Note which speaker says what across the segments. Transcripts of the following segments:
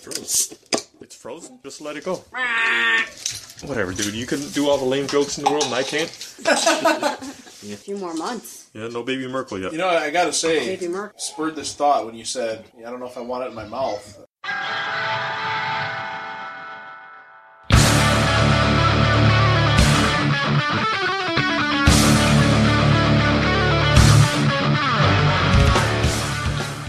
Speaker 1: frozen. It's frozen? Just let it go. Whatever, dude. You can do all the lame jokes in the world and I can't.
Speaker 2: A few more months.
Speaker 1: Yeah, no baby Merkel yet.
Speaker 3: You know, I gotta say,
Speaker 2: Baby Merc.
Speaker 3: spurred this thought when you said, "I don't know if I want it in my mouth."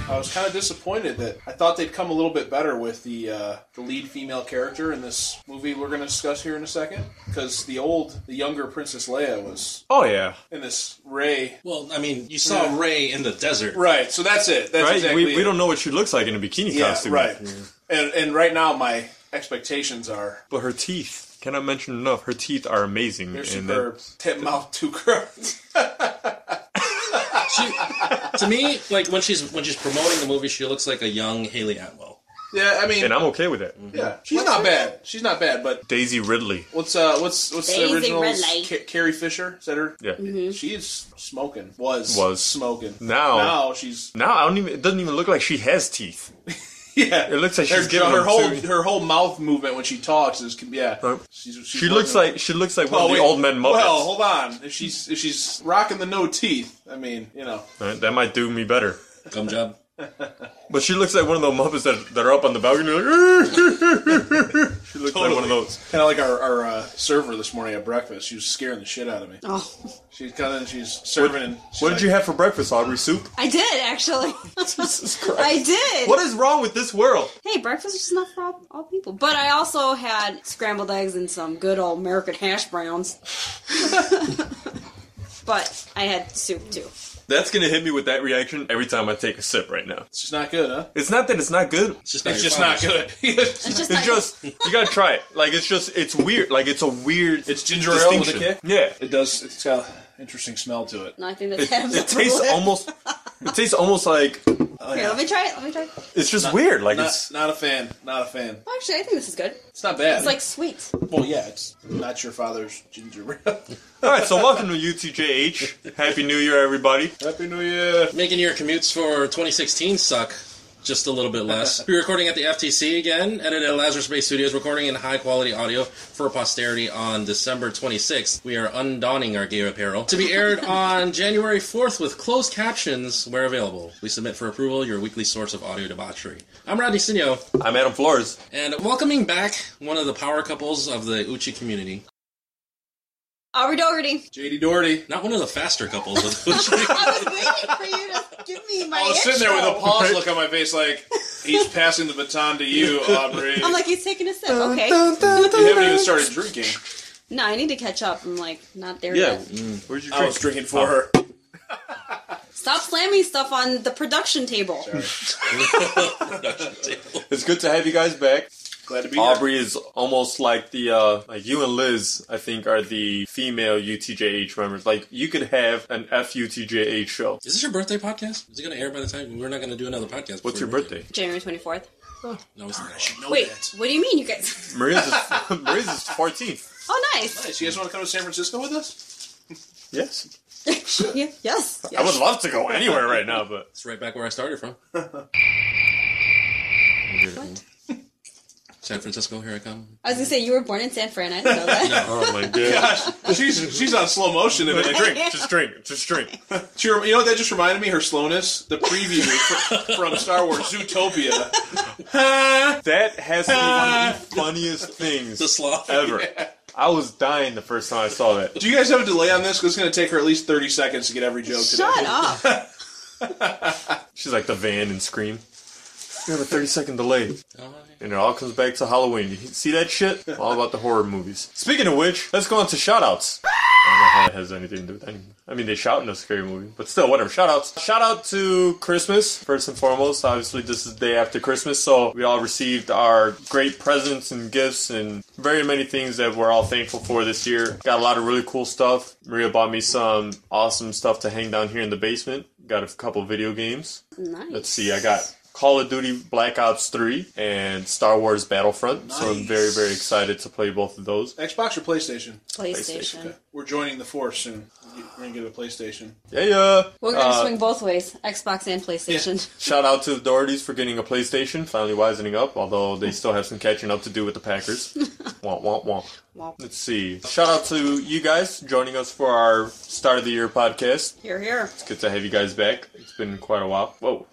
Speaker 3: I was kind of disappointed that I thought they'd come a little bit better with the uh, the lead female character in this movie we're going to discuss here in a second, because the old, the younger Princess Leia was
Speaker 1: oh, yeah.
Speaker 3: in this Ray.
Speaker 4: Well, I mean, you saw
Speaker 3: Yeah.
Speaker 4: Ray in the desert.
Speaker 3: Right, so that's it. That's
Speaker 1: Right?
Speaker 3: exactly
Speaker 1: we, we
Speaker 3: it.
Speaker 1: don't know what she looks like in a bikini
Speaker 3: Yeah,
Speaker 1: costume.
Speaker 3: right. And and right now my expectations are
Speaker 1: But her teeth, cannot mention enough, her teeth are amazing.
Speaker 3: they're
Speaker 1: And then-
Speaker 3: superb. Tip mouth two curls.
Speaker 4: She, to me, like when she's when she's promoting the movie, she looks like a young Haley Atwell.
Speaker 3: yeah, I mean,
Speaker 1: and I'm okay with that.
Speaker 3: yeah, she's not bad. She's not bad, but
Speaker 1: Daisy Ridley.
Speaker 3: what's uh what's what's
Speaker 2: Daisy
Speaker 3: the original
Speaker 2: Ridley.
Speaker 3: Ca- Carrie Fisher? Is that her?
Speaker 1: Yeah.
Speaker 3: She's smoking. Was
Speaker 1: Was.
Speaker 3: smoking.
Speaker 1: Now-
Speaker 3: now she's
Speaker 1: Now I don't even. It doesn't even look like she has teeth.
Speaker 3: yeah.
Speaker 1: It looks like she's
Speaker 3: her,
Speaker 1: giving
Speaker 3: her
Speaker 1: them
Speaker 3: whole
Speaker 1: to-
Speaker 3: her whole mouth movement when she talks is yeah.
Speaker 1: Right.
Speaker 3: She's, she's
Speaker 1: She looks
Speaker 3: working-
Speaker 1: like she looks like one
Speaker 3: Well,
Speaker 1: of the
Speaker 3: wait.
Speaker 1: old men Muppets.
Speaker 3: Well, hold on. If she's if she's rocking the no teeth, I mean, you know.
Speaker 1: Right, that might do me better.
Speaker 4: Gum job.
Speaker 1: But she looks like one of the Muppets that, that are up on the balcony. Like, "Arr!" she looks like one of those.
Speaker 3: Kind of like our, our uh, server this morning at breakfast. She was scaring the shit out of me.
Speaker 2: Oh,
Speaker 3: She's coming and she's serving. and she's
Speaker 1: What did you have for breakfast, Aubrey? Soup.
Speaker 2: I did actually.
Speaker 1: Jesus Christ.
Speaker 2: I did.
Speaker 1: What is wrong with this world?
Speaker 2: Hey, breakfast is not for all, all people. But I also had scrambled eggs and some good old American hash browns. but I had soup too.
Speaker 1: That's gonna hit me with that reaction every time I take a sip right now.
Speaker 3: It's just not good, huh?
Speaker 1: It's not that it's not good.
Speaker 4: It's just not,
Speaker 3: It's
Speaker 4: your
Speaker 3: just not
Speaker 4: father's.
Speaker 3: good.
Speaker 2: It's just,
Speaker 1: It's
Speaker 2: like,
Speaker 1: just you gotta try it. Like it's just it's weird. Like it's a weird.
Speaker 3: It's ginger ale with a
Speaker 1: distinction.
Speaker 3: kick.
Speaker 1: Yeah.
Speaker 3: It does. It's got an interesting smell to it.
Speaker 2: nothing that's
Speaker 1: It,
Speaker 2: had
Speaker 1: it tastes almost. It tastes almost like
Speaker 2: Here, let me try it. Let me try it.
Speaker 1: it's just weird. Like
Speaker 3: Not,
Speaker 1: it's
Speaker 3: not a fan. Not a fan.
Speaker 2: Well, actually, I think this is good.
Speaker 3: It's not bad.
Speaker 2: It's like sweet.
Speaker 3: well, yeah. It's not your father's ginger ale.
Speaker 1: all right. So welcome to UTJH. Happy New Year, everybody.
Speaker 3: Happy New Year.
Speaker 4: Making your commutes for 2016 suck just a little bit less. We're recording at the FTC again, edited at Lazarus Space Studios, recording in high quality audio for posterity on December 26th. We are undonning our gay apparel to be aired on January 4th with closed captions where available. We submit for approval your weekly source of audio debauchery. I'm Rodney Sinio,
Speaker 1: I'm Adam Flores.
Speaker 4: and welcoming back one of the power couples of the Uchi community.
Speaker 2: Aubrey Dougherty.
Speaker 3: JD Doherty.
Speaker 4: Not one of the faster couples of the Uchi.
Speaker 2: I was waiting for you to give me my.
Speaker 3: I was sitting there with a
Speaker 2: intro.
Speaker 3: pause look on my face, like he's passing the baton to you, Aubrey.
Speaker 2: I'm like, he's taking a sip. Okay.
Speaker 3: you haven't even started drinking.
Speaker 2: No, I need to catch up. I'm like, not there
Speaker 1: Yeah.
Speaker 2: yet.
Speaker 1: Where's your
Speaker 3: I was drinking
Speaker 1: Oh.
Speaker 3: for her.
Speaker 2: Stop slamming stuff on the production table.
Speaker 1: It's good to have you guys back.
Speaker 3: Glad to be here.
Speaker 1: Aubrey is almost like the uh like you and Liz. I think are the female UTJH members. Like you could have an FUTJH show.
Speaker 4: Is this your birthday podcast? Is it going to air by the time we're not going to do another podcast?
Speaker 1: What's
Speaker 4: before
Speaker 1: your birthday?
Speaker 2: January 24th.
Speaker 4: No, it's not.
Speaker 3: Know
Speaker 2: Wait,
Speaker 3: that.
Speaker 2: what do you mean, you guys?
Speaker 1: Maria's is, Maria's is 14th.
Speaker 2: Oh, nice.
Speaker 3: Nice. You guys want to come to San Francisco with us?
Speaker 1: Yes.
Speaker 2: Yeah, yes.
Speaker 1: I would love to go anywhere right now, but
Speaker 4: It's right back where I started from. San Francisco, here I come.
Speaker 2: I was gonna say you were born in San Fran. I didn't know that.
Speaker 1: oh my god.
Speaker 3: she's she's on slow motion and
Speaker 1: Drink, just drink, just drink.
Speaker 3: She, rem- you know what that just reminded me? Her slowness. The preview fr- from Star Wars Zootopia.
Speaker 1: That has to be one of the funniest things
Speaker 4: The sloth.
Speaker 1: ever. I was dying the first time I saw that.
Speaker 3: Do you guys have a delay on this? Because it's going to take her at least thirty seconds to get every joke.
Speaker 2: Shut
Speaker 3: today.
Speaker 2: up.
Speaker 1: She's like the van and Scream. We have a 30 second delay.
Speaker 4: Oh,
Speaker 1: And it all comes back to Halloween. You see that shit? All about the horror movies. Speaking of which, let's go on to shoutouts. I don't know how that has anything to do with anything. I mean, they shout in a scary movie, but still, whatever. Shoutouts. Shout out to Christmas, first and foremost. Obviously, this is the day after Christmas, so we all received our great presents and gifts and very many things that we're all thankful for this year. Got a lot of really cool stuff. Maria bought me some awesome stuff to hang down here in the basement. Got a couple video games.
Speaker 2: Nice.
Speaker 1: Let's see, I got Call of Duty Black Ops 3 and Star Wars Battlefront. So I'm very,
Speaker 3: Nice.
Speaker 1: very excited to play both of those.
Speaker 3: Xbox or PlayStation?
Speaker 2: PlayStation.
Speaker 1: PlayStation.
Speaker 3: We're joining the force soon. We're gonna get a PlayStation.
Speaker 1: Yeah, yeah.
Speaker 2: We're gonna
Speaker 1: Uh,
Speaker 2: swing both ways, Xbox and PlayStation.
Speaker 1: Shout out to the Dohertys for getting a PlayStation, finally wisening up, although they still have some catching up to do with the Packers. womp, womp, womp.
Speaker 2: Well,
Speaker 1: Let's see. Shout out to you guys joining us for our start of the year podcast.
Speaker 2: here, here.
Speaker 1: It's good to have you guys back. It's been quite a while. Whoa.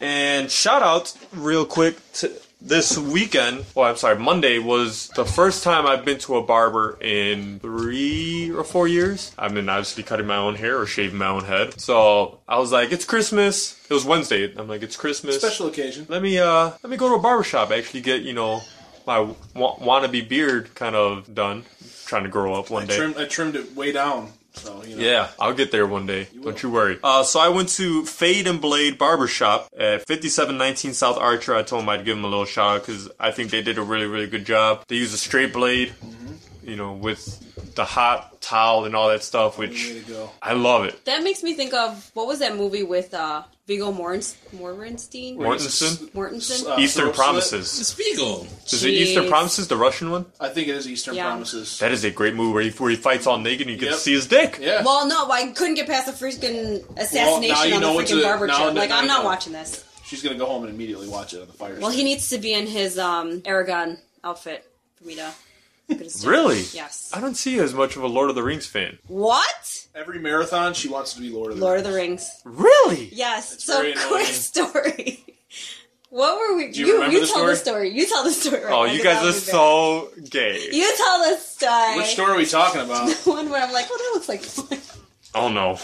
Speaker 1: And shout out real quick to this weekend. Well, I'm sorry, Monday was the first time I've been to a barber in three or four years. I've been obviously cutting my own hair or shaving my own head. So I was like, it's Christmas. It was Wednesday. I'm like, it's Christmas.
Speaker 3: Special occasion.
Speaker 1: Let me uh, let me go to a barbershop. Actually, get you know my wa- wannabe beard kind of done. trying to grow up one
Speaker 3: I
Speaker 1: day.
Speaker 3: trimmed, I trimmed it way down. So you know.
Speaker 1: Yeah, I'll get there one day. Don't you worry. Uh, so I went to Fade and Blade Barbershop at 5719 South Archer. I told them I'd give them a little shout out because I think they did a really, really good job. They used a straight blade,
Speaker 3: Mm-hmm.
Speaker 1: you know, with the hot towel and all that stuff,
Speaker 3: Way to
Speaker 1: which
Speaker 3: go.
Speaker 1: I love it.
Speaker 2: That makes me think of what was that movie with uh, Viggo Mortens- Mortensen?
Speaker 1: Mortensen?
Speaker 2: Mortensen?
Speaker 3: Uh,
Speaker 1: Eastern
Speaker 3: throat slit?
Speaker 1: Promises.
Speaker 4: It's Beagle.
Speaker 1: Is it Eastern
Speaker 2: Jeez.
Speaker 1: Promises, the Russian one?
Speaker 3: I think it is Eastern
Speaker 2: Yeah.
Speaker 3: Promises.
Speaker 1: That is a great movie where he, where he fights all naked and you get
Speaker 3: Yep.
Speaker 1: to see his dick.
Speaker 3: yeah.
Speaker 2: Well, no, I couldn't get past the freaking
Speaker 3: now you
Speaker 2: assassination
Speaker 3: know
Speaker 2: on the
Speaker 3: what to-
Speaker 2: freaking barber
Speaker 3: now-
Speaker 2: chip.
Speaker 3: now
Speaker 2: Like,
Speaker 3: you
Speaker 2: I'm not
Speaker 3: know.
Speaker 2: watching this.
Speaker 3: She's gonna go home and immediately watch it on the fire.
Speaker 2: Well, he needs to be in his um, Aragon outfit for me to. get a start.
Speaker 1: Really?
Speaker 2: Yes.
Speaker 1: I don't see you as much of a Lord of the Rings fan.
Speaker 2: What?
Speaker 3: every marathon she wants to be Lord of the
Speaker 2: Lord of
Speaker 3: Rings.
Speaker 2: the Rings.
Speaker 1: Really?
Speaker 2: Yes.
Speaker 3: It's
Speaker 2: so,
Speaker 3: very
Speaker 2: quick
Speaker 3: annoying.
Speaker 2: story. What were we?
Speaker 3: Do you remember the
Speaker 2: tell
Speaker 3: story?
Speaker 2: the story. You tell the story. Right
Speaker 1: Oh,
Speaker 2: now,
Speaker 1: you
Speaker 2: 'cause
Speaker 1: guys
Speaker 2: I'll
Speaker 1: are
Speaker 2: be
Speaker 1: so
Speaker 2: back.
Speaker 1: gay.
Speaker 2: You tell the story.
Speaker 3: Which story are we talking about?
Speaker 2: One where I'm like, well, that looks like fun.
Speaker 1: Oh no.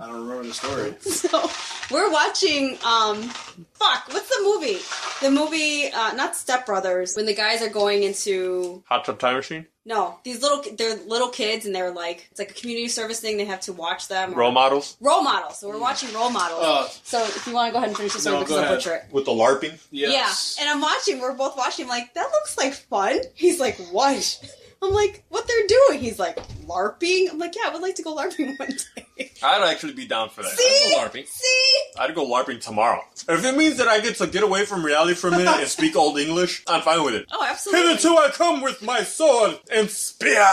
Speaker 3: I don't remember the story.
Speaker 2: So we're watching. um Fuck, what's the movie? The movie, uh, not Step Brothers, when the guys are going into
Speaker 1: Hot Tub Time Machine?
Speaker 2: no, these little they're little kids and they're like it's like a community service thing. They have to watch them
Speaker 1: Role models?
Speaker 2: Role models. So we're watching role models.
Speaker 3: Uh,
Speaker 2: so if you want to go ahead and finish the story
Speaker 3: no,
Speaker 2: because
Speaker 3: go
Speaker 2: I'll
Speaker 3: ahead.
Speaker 2: butcher it.
Speaker 1: With the LARPing?
Speaker 3: Yes.
Speaker 2: Yeah, and I'm watching. We're both watching. I'm like, that looks like fun. He's like, what? I'm like, what they're doing? He's like, LARPing. I'm like, yeah, I would like to go LARPing one day.
Speaker 1: I'd actually be down for that.
Speaker 2: See?
Speaker 4: I'm LARPing.
Speaker 2: See?
Speaker 1: I'd go LARPing tomorrow. If it means that I get to get away from reality for a minute and speak old English, I'm fine with it.
Speaker 2: Oh, absolutely.
Speaker 1: Hitherto I come with my sword and spear!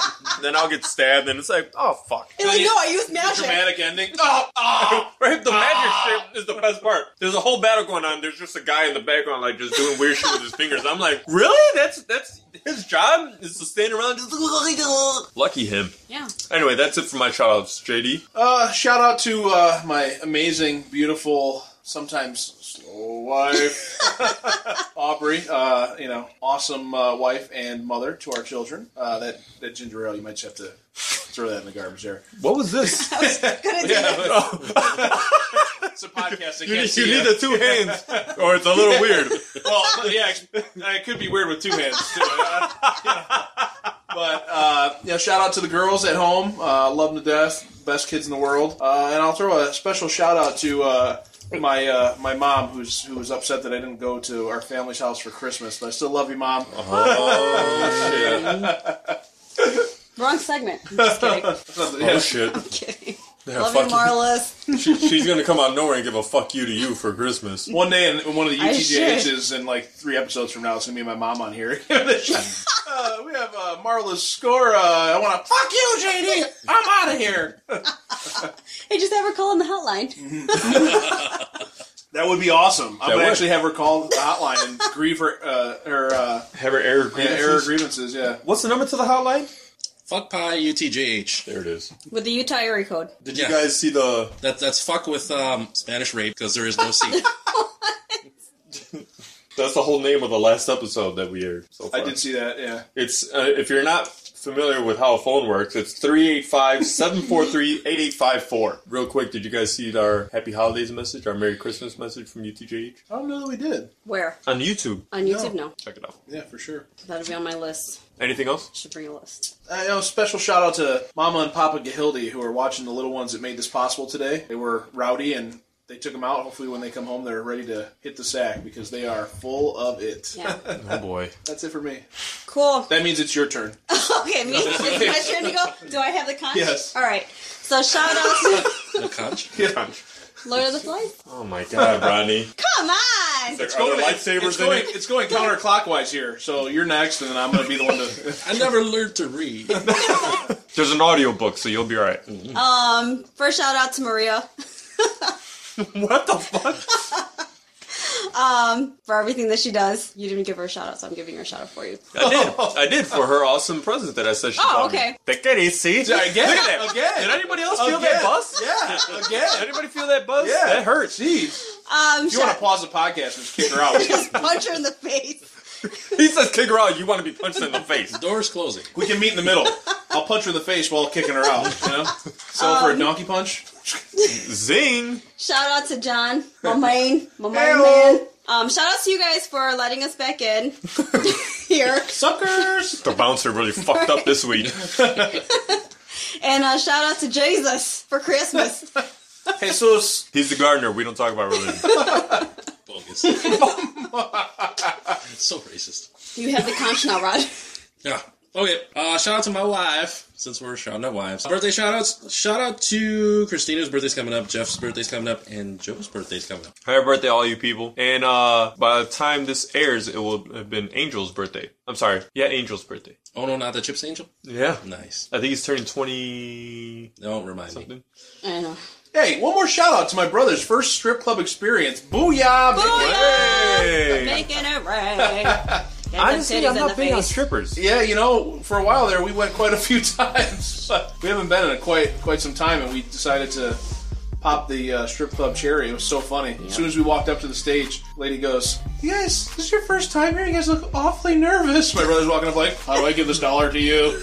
Speaker 1: then I'll get stabbed and it's like, oh fuck.
Speaker 2: He's like, no, I use magic.
Speaker 3: Dramatic ending.
Speaker 1: Oh, oh, right? The magic shit is the best part. There's a whole battle going on. There's just a guy in the background, like just doing weird shit with his fingers. I'm like, really? That's that's his job is to stand around. and Just lucky him.
Speaker 2: Yeah.
Speaker 1: Anyway, that's it for my shout outs, JD.
Speaker 3: Uh, shout out to uh, my amazing, beautiful, sometimes slow wife, Aubrey. Uh, you know, awesome uh, wife and mother to our children. Uh, that that ginger ale, you might just have to throw that in the garbage there.
Speaker 1: What was this?
Speaker 2: Gonna do
Speaker 3: Yeah,
Speaker 2: it.
Speaker 1: Oh,
Speaker 3: it's a podcast. I
Speaker 1: you
Speaker 3: can't
Speaker 1: need,
Speaker 3: see
Speaker 1: you need
Speaker 3: ya.
Speaker 1: the two hands, or it's a little weird.
Speaker 3: well, yeah, it could be weird with two hands too. But uh, you know, shout out to the girls at home. Uh, love them to death. Best kids in the world. Uh, and I'll throw a special shout out to uh, my uh, my mom, who's who was upset that I didn't go to our family's house for Christmas. But I still love you, mom.
Speaker 1: Oh
Speaker 2: Wrong segment. I'm just kidding.
Speaker 1: Oh shit!
Speaker 2: kidding.
Speaker 1: Yeah,
Speaker 2: Love you,
Speaker 1: fuck
Speaker 2: Marlis.
Speaker 1: you. She, she's gonna come out of nowhere and give a fuck you to you for Christmas.
Speaker 3: One day in in one of the
Speaker 2: I
Speaker 3: UTJHs, in like three episodes from now, it's gonna be my mom on here. uh, we have uh, Marla's score. Uh, I want to fuck you, JD. I'm out of here.
Speaker 2: Hey, just have her call on the hotline.
Speaker 3: That would be awesome. I
Speaker 1: That
Speaker 3: would,
Speaker 1: would.
Speaker 3: actually have her call the hotline and grieve her uh, her uh,
Speaker 1: Have her air
Speaker 3: yeah, error grievances. Yeah,
Speaker 1: What's the number to the hotline?
Speaker 4: Fuck pie UTJH.
Speaker 1: There it is.
Speaker 2: With the Utah area code.
Speaker 1: Did
Speaker 4: Yeah.
Speaker 1: you guys see the
Speaker 4: That, that's fuck with um, Spanish rape because there is no C.
Speaker 1: That's the whole name of the last episode that we aired. So far.
Speaker 3: I did see that. Yeah,
Speaker 1: It's uh, if you're not familiar with how a phone works, it's 385-743-8854. Real quick, did you guys see our Happy Holidays message, our Merry Christmas message from UTJH
Speaker 3: I don't know that we did.
Speaker 2: Where?
Speaker 1: on YouTube?
Speaker 2: On YouTube? No.
Speaker 1: Check it out.
Speaker 3: Yeah, for sure.
Speaker 2: That'll be on my list.
Speaker 1: Anything else?
Speaker 2: Should bring a list.
Speaker 3: Uh, you know, special shout out to Mama and Papa Gahildi who are watching the little ones that made this possible today. They were rowdy and they took them out. Hopefully, when they come home, they're ready to hit the sack because they are full of it.
Speaker 2: Yeah.
Speaker 1: Oh boy.
Speaker 3: That's it for me.
Speaker 2: Cool.
Speaker 3: That means it's your turn.
Speaker 2: Okay, me. It's my turn to go. Do I have the conch?
Speaker 3: Yes.
Speaker 2: All right. So shout out to
Speaker 4: The conch.
Speaker 3: Yeah.
Speaker 2: Lord of the Flies?
Speaker 1: Oh my god, Ronnie.
Speaker 2: Come on!
Speaker 1: It's going
Speaker 3: it's
Speaker 1: lightsabers in
Speaker 3: going,
Speaker 1: it.
Speaker 3: it's going counterclockwise here, so you're next, and then I'm going to be the one to.
Speaker 4: I never learned to read.
Speaker 1: There's an audiobook, so you'll be alright.
Speaker 2: Um, first shout out to Maria
Speaker 1: what the fuck?
Speaker 2: Um, for everything that she does. You didn't give her a shout out, so I'm giving her a shout out for you. Um,
Speaker 1: I did. I did for her awesome present that I said she
Speaker 2: Oh,
Speaker 1: bought
Speaker 2: okay.
Speaker 1: me. Take it easy. Look at
Speaker 3: Again,
Speaker 1: that.
Speaker 3: again.
Speaker 1: Did anybody else feel
Speaker 3: Again.
Speaker 1: that buzz?
Speaker 3: Yeah,
Speaker 1: Did
Speaker 3: again.
Speaker 1: anybody feel that buzz?
Speaker 3: Yeah.
Speaker 1: That hurts.
Speaker 3: Jeez.
Speaker 2: Um,
Speaker 3: If you want to
Speaker 2: shout-
Speaker 3: pause the podcast and just kick her out,
Speaker 2: just punch her in the face.
Speaker 1: He says, kick her out. You want to be punched in the face.
Speaker 4: Doors closing.
Speaker 3: we can meet in the middle. I'll punch her in the face while kicking her out. You know, sell for a donkey punch.
Speaker 1: Zing.
Speaker 2: Shout out to John, my main, my main
Speaker 3: Hello.
Speaker 2: man. Um, shout out to you guys for letting us back in here.
Speaker 3: Suckers.
Speaker 1: The bouncer really fucked up this week.
Speaker 2: And uh, shout out to Jesus for Christmas.
Speaker 3: Jesus.
Speaker 1: He's the gardener. We don't talk about religion.
Speaker 4: Bogus. so racist.
Speaker 2: you have the conch now, Rod.
Speaker 4: Yeah. Okay. Uh, shout out to my wife, since we're shouting out wives. Birthday shout outs. Shout out to Christina's birthday's coming up, Jeff's birthday's coming up, and Joe's birthday's coming up.
Speaker 1: Happy birthday, all you people. And uh by the time this airs, it will have been Angel's birthday. I'm sorry. Yeah, Angel's birthday.
Speaker 4: Oh no, not the Chips Angel?
Speaker 1: Yeah.
Speaker 4: Nice.
Speaker 1: I think he's turning 20
Speaker 4: Don't remind me.
Speaker 1: something.
Speaker 2: I know.
Speaker 3: Hey, one more shout out to my brother's first strip club experience. Booyah!
Speaker 2: Booyah!
Speaker 1: Hey!
Speaker 2: Making it right.
Speaker 1: Honestly, I'm not big on strippers.
Speaker 3: Yeah, you know, for a while there, we went quite a few times. we haven't been in a quite quite some time, and we decided to pop the uh, strip club cherry. It was so funny. As soon as we walked up to the stage, lady goes, "You guys, this is your first time here. You guys look awfully nervous." My brother's walking up like, "How do I give this dollar to you?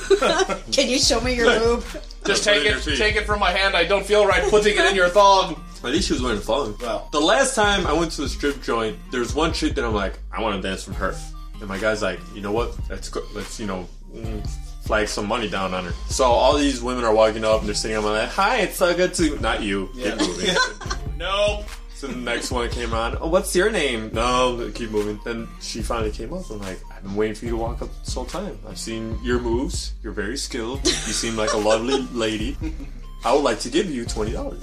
Speaker 2: Can you show me your lube?
Speaker 3: Just
Speaker 1: Put it
Speaker 3: take
Speaker 1: in your
Speaker 3: it,
Speaker 1: feet."
Speaker 3: take it from my hand. I don't feel right putting it in your thong."
Speaker 1: At least she was wearing a thong.
Speaker 3: Well.
Speaker 1: the last time I went to a strip joint, there's one chick that I'm like, I want to dance from her, and my guy's like, you know what? Let's go. Let's you know. mm, Flag some money down on her. So all these women are walking up and they're sitting on my lap. Hi, it's so good to not you. Keep moving.
Speaker 3: Nope.
Speaker 1: so the next one came on. Oh, what's your name? No, keep moving. Then she finally came up. I'm like, I've been waiting for you to walk up this whole time. I've seen your moves. You're very skilled. You seem like a lovely lady. I would like to give you twenty dollars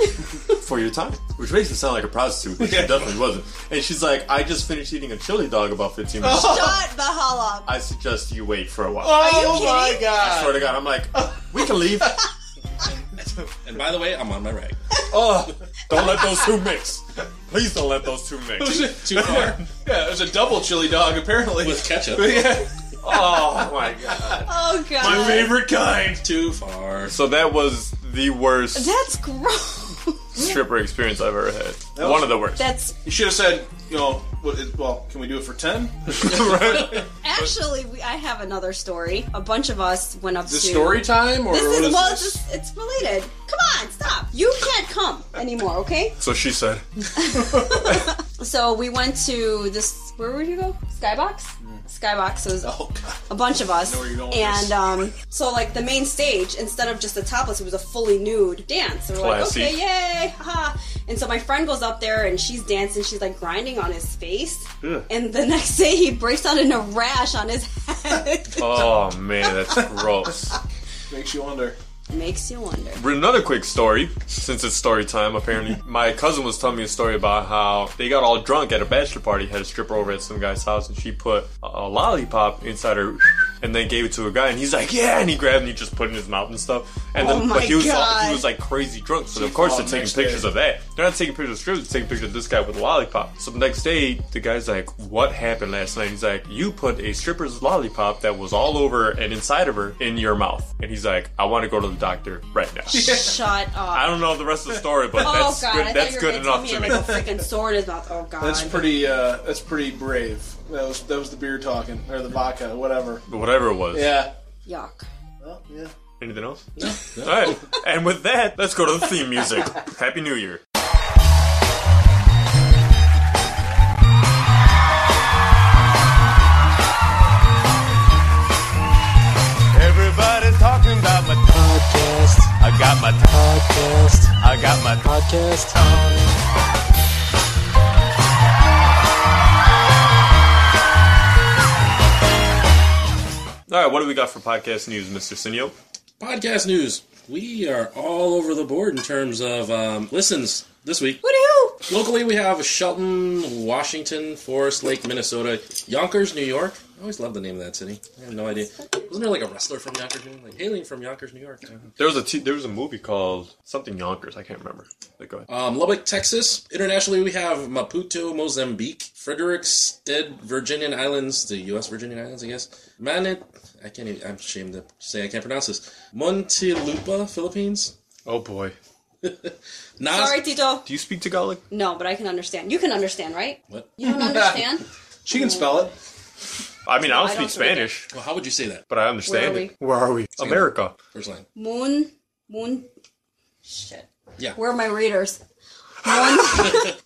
Speaker 1: for your time, which makes it sound like a prostitute, which
Speaker 3: Yeah.
Speaker 1: she definitely wasn't. And she's like, "I just finished eating a chili dog about fifteen minutes.
Speaker 2: Shut the hell
Speaker 1: Oh.
Speaker 2: up.
Speaker 1: I suggest you wait for a while."
Speaker 3: Oh
Speaker 2: you
Speaker 3: my
Speaker 2: kidding?
Speaker 1: I
Speaker 3: god.
Speaker 1: swear to God, I'm like, "We can leave.
Speaker 4: And by the way, I'm on my rag.
Speaker 1: Oh, don't let those two mix. Please don't let those two mix."
Speaker 4: Too far.
Speaker 3: Yeah, it was a double chili dog apparently.
Speaker 4: With ketchup.
Speaker 3: yeah.
Speaker 1: Oh my God,
Speaker 2: Oh god.
Speaker 1: favorite kind.
Speaker 4: Too far.
Speaker 1: So that was the worst
Speaker 2: That's gross.
Speaker 1: stripper experience I've ever had.
Speaker 3: That
Speaker 1: One
Speaker 3: was-
Speaker 1: of the worst.
Speaker 2: That's
Speaker 3: You should have said, you know, what, well, can we do it for ten?
Speaker 1: Right?
Speaker 2: actually we, I have another story. A bunch of us went up
Speaker 3: Is this
Speaker 2: to
Speaker 3: story time or
Speaker 2: This
Speaker 3: what
Speaker 2: is,
Speaker 3: is
Speaker 2: well,
Speaker 3: this?
Speaker 2: it's, just, it's related. Come on, stop. You can't come anymore, okay?
Speaker 1: So she said,
Speaker 2: So we went to this. Where would you go? Skybox. Skybox was
Speaker 3: Hmm. Oh god.
Speaker 2: a bunch of us.
Speaker 3: know where you're going with
Speaker 2: and
Speaker 3: this.
Speaker 2: um, so like the main stage, instead of just a topless, it was a fully nude dance. So we're like,
Speaker 1: Classy.
Speaker 2: okay, yay, haha. And so my friend goes up there and she's dancing, she's like grinding on his face. And the next day he breaks out in a rash on his head.
Speaker 1: "Oh man, that's gross."
Speaker 3: Makes you wonder.
Speaker 2: Makes you wonder.
Speaker 1: Another quick story, since it's story time. Apparently, my cousin was telling me a story about how they got all drunk at a bachelor party, had a stripper over at some guy's house, and she put a, a lollipop inside her, and then gave it to a guy, and he's like, "Yeah," and he grabbed it and he just put it in his mouth and stuff. And
Speaker 2: Oh
Speaker 1: then,
Speaker 2: my
Speaker 1: but he was
Speaker 2: God.
Speaker 1: he was like crazy drunk, so of course
Speaker 3: thought
Speaker 1: they're taking
Speaker 3: next
Speaker 1: pictures
Speaker 3: day.
Speaker 1: of that. They're not taking pictures of strippers, they're taking pictures of this guy with a lollipop. So the next day, the guy's like, "What happened last night?" He's like, "You put a stripper's lollipop that was all over and inside of her in your mouth," and he's like, "I want to go to the doctor right now."
Speaker 2: Shut up.
Speaker 1: I don't know the rest of the story, but
Speaker 2: oh
Speaker 1: that's
Speaker 2: god, I
Speaker 1: good.
Speaker 2: thought
Speaker 1: That's
Speaker 2: you were
Speaker 1: good
Speaker 2: gonna tell
Speaker 1: enough
Speaker 2: me
Speaker 1: to
Speaker 2: he
Speaker 1: me.
Speaker 2: had, like a freaking sword in his mouth. Oh god.
Speaker 3: That's pretty. Uh, that's pretty brave. That was that was the beer talking or the vodka, whatever.
Speaker 1: Whatever it was.
Speaker 3: Yeah.
Speaker 2: Yuck.
Speaker 3: Well, yeah.
Speaker 1: Anything else? All right. And with that, let's go to the theme music. Happy New Year.
Speaker 5: Everybody's talking about my podcast. I got my podcast. I got my podcast.
Speaker 1: All right, what do we got for podcast news, Mr. Sinio?
Speaker 4: Podcast news. We are all over the board in terms of um, listens this week.
Speaker 2: Woohoo!
Speaker 4: Locally, we have Shelton, Washington, Forest Lake, Minnesota, Yonkers, New York. I always love the name of that city. I have no idea. Wasn't there like a wrestler from Yonkers, New York? like hailing from Yonkers, New York?
Speaker 1: There was a t- there was a movie called something Yonkers. I can't remember. But go ahead.
Speaker 4: Um, Lubbock, Texas. Internationally, we have Maputo, Mozambique, Frederickstead, Virginian Islands, the U.S. Virginian Islands, I guess. Manit, I can't even, I'm ashamed to say I can't pronounce this. Montelupa, Philippines.
Speaker 1: oh boy.
Speaker 4: Nas-
Speaker 2: Sorry, Tito.
Speaker 1: Do you speak Tagalog?
Speaker 2: No, but I can understand. You can understand, right?
Speaker 4: What?
Speaker 2: You don't understand?
Speaker 3: She can spell it.
Speaker 1: I mean, I
Speaker 2: No,
Speaker 1: don't
Speaker 2: I
Speaker 1: speak
Speaker 2: don't speak
Speaker 1: Spanish,
Speaker 4: Well, how would you say that?
Speaker 1: but I understand
Speaker 2: Where are
Speaker 1: it. Where are we? America.
Speaker 4: First line.
Speaker 2: Moon, moon. Shit.
Speaker 4: Yeah.
Speaker 2: Where are my readers? Mon-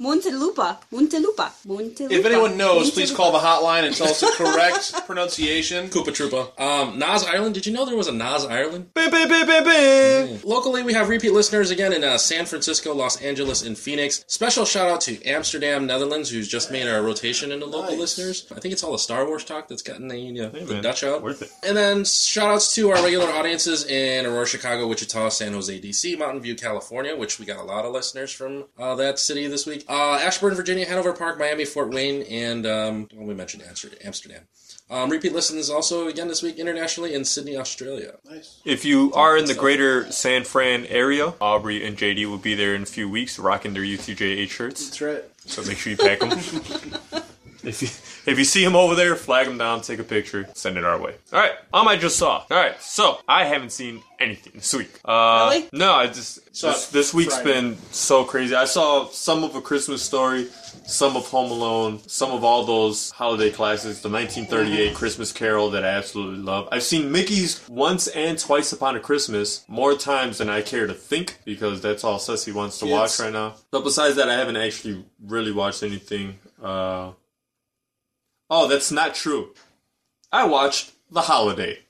Speaker 2: Montelupa. Montelupa. Montelupa.
Speaker 3: If anyone knows, please
Speaker 2: Montelupa.
Speaker 3: call the hotline and tell us the correct pronunciation.
Speaker 4: Koopa Troopa. Um, Nas Ireland. Did you know there was a Nas Ireland?
Speaker 1: Bam, bam, bam, bam, bam.
Speaker 4: Locally, we have repeat listeners again in uh, San Francisco, Los Angeles, and Phoenix. Special shout out to Amsterdam, Netherlands, who's just made our rotation into local
Speaker 3: Nice.
Speaker 4: listeners. I think it's all the Star Wars talk that's gotten the, you know,
Speaker 1: Hey,
Speaker 4: the
Speaker 1: man.
Speaker 4: Dutch out.
Speaker 1: Worth it.
Speaker 4: And then shout outs to our regular audiences in Aurora, Chicago, Wichita, San Jose, DC, Mountain View, California, which we got a lot of listeners from uh, that city this week. Uh, Ashburn, Virginia, Hanover Park, Miami, Fort Wayne, and um, well, we mentioned Amster- Amsterdam. Um, repeat listens also again this week internationally in Sydney, Australia.
Speaker 1: If you are in the greater San Fran area, Aubrey and JD will be there in a few weeks rocking their UTJH shirts.
Speaker 3: That's right.
Speaker 1: So make sure you pack them. if, you, if you see them over there, flag them down, take a picture, send it our way. All right, um, I just saw. All right, so I haven't seen anything this week. Uh,
Speaker 2: Really?
Speaker 1: No, I just.
Speaker 3: Saw
Speaker 1: This,
Speaker 3: it
Speaker 1: this week's
Speaker 3: Friday.
Speaker 1: been so crazy. I saw some of A Christmas Story, some of Home Alone, some of all those holiday classics, the 1938 Christmas Carol that I absolutely love. I've seen Mickey's once and twice upon a Christmas more times than I care to think because that's all Ceci wants to watch
Speaker 3: Yes.
Speaker 1: right now. But besides that, I haven't actually really watched anything. Uh, oh, that's not true. I watched The Holiday.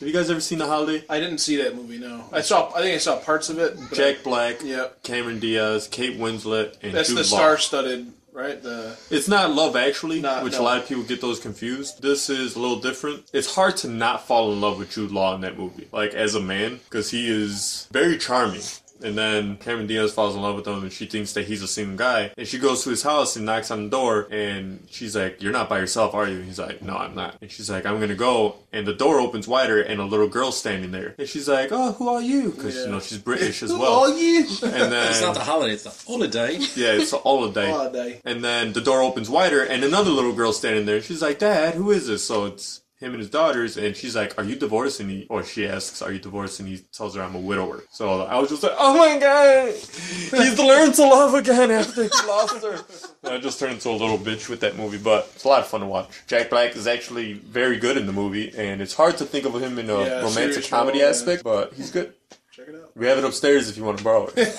Speaker 1: Have you guys ever seen The Holiday?
Speaker 3: I didn't see that movie. No, I saw. I think I saw parts of it. but
Speaker 1: Jack Black,
Speaker 3: Yep.
Speaker 1: Cameron Diaz, Kate Winslet, and
Speaker 3: That's
Speaker 1: Jude
Speaker 3: the
Speaker 1: Law.
Speaker 3: star-studded, right? The
Speaker 1: It's not Love Actually,
Speaker 3: Not-
Speaker 1: which
Speaker 3: no.
Speaker 1: a lot of people get those confused. This is a little different. It's hard to not fall in love with Jude Law in that movie, like as a man, because he is very charming. And then Cameron Diaz falls in love with him, and she thinks that he's a single guy. And she goes to his house and knocks on the door, and she's like, "You're not by yourself, are you?" And he's like, "No, I'm not." And she's like, "I'm gonna go." And the door opens wider, and a little girl's standing there. And she's like, "Oh, who are you?" Because you
Speaker 3: Yeah.
Speaker 1: know she's British as well.
Speaker 3: you?
Speaker 1: And then
Speaker 4: It's not the holiday, it's the holiday.
Speaker 1: yeah, it's all a day.
Speaker 3: Holiday.
Speaker 1: And then the door opens wider, and another little girl standing there. She's like, "Dad, who is this?" So it's him and his daughters, and she's like, "Are you divorced?" And he, or she asks, "Are you divorced?" And he tells her, "I'm a widower." So I was just like, "Oh my god, he's learned to love again after he lost her." And I just turned into a little bitch with that movie, but it's a lot of fun to watch. Jack Black is actually very good in the movie, and it's hard to think of him in a
Speaker 3: Yeah,
Speaker 1: romantic
Speaker 3: serious
Speaker 1: comedy
Speaker 3: role,
Speaker 1: aspect, but he's good.
Speaker 3: Check it out.
Speaker 1: We have it upstairs if you want to borrow it.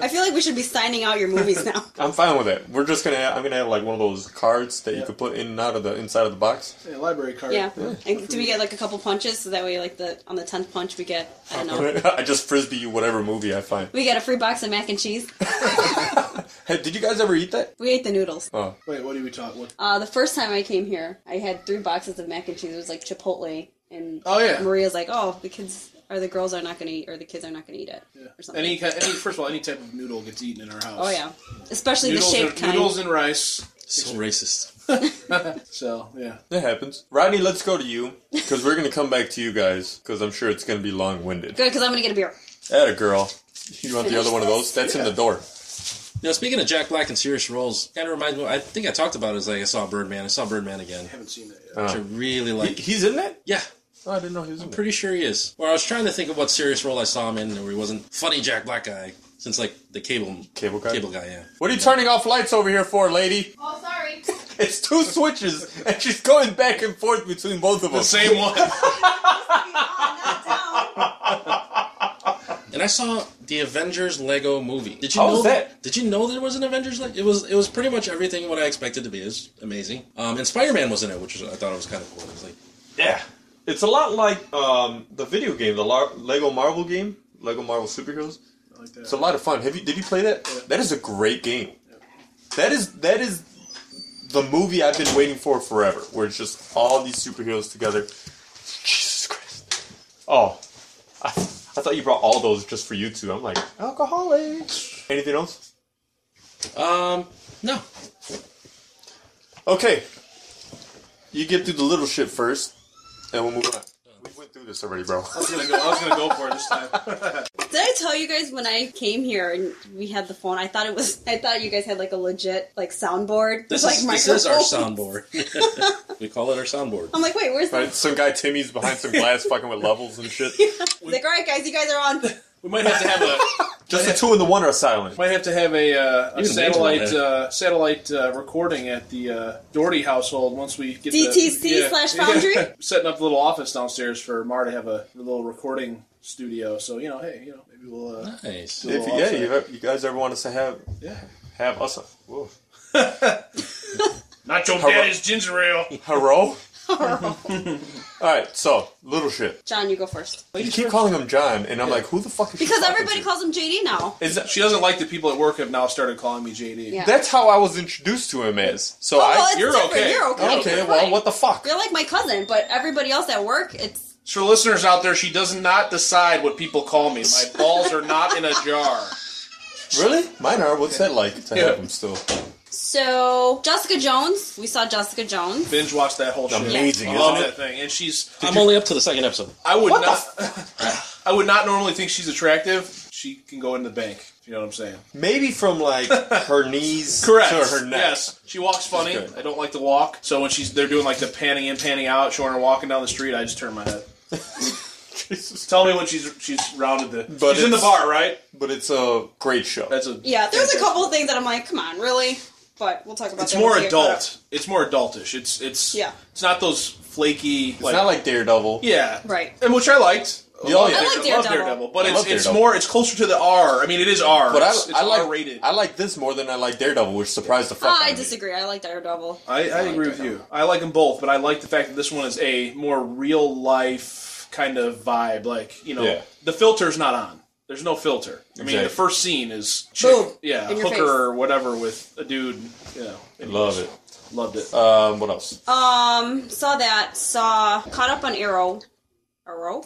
Speaker 2: I feel like we should be signing out your movies now.
Speaker 1: I'm fine with it. We're just gonna. Have, I'm gonna have like one of those cards that you
Speaker 3: Yeah.
Speaker 1: could put in and out of the inside of the box.
Speaker 3: Hey, library card.
Speaker 2: Yeah. And do we get like a couple punches so that way like the on the tenth punch we get I don't know.
Speaker 1: I just frisbee you whatever movie I find.
Speaker 2: We get a free box of mac and cheese.
Speaker 1: Hey, did you guys ever eat that?
Speaker 2: We ate the noodles.
Speaker 1: Oh,
Speaker 3: Wait, what do we talk? What?
Speaker 2: Uh, the first time I came here, I had three boxes of mac and cheese. It was like Chipotle, and
Speaker 3: Oh, yeah.
Speaker 2: Maria's like, "Oh, the kids or the girls are not going to eat, or the kids are not going to eat it, or something."
Speaker 3: Any, ki- any first of all, any type of noodle gets eaten in our house.
Speaker 2: oh yeah, especially
Speaker 3: noodles
Speaker 2: the shaped
Speaker 3: and,
Speaker 2: kind.
Speaker 3: noodles and rice.
Speaker 4: so racist.
Speaker 3: So yeah,
Speaker 1: that happens. Rodney, let's go to you because we're gonna come back to you guys because I'm sure it's gonna be long winded.
Speaker 2: Good, because I'm going to get a beer.
Speaker 1: At a girl. You want the other one of those? That's in the door.
Speaker 4: Now, speaking of Jack Black and serious roles, kind of reminds me. I think I talked about it. Is like I saw Birdman. I saw Birdman again,
Speaker 3: haven't seen that yet.
Speaker 1: Uh,
Speaker 4: which I really like.
Speaker 1: He's in that?
Speaker 4: yeah,
Speaker 1: Oh, I didn't know he was in that.
Speaker 4: pretty sure he is. Well, I was trying to think of what serious role I saw him in where he wasn't funny Jack Black guy since like the cable
Speaker 1: Cable guy?
Speaker 4: Cable guy, yeah.
Speaker 1: What are you turning off lights over here for, lady?
Speaker 2: Oh, sorry.
Speaker 1: It's two switches, and she's going back and forth between both of them.
Speaker 3: The same one.
Speaker 4: And I saw the Avengers Lego movie. Did you
Speaker 1: How
Speaker 4: know
Speaker 1: was that?
Speaker 4: Did you know there was an Avengers Lego? It was it was pretty much everything what I expected to be. It was amazing. Um, and Spider Man was in it, which was, I thought it was kind of cool. It was like
Speaker 1: Yeah, it's a lot like um, the video game, the Lar- Lego Marvel game, Lego Marvel Superheroes.
Speaker 3: I like
Speaker 1: It's a
Speaker 3: that.
Speaker 1: lot of fun. Have you did you play that? That is a great game. That is that is the movie I've been waiting for forever, where it's just all these superheroes together. Jesus Christ! Oh, I, I thought you brought all those just for you two. I'm like alcoholics. Anything else?
Speaker 4: Um, no.
Speaker 1: Okay. You get through the little shit first, and we'll move on. We went through this already, bro.
Speaker 3: I was gonna go. I was gonna go for it this time.
Speaker 2: Did I tell you guys when I came here and we had the phone? I thought it was. I thought you guys had like a legit like soundboard.
Speaker 4: This
Speaker 2: like
Speaker 4: is this is our
Speaker 2: microphones.
Speaker 4: soundboard. we call it our soundboard.
Speaker 2: I'm like, wait, where's the?
Speaker 1: Right? Some guy Timmy's behind some glass fucking with levels and shit.
Speaker 2: Like, all right, guys, you guys are on.
Speaker 3: We might have to have a
Speaker 1: Just the two and the one are silent.
Speaker 3: might have to have a, uh, a
Speaker 4: You can
Speaker 3: satellite
Speaker 4: leave it on
Speaker 3: uh, satellite uh, recording at the uh, Doherty household once we get the,
Speaker 2: DTC slash Foundry?
Speaker 3: setting up a little office downstairs for Mar to have a little recording studio. So you know, hey, you know, maybe we'll uh,
Speaker 4: Nice.
Speaker 1: If, yeah, you, you guys ever want us to have
Speaker 3: yeah.
Speaker 1: have us? Whoa.
Speaker 3: Not your
Speaker 1: daddy's
Speaker 3: ginger ale.
Speaker 1: Hello. All right, so little shit.
Speaker 2: John, you go first
Speaker 1: You keep calling him John, and I'm like, who the fuck is she
Speaker 2: because
Speaker 1: talking
Speaker 2: everybody
Speaker 1: to?
Speaker 2: calls him JD now.
Speaker 1: Is that,
Speaker 3: She doesn't like the people at work have now started calling me JD.
Speaker 2: Yeah.
Speaker 1: that's how I was introduced to him as. So
Speaker 2: Oh, well,
Speaker 1: I,
Speaker 2: it's
Speaker 3: you're
Speaker 2: different.
Speaker 3: okay.
Speaker 2: You're okay.
Speaker 1: okay,
Speaker 2: You're
Speaker 1: well,
Speaker 2: fine.
Speaker 1: what the fuck?
Speaker 2: You're like my cousin, but everybody else at work, it's
Speaker 3: So listeners out there, she does not decide what people call me. My balls are not in a jar.
Speaker 1: Really? Mine are. What's that like to
Speaker 3: Yeah.
Speaker 1: have him still?
Speaker 2: so Jessica Jones. We saw Jessica Jones.
Speaker 3: Binge watch that whole shit.
Speaker 1: Amazing,
Speaker 3: I love
Speaker 1: isn't
Speaker 3: that thing. And she's
Speaker 4: I'm only up to the second episode.
Speaker 3: I would not. I would not normally think she's attractive. She can go in the bank. if You know what I'm saying?
Speaker 1: Maybe from like her knees to her neck.
Speaker 3: Yes. She walks funny.
Speaker 1: good.
Speaker 3: I don't like the walk. So when she's they're doing like the panning in, panning out, showing her walking down the street, I just turn my head.
Speaker 1: Jesus.
Speaker 3: Tell me when she's she's rounded the.
Speaker 1: But
Speaker 3: she's in the
Speaker 1: it's-
Speaker 3: bar, right?
Speaker 1: But it's a great show.
Speaker 3: That's a.
Speaker 2: Yeah, there's a couple of things that I'm like, come on, really? But we'll talk about.
Speaker 3: It's
Speaker 2: that
Speaker 3: more
Speaker 2: when we get caught up.
Speaker 3: adult. It's more adultish. It's it's.
Speaker 2: Yeah.
Speaker 3: It's not those flaky.
Speaker 1: it's not like Daredevil.
Speaker 3: Yeah.
Speaker 2: Right.
Speaker 3: And which I liked.
Speaker 1: Yeah, oh, yeah. I
Speaker 2: like
Speaker 3: love
Speaker 2: Daredevil.
Speaker 3: Daredevil, but
Speaker 1: I
Speaker 3: it's,
Speaker 1: love
Speaker 3: it's
Speaker 1: Daredevil.
Speaker 3: more it's closer to the R. I mean, it is R.
Speaker 1: But I,
Speaker 3: it's, it's
Speaker 1: I like
Speaker 3: R-rated.
Speaker 1: I like this more than I like Daredevil, which surprised the fuck. out
Speaker 2: I
Speaker 1: of me.
Speaker 2: disagree. I like Daredevil.
Speaker 3: I, I agree with you. I like them both, but I like the fact that this one is a more real life kind of vibe. Like you know,
Speaker 1: Yeah.
Speaker 3: the filter's not on. There's no filter. I mean, the
Speaker 1: Exactly.
Speaker 3: first scene is chick,
Speaker 2: Boom.
Speaker 3: yeah,
Speaker 2: In your
Speaker 3: hooker
Speaker 2: face.
Speaker 3: or whatever with a dude. You know, and
Speaker 1: Love it.
Speaker 3: loved it.
Speaker 1: Um, what else?
Speaker 2: Um, saw that. Saw caught up on Arrow. Arrow.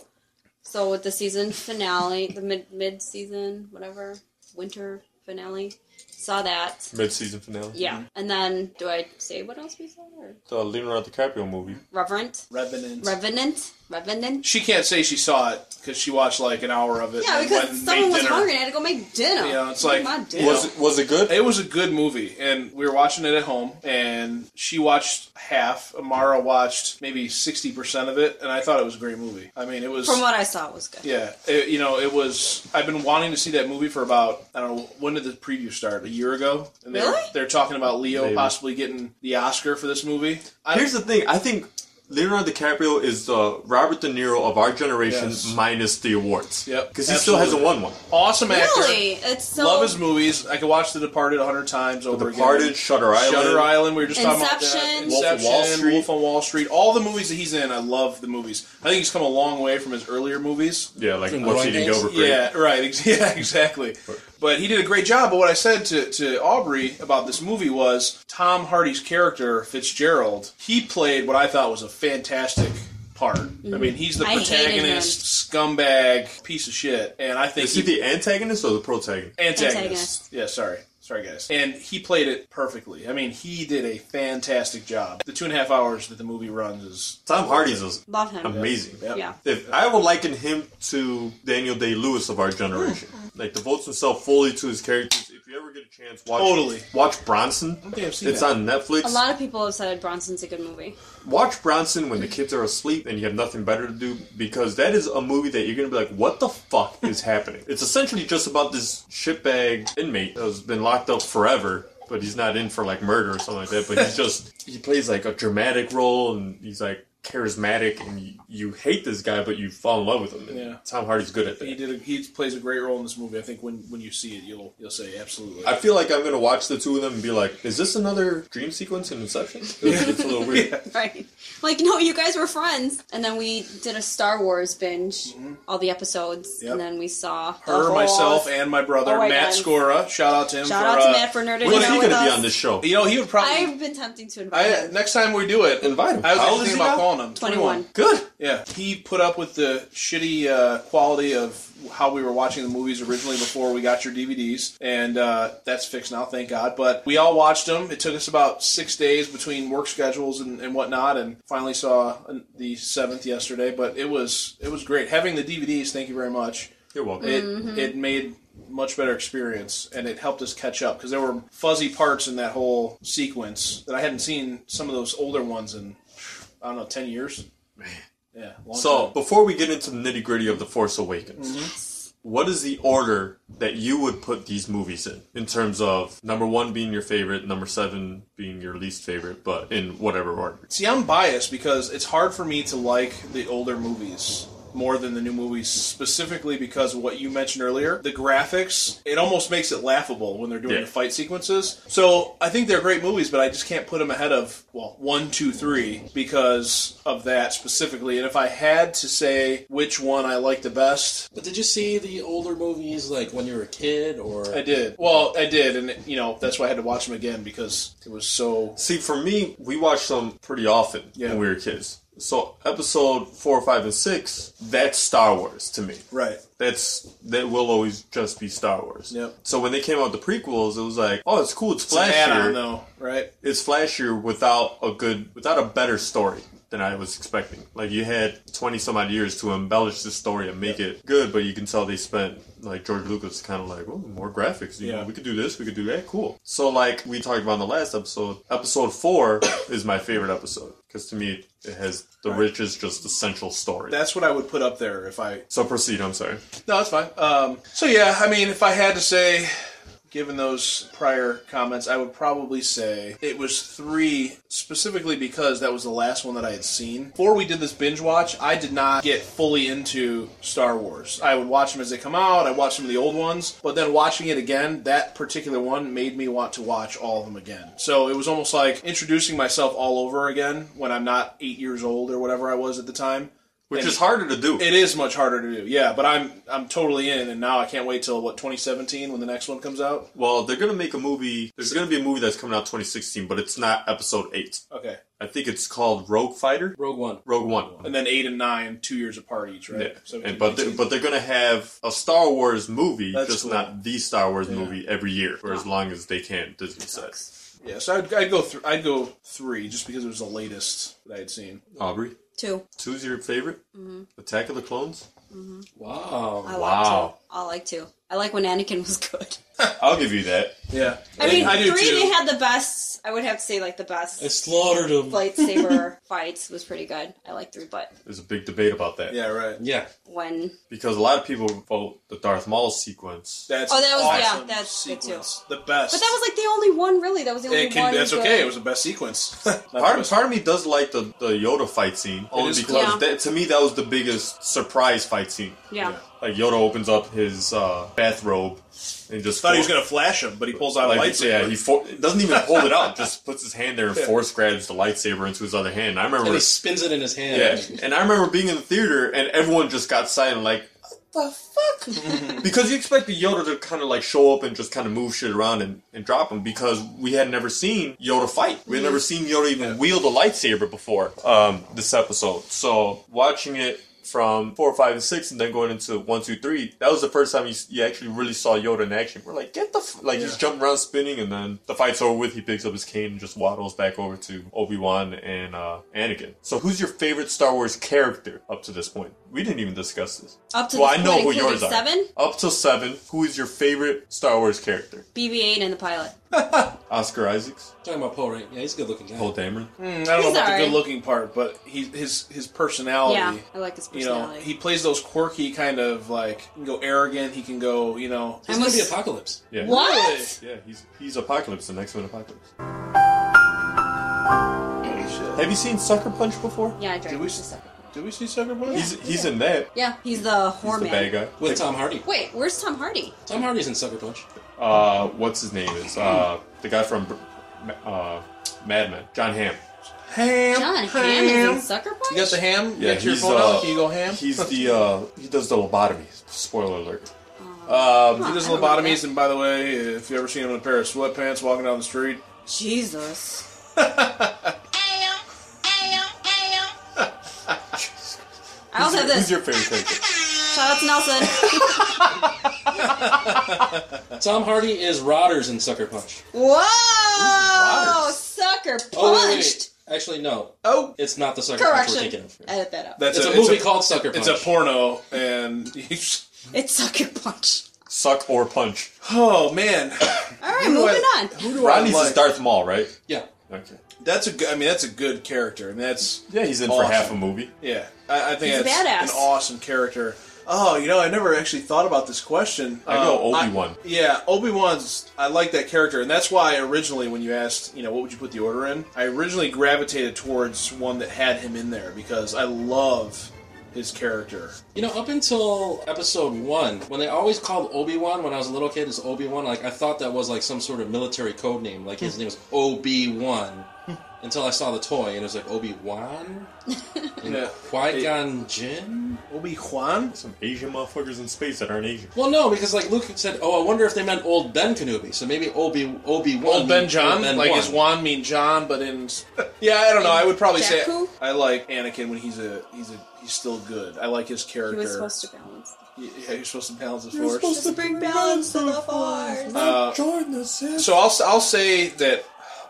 Speaker 2: So with the season finale, the mid mid season, whatever winter finale, saw that.
Speaker 1: Mid-season finale.
Speaker 3: Mm-hmm.
Speaker 2: Yeah, and then do I say what else we saw? Or?
Speaker 1: The Leonardo DiCaprio movie.
Speaker 2: Reverent,
Speaker 3: Revenant.
Speaker 2: Revenant, Revenant.
Speaker 3: she can't say she saw it because she watched like an hour of it.
Speaker 2: Yeah,
Speaker 3: and
Speaker 2: because
Speaker 3: went and
Speaker 2: someone
Speaker 3: made
Speaker 2: was
Speaker 3: dinner.
Speaker 2: hungry and I had to go make dinner.
Speaker 3: Yeah, it's
Speaker 2: Make
Speaker 3: like-
Speaker 2: my dinner.
Speaker 1: Was it, was it good?
Speaker 3: It was a good movie, and we were watching it at home, and she watched half. Amara watched maybe sixty percent of it, and I thought it was a great movie. I mean, it was.
Speaker 2: From what I saw, it was good.
Speaker 3: yeah, it, you know, it was. I've been wanting to see that movie for about I don't know when did the preview start? A year ago, and they're
Speaker 2: Really?
Speaker 3: they're talking about Leo
Speaker 1: Maybe.
Speaker 3: possibly getting the Oscar for this movie. I,
Speaker 1: Here's the thing. I think Leonardo DiCaprio is the Robert De Niro of our generation
Speaker 3: Yes.
Speaker 1: minus the awards.
Speaker 3: Yep,
Speaker 1: Because he still hasn't
Speaker 3: absolutely.
Speaker 1: won one.
Speaker 3: awesome actor.
Speaker 2: Really, it's so
Speaker 3: Love his movies. I could watch The Departed a hundred times over
Speaker 1: The
Speaker 3: again.
Speaker 1: Parted, Shutter Island.
Speaker 3: Shutter Island. We were just
Speaker 2: Inception.
Speaker 3: talking about
Speaker 1: Wolf
Speaker 3: that.
Speaker 1: of Wall Street.
Speaker 3: Wolf on Wall Street. All the movies that he's in, I love the movies. I think he's come a long way from his earlier movies.
Speaker 1: Yeah, like
Speaker 4: From
Speaker 1: what's
Speaker 4: Growing
Speaker 1: eating
Speaker 4: Pains?
Speaker 1: over Grape.
Speaker 3: Yeah, right. ex- Yeah, exactly. But he did a great job. But what I said to, to Aubrey about this movie was Tom Hardy's character, Fitzgerald, he played what I thought was a fantastic part. I mean, he's the
Speaker 2: Mm-hmm. I hated
Speaker 3: protagonist, scumbag, piece of shit. And I think
Speaker 1: Is he the antagonist or the protagonist?
Speaker 3: antagonist.
Speaker 2: Antagonist.
Speaker 3: Yeah, sorry. Sorry, guys. And he played it perfectly. I mean, he did a fantastic job. The two and a half hours that the movie runs is.
Speaker 1: Tom Hardy's is
Speaker 2: love him.
Speaker 1: amazing.
Speaker 3: Yeah.
Speaker 2: Yeah.
Speaker 1: If I would liken him to Daniel Day Lewis of our generation,
Speaker 2: Mm.
Speaker 1: like devotes himself fully to his characters. If you ever get a chance, watch
Speaker 3: Totally.
Speaker 1: watch Bronson.
Speaker 3: think I've seen
Speaker 1: it's
Speaker 3: that.
Speaker 1: on Netflix.
Speaker 2: A lot of people have said Bronson's a good movie.
Speaker 1: watch Bronson when the kids are asleep and you have nothing better to do because that is a movie that you're gonna be like, what the fuck is happening? It's essentially just about this shitbag inmate that's been locked up forever. But he's not in for like murder or something like that. But he's just he plays like a dramatic role and he's like charismatic and you, you hate this guy but you fall in love with him. And
Speaker 3: Yeah.
Speaker 1: Tom Hardy's good at that.
Speaker 3: He did. A, he plays a great role in this movie. I think when, when you see it, you'll you'll say absolutely.
Speaker 1: I feel like I'm gonna watch the two of them and be like, is this another dream sequence in Inception? It was- It's a little weird.
Speaker 2: Right. Like, no, you guys were friends. And then we did a Star Wars binge, all the episodes,
Speaker 3: Mm-hmm. Yep.
Speaker 2: and then we saw the
Speaker 3: Her,
Speaker 2: whole-
Speaker 3: myself, and my brother
Speaker 2: Oh my
Speaker 3: Matt
Speaker 2: God.
Speaker 3: Scora. Shout out to him.
Speaker 2: Shout
Speaker 3: for,
Speaker 2: out to
Speaker 3: uh,
Speaker 2: Matt for nerding
Speaker 1: When
Speaker 2: it
Speaker 1: is
Speaker 2: out
Speaker 1: he
Speaker 2: with
Speaker 1: gonna be
Speaker 2: us.
Speaker 1: on this show?
Speaker 3: You know, he would probably.
Speaker 2: I've been tempting to invite
Speaker 3: I,
Speaker 2: him.
Speaker 3: next time we do it,
Speaker 1: Invite him.
Speaker 3: I was
Speaker 1: How
Speaker 3: just
Speaker 1: old is
Speaker 3: thinking
Speaker 1: he
Speaker 3: about
Speaker 1: now?
Speaker 3: calling him?
Speaker 2: 21.
Speaker 3: Good. Yeah. He put up with the shitty uh, quality of how we were watching the movies originally before we got your DVDs, and uh, that's fixed now, thank God. But we all watched them. It took us about six days between work schedules and, and whatnot, and finally saw uh, the seventh yesterday. But it was it was great having the DVDs. Thank you very much.
Speaker 1: You're welcome.
Speaker 3: It it made much better experience and it helped us catch up because there were fuzzy parts in that whole sequence that I hadn't seen some of those older ones in I don't know ten years. Man, yeah. Long
Speaker 1: So,
Speaker 3: time.
Speaker 1: before we get into the nitty gritty of The Force Awakens,
Speaker 3: Mm-hmm.
Speaker 1: what is the order that you would put these movies in? In terms of number one being your favorite, number seven being your least favorite, but in whatever order.
Speaker 3: see, I'm biased because it's hard for me to like the older movies. More than the new movies, specifically because of what you mentioned earlier. The graphics, it almost makes it laughable when they're doing
Speaker 1: Yeah.
Speaker 3: the fight sequences. So I think they're great movies, but I just can't put them ahead of, well, one, two, three, because of that specifically. And if I had to say which one I like the best,
Speaker 4: But did you see the older movies like when you were a kid or?
Speaker 3: I did. Well, I did, and you know that's why I had to watch them again because it was so.
Speaker 1: See, for me, we watched them pretty often
Speaker 3: Yeah.
Speaker 1: when we were kids. So, episode four, five, and six, that's Star Wars to me.
Speaker 3: Right.
Speaker 1: That's that will always just be Star Wars.
Speaker 3: Yep.
Speaker 1: So when they came out with the prequels, it was like, oh, it's cool, it's
Speaker 3: It's an add-on,
Speaker 1: flashier.
Speaker 3: though, right?
Speaker 1: it's flashier without a good without a better story than I was expecting. Like you had twenty some odd years to embellish the story and make it good, but you can tell they spent like George Lucas kind of like, oh, more graphics. You
Speaker 3: Yeah.
Speaker 1: know, we could do this, we could do that, cool. So like we talked about in the last episode, episode four is my favorite episode because to me it has the richest, just essential story.
Speaker 3: That's what I would put up there if I.
Speaker 1: so proceed. I'm sorry.
Speaker 3: No, that's fine. Um, so yeah, I mean, if I had to say, given those prior comments, I would probably say it was three specifically because that was the last one that I had seen. Before we did this binge watch, I did not get fully into Star Wars. I would watch them as they come out. I watched some of the old ones, but then watching it again, that particular one made me want to watch all of them again. So it was almost like introducing myself all over again when I'm not eight years old or whatever I was at the time.
Speaker 1: Which
Speaker 3: And-
Speaker 1: is harder to do.
Speaker 3: it is much harder to do, yeah. But I'm I'm totally in, and now I can't wait till what 2017 when the next one comes out.
Speaker 1: well, they're gonna make a movie. There's gonna be a movie that's coming out 2016, but it's not episode eight.
Speaker 3: Okay,
Speaker 1: I think it's called Rogue Fighter.
Speaker 4: Rogue One.
Speaker 1: Rogue One.
Speaker 3: and then eight and nine, two years apart each, right?
Speaker 1: Yeah.
Speaker 3: 17,
Speaker 1: And, but they're,
Speaker 3: 18.
Speaker 1: but they're gonna have a Star Wars movie,
Speaker 3: That's
Speaker 1: just
Speaker 3: cool.
Speaker 1: not the Star Wars movie every year for as long as they can. Disney says.
Speaker 3: yeah, so I'd, I'd go th- I'd go three just because it was the latest that I had seen.
Speaker 1: Aubrey,
Speaker 2: Two.
Speaker 1: two's your favorite? Attack of the Clones.
Speaker 4: Wow.
Speaker 2: I like two.
Speaker 1: Wow.
Speaker 2: I like two. I like when Anakin was good.
Speaker 1: I'll give you that.
Speaker 3: Yeah,
Speaker 2: I mean,
Speaker 3: I do
Speaker 2: three
Speaker 3: too.
Speaker 2: they had the best. I would have to say like the best
Speaker 4: I slaughtered him.
Speaker 2: lightsaber fights was pretty good. I like three, but
Speaker 1: There's a big debate about that
Speaker 3: yeah, right.
Speaker 4: yeah.
Speaker 2: when
Speaker 1: because a lot of people vote the Darth Maul sequence.
Speaker 3: That's
Speaker 2: Oh, that was- yeah,
Speaker 3: awesome
Speaker 2: that's good too.
Speaker 3: sequence. The best.
Speaker 2: but that was like the only one really. That was the only
Speaker 3: it can,
Speaker 2: one.
Speaker 3: that's
Speaker 2: good-
Speaker 3: okay. It was the best sequence. Not the
Speaker 1: Part,
Speaker 3: best-
Speaker 1: part of me does like the, the Yoda fight scene only
Speaker 3: is
Speaker 1: because
Speaker 3: cool.
Speaker 2: Yeah.
Speaker 1: that, to me that was the biggest surprise fight scene.
Speaker 2: Yeah.
Speaker 3: Yeah.
Speaker 1: Like Yoda opens up his uh, bathrobe and just
Speaker 3: thought he was gonna flash him, but he pulls out a
Speaker 1: Like,
Speaker 3: lightsaber.
Speaker 1: yeah, he for- doesn't even hold it out. Just puts his hand there and force grabs the lightsaber into his other hand. I
Speaker 4: And
Speaker 1: remember,
Speaker 4: he spins it in his hand.
Speaker 1: yeah, and I remember being in the theater and everyone just got silent, like what the fuck, because you expect the Yoda to kind of like show up and just kind of move shit around and, and drop him because we had never seen Yoda fight. We had never seen Yoda even wield a lightsaber before um, this episode. So watching it. From four, five, and six, and then going into one, two, three. That was the first time you, s- you actually really saw Yoda in action. We're like, get the f-, like, he's
Speaker 3: Yeah.
Speaker 1: jumping around, spinning, and then the fight's over with. He picks up his cane and just waddles back over to Obi Wan and uh, Anakin. So, who's your favorite Star Wars character up to this point? We didn't even discuss this.
Speaker 2: Up to
Speaker 1: well,
Speaker 2: this
Speaker 1: I know
Speaker 2: point,
Speaker 1: who
Speaker 2: including
Speaker 1: yours are.
Speaker 2: seven?
Speaker 1: Up to seven. Who is your favorite Star Wars character?
Speaker 2: BB-8 and the pilot.
Speaker 1: Oscar Isaacs, Mm.
Speaker 4: Talking about Poe, right? Yeah, he's a good looking guy.
Speaker 1: Paul Dameron.
Speaker 3: Mm, I don't know
Speaker 2: He's
Speaker 3: about
Speaker 2: alright.
Speaker 3: the good looking part, but he, his his personality.
Speaker 2: Yeah, I like his
Speaker 3: Oh, you know,
Speaker 2: personality.
Speaker 3: he plays those quirky kind of like he can go arrogant. He can go, you know,
Speaker 4: He's
Speaker 2: I'm
Speaker 4: gonna
Speaker 2: a-
Speaker 4: be apocalypse.
Speaker 1: Yeah.
Speaker 3: Really?
Speaker 2: what?
Speaker 1: Yeah, he's he's Apocalypse, the next one Apocalypse. Have you seen Sucker Punch before?
Speaker 2: Yeah, I drank
Speaker 3: Did we-
Speaker 2: the second.
Speaker 3: Did we see Sucker Punch?
Speaker 1: He's he's in that.
Speaker 2: Yeah, he's the
Speaker 1: He's
Speaker 2: whore
Speaker 1: the
Speaker 2: man.
Speaker 1: bad guy.
Speaker 4: With Tom Hardy.
Speaker 2: Wait, where's Tom Hardy?
Speaker 4: Tom Hardy's in Sucker Punch.
Speaker 1: uh, what's his name is uh, the guy from uh, Mad Men, John Hamm.
Speaker 3: ham.
Speaker 2: John Hamm is in Sucker Punch.
Speaker 3: You got the ham? You got your
Speaker 1: he's
Speaker 3: phone
Speaker 1: uh,
Speaker 3: out? Can you go ham?
Speaker 1: he's the uh, he does the lobotomy. Spoiler alert.
Speaker 3: He does
Speaker 2: I don't know
Speaker 3: Uh, lobotomies,
Speaker 2: that.
Speaker 3: and by the way, if you ever seen him in a pair of sweatpants walking down the street,
Speaker 2: Jesus. have
Speaker 1: Who's
Speaker 2: this.
Speaker 1: your favorite character?
Speaker 2: Shout out to Nelson.
Speaker 4: Tom Hardy is Rodders in Sucker Punch.
Speaker 2: Whoa! Sucker punched.
Speaker 4: Oh, wait, wait. Actually, no.
Speaker 3: Oh,
Speaker 4: It's not the Sucker Punch we're
Speaker 2: Correction.
Speaker 4: thinking of.
Speaker 2: Edit that out.
Speaker 3: that's
Speaker 4: It's a movie called Sucker Punch.
Speaker 3: It's a porno, and you just-
Speaker 2: It's sucker punch.
Speaker 1: Suck or punch.
Speaker 3: oh man,
Speaker 2: All right,
Speaker 3: Who do
Speaker 2: moving
Speaker 3: I-
Speaker 2: on.
Speaker 3: who do
Speaker 1: Rodney's
Speaker 3: I
Speaker 1: is
Speaker 3: like?
Speaker 1: Darth Maul, right?
Speaker 4: yeah.
Speaker 1: Okay.
Speaker 3: That's a good. I mean, that's a good character. I mean, that's
Speaker 1: Yeah, he's in
Speaker 3: Awesome.
Speaker 1: for half a movie.
Speaker 3: yeah. I, I think
Speaker 2: He's a
Speaker 3: that's
Speaker 2: badass.
Speaker 3: an awesome character. Oh, you know, I never actually thought about this question.
Speaker 1: I go
Speaker 3: Um,
Speaker 1: Obi-Wan.
Speaker 3: I- Yeah, Obi Wan's. I like that character, and that's why originally, when you asked, you know, what would you put the order in, I originally gravitated towards one that had him in there because I love his character.
Speaker 4: You know, up until episode one, when they always called Obi Wan when I was a little kid as Obi Wan, like I thought that was like some sort of military code name. Like his name was Obi Wan. Until I saw the toy and it was like Obi Wan,
Speaker 3: Yeah.
Speaker 4: Qui Gon Jinn.
Speaker 3: Obi Wan.
Speaker 1: Some Asian motherfuckers in space that aren't Asian.
Speaker 4: Well, no, because like Luke said, oh, I wonder if they meant old Ben Kenobi. So maybe Obi Obi Wan,
Speaker 3: Old Ben John, like
Speaker 4: Wan.
Speaker 3: is Juan mean John, but in yeah, I don't know. I would probably say
Speaker 2: Jakku?
Speaker 3: I like Anakin when he's a he's a he's still good. I like his
Speaker 2: He
Speaker 3: character.
Speaker 2: was supposed to balance.
Speaker 3: yeah, you're supposed to balance the
Speaker 1: You're
Speaker 3: force.
Speaker 1: supposed
Speaker 2: Just bring balance to the force.
Speaker 3: Uh,
Speaker 1: Join the Sith.
Speaker 3: so I'll I'll say that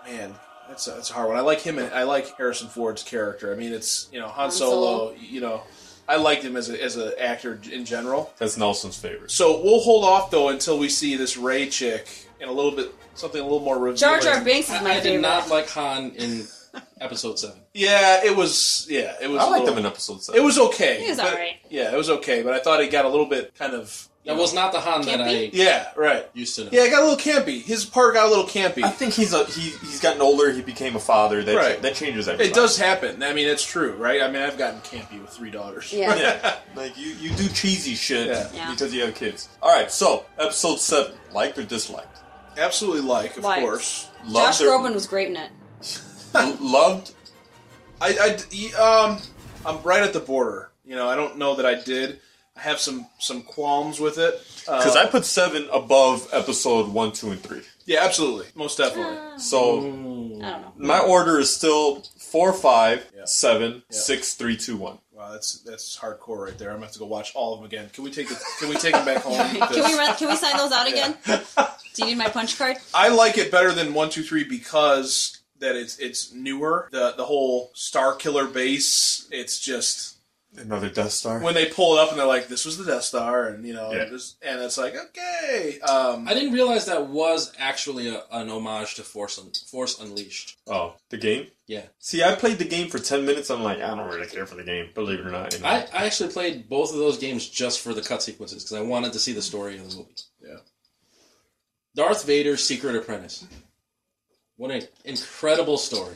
Speaker 3: oh, man. That's a, that's a hard one. I like him. And I like Harrison Ford's character. I mean, it's you know Han
Speaker 2: Han Solo.
Speaker 3: Solo. You know, I liked him as a, as an actor in general.
Speaker 1: That's Nelson's favorite.
Speaker 3: So we'll hold off though until we see this Ray chick in a little bit something a little more revealing.
Speaker 2: Jar Jar Binks is my
Speaker 4: I did
Speaker 2: favorite.
Speaker 4: not like Han in episode seven.
Speaker 3: Yeah, it was. Yeah, it was.
Speaker 1: I
Speaker 3: a
Speaker 1: liked
Speaker 3: little-
Speaker 1: him in episode seven.
Speaker 3: It was okay.
Speaker 2: He was
Speaker 3: but-
Speaker 2: alright.
Speaker 3: Yeah, it was okay, but I thought it got a little bit kind of.
Speaker 4: That was not the Han that I
Speaker 2: Campy?
Speaker 3: Yeah, right.
Speaker 4: used to know.
Speaker 3: Yeah, it got a little campy. His part got a little campy.
Speaker 1: I think he's a he. He's gotten older. He became a father. That
Speaker 3: Right.
Speaker 1: that changes everything.
Speaker 3: It does happen. I mean, it's true, right? I mean, I've gotten campy with three daughters.
Speaker 2: Yeah.
Speaker 1: Yeah, like you, you do cheesy shit
Speaker 3: Yeah.
Speaker 2: Yeah.
Speaker 1: because you have kids. All right, so episode seven, liked or disliked?
Speaker 3: Absolutely, like of
Speaker 2: Like.
Speaker 3: course.
Speaker 2: Josh
Speaker 1: or-
Speaker 2: Groban was great in it.
Speaker 1: loved.
Speaker 3: I, I d- um, I'm right at the border. You know, I don't know that I did. I have some some qualms with it.
Speaker 1: Because
Speaker 3: Uh,
Speaker 1: I put seven above episode one, two, and three.
Speaker 3: yeah, absolutely, most definitely.
Speaker 2: Ah.
Speaker 1: So
Speaker 2: I don't know.
Speaker 1: my order is still four, five,
Speaker 3: Yeah.
Speaker 1: seven,
Speaker 3: Yeah.
Speaker 1: six, three, two, one.
Speaker 3: Wow, that's that's hardcore right there. I'm gonna have to go watch all of them again. Can we take the, Can we take them back home?
Speaker 2: Can we run, can we sign those out again? Do you need my punch card?
Speaker 3: I like it better than one two three because that it's it's newer. The the whole Star Killer base. It's just
Speaker 1: Another Death Star.
Speaker 3: when they pull it up and they're like, "This was the Death Star," and you know,
Speaker 1: Yeah.
Speaker 3: this, and it's like, okay, um,
Speaker 4: I didn't realize that was actually a, an homage to Force Un- Force Unleashed.
Speaker 1: oh, the game.
Speaker 4: Yeah,
Speaker 1: See, I played the game for ten minutes. I'm like, I don't really care for the game. Believe it or not,
Speaker 4: I, I actually played both of those games just for the cut sequences because I wanted to see the story of the movie.
Speaker 3: Yeah.
Speaker 4: Darth Vader's Secret Apprentice. What an incredible story!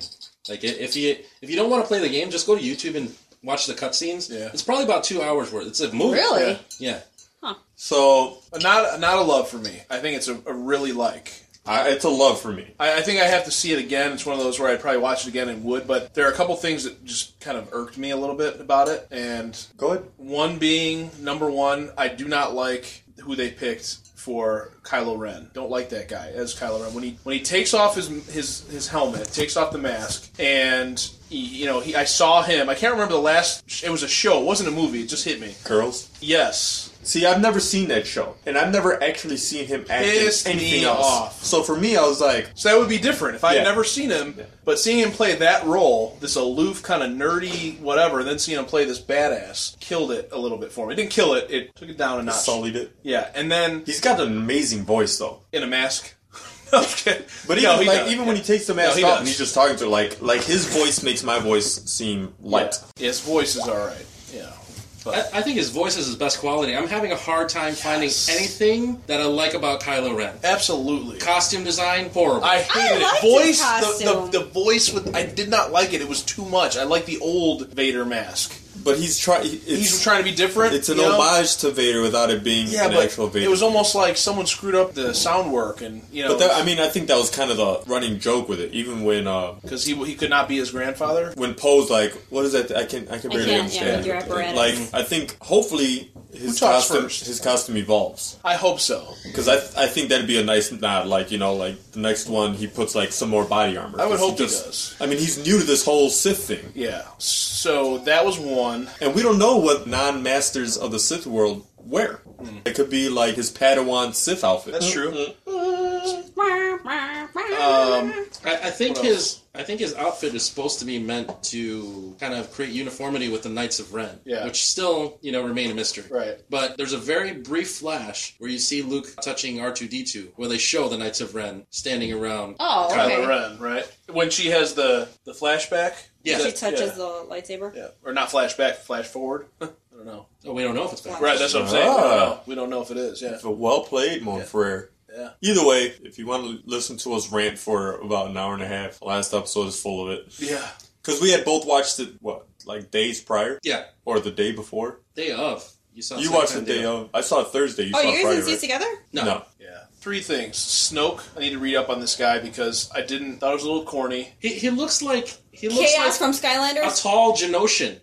Speaker 4: Like i- if you if you don't want to play the game, just go to YouTube and watch the cutscenes.
Speaker 3: Yeah.
Speaker 4: it's probably about two hours worth. It's a movie.
Speaker 2: Really?
Speaker 3: Yeah.
Speaker 4: Yeah.
Speaker 1: so
Speaker 3: not not a love for me. I think it's a, a really like.
Speaker 1: I, it's a love for me.
Speaker 3: I, I think I have to see it again. It's one of those where I'd probably watch it again and would, but there are a couple things that just kind of irked me a little bit about it, and
Speaker 1: Go ahead.
Speaker 3: One being number one, I do not like who they picked for Kylo Ren. Don't like that guy as Kylo Ren. When he when he takes off his his his helmet, takes off the mask, and he, you know he, I saw him. I can't remember the last. It was a show. It wasn't a movie. It just hit me.
Speaker 1: Girls.
Speaker 3: Yes.
Speaker 1: See, I've never seen that show, and I've never actually seen him act in
Speaker 3: Pissed
Speaker 1: anything
Speaker 3: me
Speaker 1: else.
Speaker 3: off.
Speaker 1: So for me, I was like,
Speaker 3: So that would be different if I
Speaker 1: Yeah.
Speaker 3: had never seen him. But seeing him play that role, this aloof kind of nerdy whatever, and then seeing him play this badass, killed it a little bit for me. It didn't kill it. It took it down a notch.
Speaker 1: sullied it.
Speaker 3: Yeah, and then
Speaker 1: He's got an amazing voice, though.
Speaker 3: in a mask. Okay.
Speaker 1: But even,
Speaker 3: No, he
Speaker 1: like,
Speaker 3: does.
Speaker 1: even when he takes the mask
Speaker 3: he
Speaker 1: off
Speaker 3: does.
Speaker 1: and he's just talking to her, like like his voice makes my voice seem light.
Speaker 3: Yeah, his voice is all right. Yeah, but
Speaker 4: I, I think his voice is his best quality. I'm having a hard time finding anything that I like about Kylo Ren.
Speaker 3: absolutely.
Speaker 4: Costume design horrible.
Speaker 3: I hated
Speaker 2: liked
Speaker 3: it. Voice,
Speaker 2: his
Speaker 3: the,
Speaker 2: costume.
Speaker 3: the, the voice with I did not like it. It was too much. I like the old Vader mask.
Speaker 1: But he's trying.
Speaker 3: He's
Speaker 1: It's,
Speaker 3: trying to be different.
Speaker 1: it's an
Speaker 3: you know?
Speaker 1: homage to Vader without it being
Speaker 3: Yeah,
Speaker 1: an
Speaker 3: but
Speaker 1: actual Vader.
Speaker 3: it was almost like someone screwed up the sound work, and you know,
Speaker 1: but that, I mean, I think that was kind of the running joke with it. Even when uh,
Speaker 3: because he he could not be his grandfather.
Speaker 1: when Poe's like, "What is that? I can I can barely
Speaker 2: can't, yeah,
Speaker 1: understand."
Speaker 2: with your apparatus.
Speaker 1: like, I think hopefully his
Speaker 3: Who talks
Speaker 1: costume
Speaker 3: first?
Speaker 1: his costume evolves.
Speaker 3: I hope so.
Speaker 1: Because I, I think that'd be a nice nod, like you know, like the next one he puts like some more body armor.
Speaker 3: I would
Speaker 1: 'Cause
Speaker 3: hope he
Speaker 1: just-
Speaker 3: does.
Speaker 1: I mean, he's new to this whole Sith thing.
Speaker 3: Yeah, S- So that was one.
Speaker 1: And we don't know what non masters of the Sith world wear. It could be like his Padawan Sith outfit.
Speaker 3: Hmm. That's true.
Speaker 2: Um,
Speaker 4: I, I think
Speaker 3: What
Speaker 4: his I think his outfit is supposed to be meant to kind of create uniformity with the Knights of Ren,
Speaker 3: Yeah.
Speaker 4: which still you know remain a mystery.
Speaker 3: Right.
Speaker 4: But there's a very brief flash where you see Luke touching R2D2, where they show the Knights of Ren standing around.
Speaker 2: oh,
Speaker 3: Kylo
Speaker 2: okay.
Speaker 3: Ren, right? When she has the the flashback.
Speaker 4: Yeah.
Speaker 2: She
Speaker 4: That-
Speaker 2: touches
Speaker 3: yeah.
Speaker 2: the lightsaber.
Speaker 3: Yeah, or not flashback, flash forward. I don't know.
Speaker 4: Oh, we don't know if it's back.
Speaker 3: Right, that's what I'm saying. We don't
Speaker 1: Ah.
Speaker 3: know. We don't know if it is. Yeah.
Speaker 1: But well played, Mon Frere.
Speaker 3: Yeah.
Speaker 1: Either way, if you want to listen to us rant for about an hour and a half, the last episode is full of it.
Speaker 3: Yeah.
Speaker 1: Because we had both watched it, what, like days prior?
Speaker 4: Yeah,
Speaker 1: Or the day before?
Speaker 4: day of. You
Speaker 3: Oh,
Speaker 4: saw. it
Speaker 1: you
Speaker 4: same
Speaker 1: watched the
Speaker 4: time,
Speaker 1: day of. I saw it Thursday. You
Speaker 2: Oh,
Speaker 1: saw
Speaker 2: you
Speaker 1: it
Speaker 2: guys
Speaker 1: Friday,
Speaker 2: didn't see it
Speaker 1: right?
Speaker 2: together?
Speaker 4: No.
Speaker 1: No.
Speaker 3: Yeah. Three things. Snoke. I need to read up on this guy because I didn't thought it was a little corny.
Speaker 4: He, he looks like he looks
Speaker 2: Chaos
Speaker 4: like
Speaker 2: from
Speaker 4: a
Speaker 2: Skylanders.
Speaker 4: tall Genosian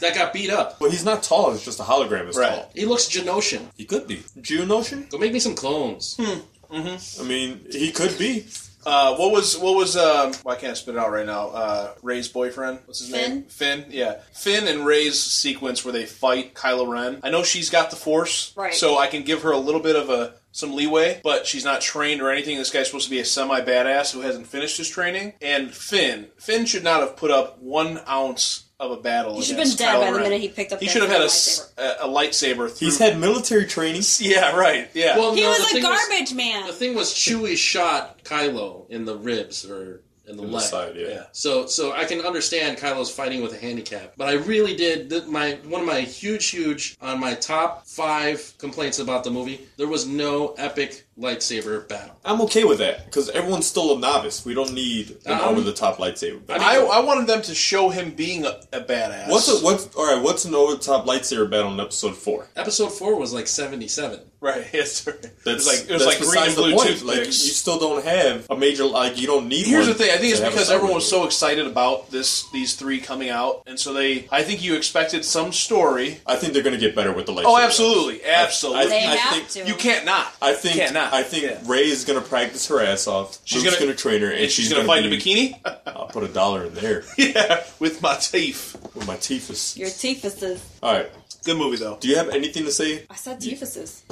Speaker 4: that got beat up.
Speaker 1: But he's not tall. It's just a hologram is
Speaker 3: Right.
Speaker 1: tall.
Speaker 4: He looks Genosian.
Speaker 1: He could be. Geonosian?
Speaker 4: Go make me some clones.
Speaker 1: Hmm. I mean, he could be.
Speaker 3: Uh, what was what was um? Why can't I spit it out right now? Uh, Ray's boyfriend. What's his
Speaker 2: Finn?
Speaker 3: name? Finn. Yeah. Finn and Ray's sequence where they fight Kylo Ren. I know she's got the Force,
Speaker 2: Right.
Speaker 3: So I can give her a little bit of a some leeway, but she's not trained or anything. This guy's supposed to be a semi badass who hasn't finished his training. And Finn, Finn should not have put up one ounce of a battle.
Speaker 2: He should have been
Speaker 3: against
Speaker 2: dead
Speaker 3: Kylo
Speaker 2: by the
Speaker 3: Ren.
Speaker 2: minute he picked up.
Speaker 3: He
Speaker 2: that
Speaker 3: should have had a,
Speaker 2: lightsaber.
Speaker 3: s- a, a lightsaber. Through.
Speaker 1: He's had military training.
Speaker 3: Yeah. Right. Yeah.
Speaker 4: Well,
Speaker 2: He
Speaker 4: no, the
Speaker 2: was a
Speaker 4: thing
Speaker 2: garbage man.
Speaker 4: The thing was, Chewie shot Kylo in the ribs or in the
Speaker 1: On the
Speaker 4: leg.
Speaker 1: side, yeah.
Speaker 3: Yeah.
Speaker 4: So, so I can understand Kylo's fighting with a handicap, but I really did th- my one of my huge, huge on my top five complaints about the movie. There was no epic lightsaber battle.
Speaker 1: I'm okay with that because everyone's still a novice. We don't need an
Speaker 4: Um,
Speaker 1: over the top lightsaber. battle.
Speaker 3: Uh-huh. I, I wanted them to show him being a, a badass.
Speaker 1: what's a, what's all right? What's an over the top lightsaber battle in episode four?
Speaker 4: Episode four was like seventy-seven.
Speaker 3: Right. Yes. Right.
Speaker 1: That's
Speaker 3: it was like it
Speaker 1: that's
Speaker 3: was like green
Speaker 1: besides
Speaker 3: and blue
Speaker 1: the point. Like you
Speaker 3: toothpicks.
Speaker 1: still don't have a major like you don't need.
Speaker 3: Here's the
Speaker 1: one
Speaker 3: thing. I think it's
Speaker 1: to have a
Speaker 3: because everyone was
Speaker 1: side
Speaker 3: so excited about this these three coming out, and so they. I think you expected some story.
Speaker 1: I think they're going to get better with the lightsaber.
Speaker 3: Oh, absolutely,
Speaker 1: battles.
Speaker 3: absolutely.
Speaker 2: They
Speaker 1: I
Speaker 2: have
Speaker 1: think-
Speaker 2: to.
Speaker 3: you can't not.
Speaker 1: I think
Speaker 3: Can't not.
Speaker 1: I think
Speaker 3: Yeah.
Speaker 1: Ray is going to practice her ass off.
Speaker 3: She's
Speaker 1: She's
Speaker 3: gonna-
Speaker 1: going to train her, and,
Speaker 3: And she's, gonna, fight in a bikini.
Speaker 1: bikini. I'll put a dollar in there
Speaker 3: yeah, with my teeth.
Speaker 1: with my teethus.
Speaker 2: Your teethuses.
Speaker 1: All right.
Speaker 3: Good movie though.
Speaker 1: Do you have anything to say?
Speaker 2: I said teethuses.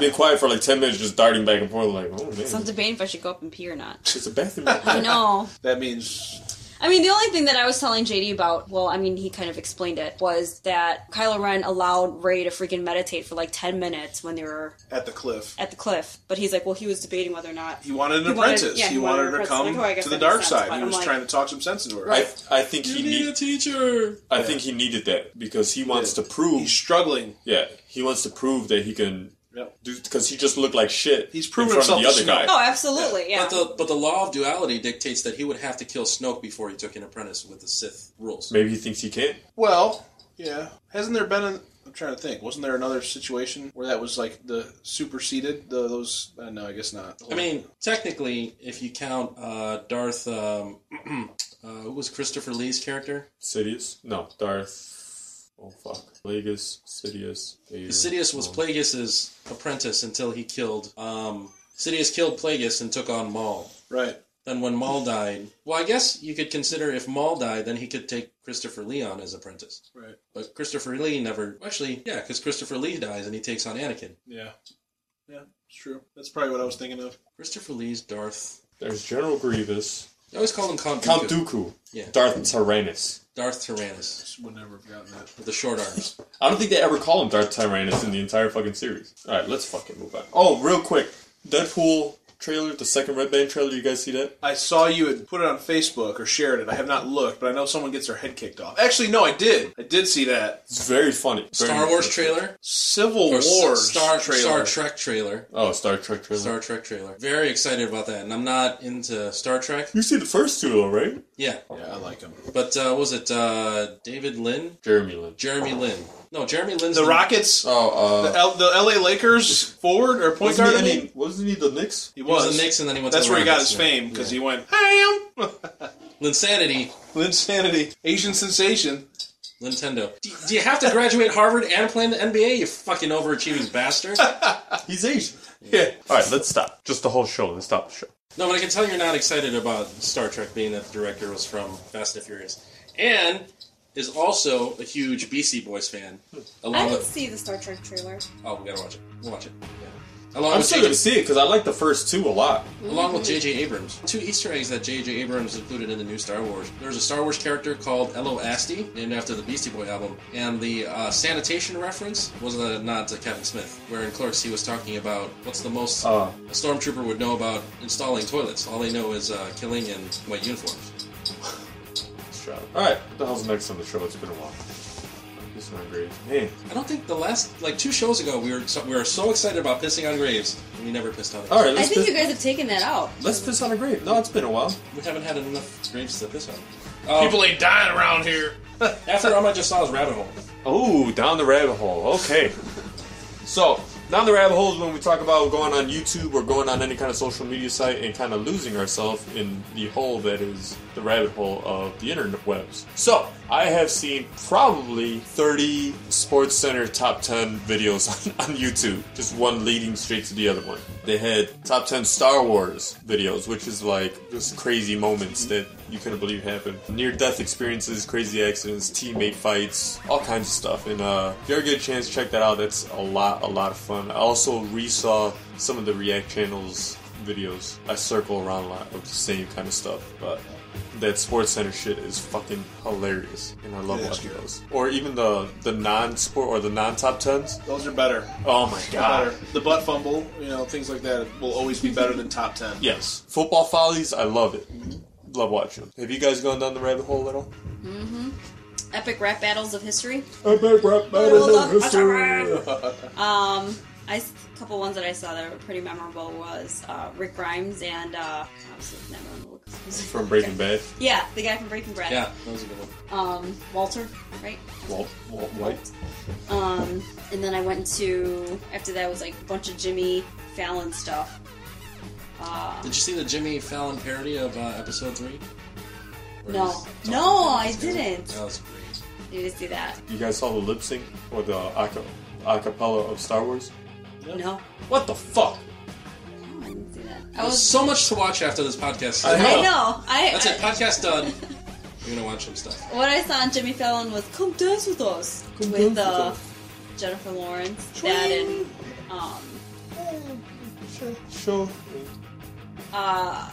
Speaker 1: Been quiet for like ten minutes, just darting back and forth, like, oh man,
Speaker 2: So I'm debating if I should go up and pee or not.
Speaker 1: it's a bathroom.
Speaker 2: I know.
Speaker 3: That means
Speaker 2: I mean, the only thing that I was telling JD about, well, I mean, he kind of explained it, was that Kylo Ren allowed Ray to freaking meditate for like 10 minutes when they were
Speaker 3: at the cliff.
Speaker 2: at the cliff. But he's like, well, he was debating whether or not.
Speaker 3: He wanted an
Speaker 2: He wanted-
Speaker 3: apprentice.
Speaker 2: yeah,
Speaker 3: he,
Speaker 2: he
Speaker 3: wanted,
Speaker 2: wanted an
Speaker 3: her to
Speaker 2: apprentice.
Speaker 3: come
Speaker 2: Like, oh, I guess
Speaker 3: to the
Speaker 2: that
Speaker 3: dark
Speaker 2: makes sense,
Speaker 3: side.
Speaker 2: but
Speaker 3: He
Speaker 2: I'm
Speaker 3: was
Speaker 2: like-
Speaker 3: trying to talk some sense into her.
Speaker 1: I, I think
Speaker 4: You
Speaker 1: he
Speaker 4: need
Speaker 1: need,
Speaker 4: a teacher.
Speaker 1: I think he needed that because he wants to prove.
Speaker 3: He's struggling.
Speaker 1: yeah, he wants to prove that he can
Speaker 3: Yep.
Speaker 1: do because he just looked like shit.
Speaker 3: He's proven
Speaker 1: in front
Speaker 3: himself
Speaker 1: of
Speaker 3: to
Speaker 1: the other guy.
Speaker 2: Oh, absolutely, yeah.
Speaker 4: But the, but the law of duality dictates that he would have to kill Snoke before he took an apprentice with the Sith rules.
Speaker 1: Maybe he thinks he can.
Speaker 3: Well, yeah. Hasn't there been? An, I'm trying to think. Wasn't there another situation where that was like the superseded the, those? Uh, no, I guess not.
Speaker 4: I mean, technically, if you count uh, Darth, um, uh, who was Christopher Lee's character?
Speaker 1: Sidious? No, Darth. Oh fuck, Plagueis, Sidious. Oh. Vader.
Speaker 4: Sidious was Plagueis's apprentice until he killed. Um, Sidious killed Plagueis and took on Maul.
Speaker 3: right.
Speaker 4: Then when Maul died, well, I guess you could consider if Maul died, then he could take Christopher Lee on as apprentice.
Speaker 3: Right.
Speaker 4: But Christopher Lee never actually, yeah, because Christopher Lee dies and he takes on Anakin.
Speaker 3: Yeah. Yeah. It's true. That's probably what I was thinking of.
Speaker 4: Christopher Lee's Darth.
Speaker 1: There's General Grievous,
Speaker 4: I always call him Count,
Speaker 1: Count
Speaker 4: Dooku.
Speaker 1: Dooku,
Speaker 4: Yeah.
Speaker 1: Darth Tyrannus.
Speaker 4: Darth Tyrannus
Speaker 3: Just would never have gotten that.
Speaker 4: with the short arms.
Speaker 1: I don't think they ever call him Darth Tyrannus in the entire fucking series. All right, let's fucking move on. Oh, real quick, Deadpool trailer, the second Red Band trailer. You guys see that?
Speaker 3: I saw you had put it on Facebook or shared it. I have not looked, but I know someone gets their head kicked off. Actually, no, I did. I did see that
Speaker 1: It's very funny.
Speaker 4: Star
Speaker 1: Very-
Speaker 4: Wars trailer,
Speaker 3: Civil
Speaker 4: or
Speaker 3: War
Speaker 4: S- Star
Speaker 3: trailer. Mm-hmm.
Speaker 4: Star Trek trailer,
Speaker 1: Oh, Star Trek trailer.
Speaker 4: Star Trek trailer. Very excited about that, and I'm not into Star Trek.
Speaker 1: You see the first two though, right?
Speaker 4: Yeah,
Speaker 3: Yeah, I like him.
Speaker 4: but uh, what was it uh, David Lynn,
Speaker 1: Jeremy Lin.
Speaker 4: Jeremy Lin? No, Jeremy Lin's
Speaker 3: The Rockets,
Speaker 1: Oh, uh,
Speaker 3: the, L- the L.A. Lakers forward or point guard.
Speaker 1: wasn't,
Speaker 3: I
Speaker 1: he,
Speaker 3: mean?
Speaker 1: any, wasn't he the Knicks?
Speaker 3: He
Speaker 4: He was the Knicks, and then he went.
Speaker 3: That's
Speaker 4: to the
Speaker 3: where he got
Speaker 4: Rockets,
Speaker 3: his
Speaker 4: yeah.
Speaker 3: fame because he went ham.
Speaker 4: Linsanity,
Speaker 3: Insanity, Asian sensation.
Speaker 4: Nintendo. Do, do you have to graduate Harvard and play in the NBA? You fucking overachieving bastard.
Speaker 1: He's Asian.
Speaker 3: Yeah.
Speaker 1: All right, let's stop. Just the whole show. Let's stop the show.
Speaker 4: No, but I can tell you're not excited about Star Trek being that the director was from Fast and Furious. And is also a huge BC Boys fan.
Speaker 2: I
Speaker 4: Along
Speaker 2: didn't
Speaker 4: with
Speaker 2: see the Star Trek trailer.
Speaker 4: oh, we gotta watch it. We'll watch it. Yeah. Along
Speaker 1: I'm
Speaker 4: with
Speaker 1: still gonna
Speaker 4: JJ,
Speaker 1: see it because I like the first two a lot.
Speaker 4: along with J.J. Abrams, two Easter eggs that J.J. Abrams included in the new Star Wars. There's a Star Wars character called Elo Asti, named after the Beastie Boy album, and the uh, sanitation reference was a nod to Kevin Smith, where in Clerks he was talking about what's the most
Speaker 1: Uh,
Speaker 4: a stormtrooper would know about installing toilets. All they know is uh, killing in white uniforms.
Speaker 1: all right, what the hell's next on the show? It's been a while. It's not great. Hey,
Speaker 4: I don't think the last like two shows ago we were so, we were so excited about pissing on graves and we never pissed on it.
Speaker 1: all right,
Speaker 2: I
Speaker 1: let's
Speaker 2: think
Speaker 1: piss,
Speaker 2: you guys have taken that out.
Speaker 1: let's piss on a grave. No, it's been a while.
Speaker 4: We haven't had enough graves to piss on. Um,
Speaker 3: People ain't dying around here.
Speaker 4: after all, I just saw his rabbit hole.
Speaker 1: Oh, down the rabbit hole. Okay. So, down the rabbit hole is when we talk about going on YouTube or going on any kind of social media site and kind of losing ourselves in the hole that is the rabbit hole of the internet webs. So, I have seen probably 30 Sports Center top 10 videos on, on YouTube, just one leading straight to the other one. They had top 10 Star Wars videos, which is like just crazy moments that you couldn't believe happened. Near death experiences, crazy accidents, teammate fights, all kinds of stuff. And uh, if you ever get a chance, check that out. That's a lot, a lot of fun. I also resaw some of the React Channel's videos. I circle around a lot of the same kind of stuff, but that Sports Center shit is fucking hilarious, and I love
Speaker 3: Yeah,
Speaker 1: watching
Speaker 3: sure.
Speaker 1: those. Or even the the non-sport or the non-top tens.
Speaker 3: Those are better.
Speaker 1: Oh my god.
Speaker 3: Better. The butt fumble, you know, things like that will always be better than top ten.
Speaker 1: Yes, football follies. I love it.
Speaker 3: Mm-hmm.
Speaker 1: Love watching them. Have you guys gone down the rabbit hole at all?
Speaker 2: Epic rap battles of history.
Speaker 1: I bet rap
Speaker 2: battles of history. Um, I s- a couple ones that I saw that were pretty memorable was uh, Rick Grimes and uh, obviously that one looks-
Speaker 1: From Breaking Bad.
Speaker 2: Yeah, the guy from Breaking Bad.
Speaker 4: Yeah, that was a good one.
Speaker 2: Um, Walter, right?
Speaker 1: Walt, Walt White.
Speaker 2: Um, and then I went to after that was like a bunch of Jimmy Fallon stuff. Uh,
Speaker 4: Did you see the Jimmy Fallon parody of uh, episode three? Where
Speaker 2: No.
Speaker 4: he's talking
Speaker 2: No,
Speaker 4: about
Speaker 2: I
Speaker 4: his parents?
Speaker 2: didn't.
Speaker 4: That was great.
Speaker 2: you did see that?
Speaker 1: You guys saw the lip sync or the aca- acapella of Star Wars?
Speaker 2: No,
Speaker 1: What the fuck?
Speaker 2: no, I didn't see that. I
Speaker 4: There was
Speaker 2: was.
Speaker 4: so much to watch after this podcast.
Speaker 3: I
Speaker 2: I know. I.
Speaker 4: That's
Speaker 2: I-
Speaker 4: it. Podcast done. You're gonna watch some stuff.
Speaker 2: What I saw on Jimmy Fallon was "Come Dance with Us"
Speaker 1: Come
Speaker 2: with
Speaker 1: dance with
Speaker 2: uh,
Speaker 1: us.
Speaker 2: Jennifer Lawrence, that and um,
Speaker 1: Sure, sure.
Speaker 2: uh,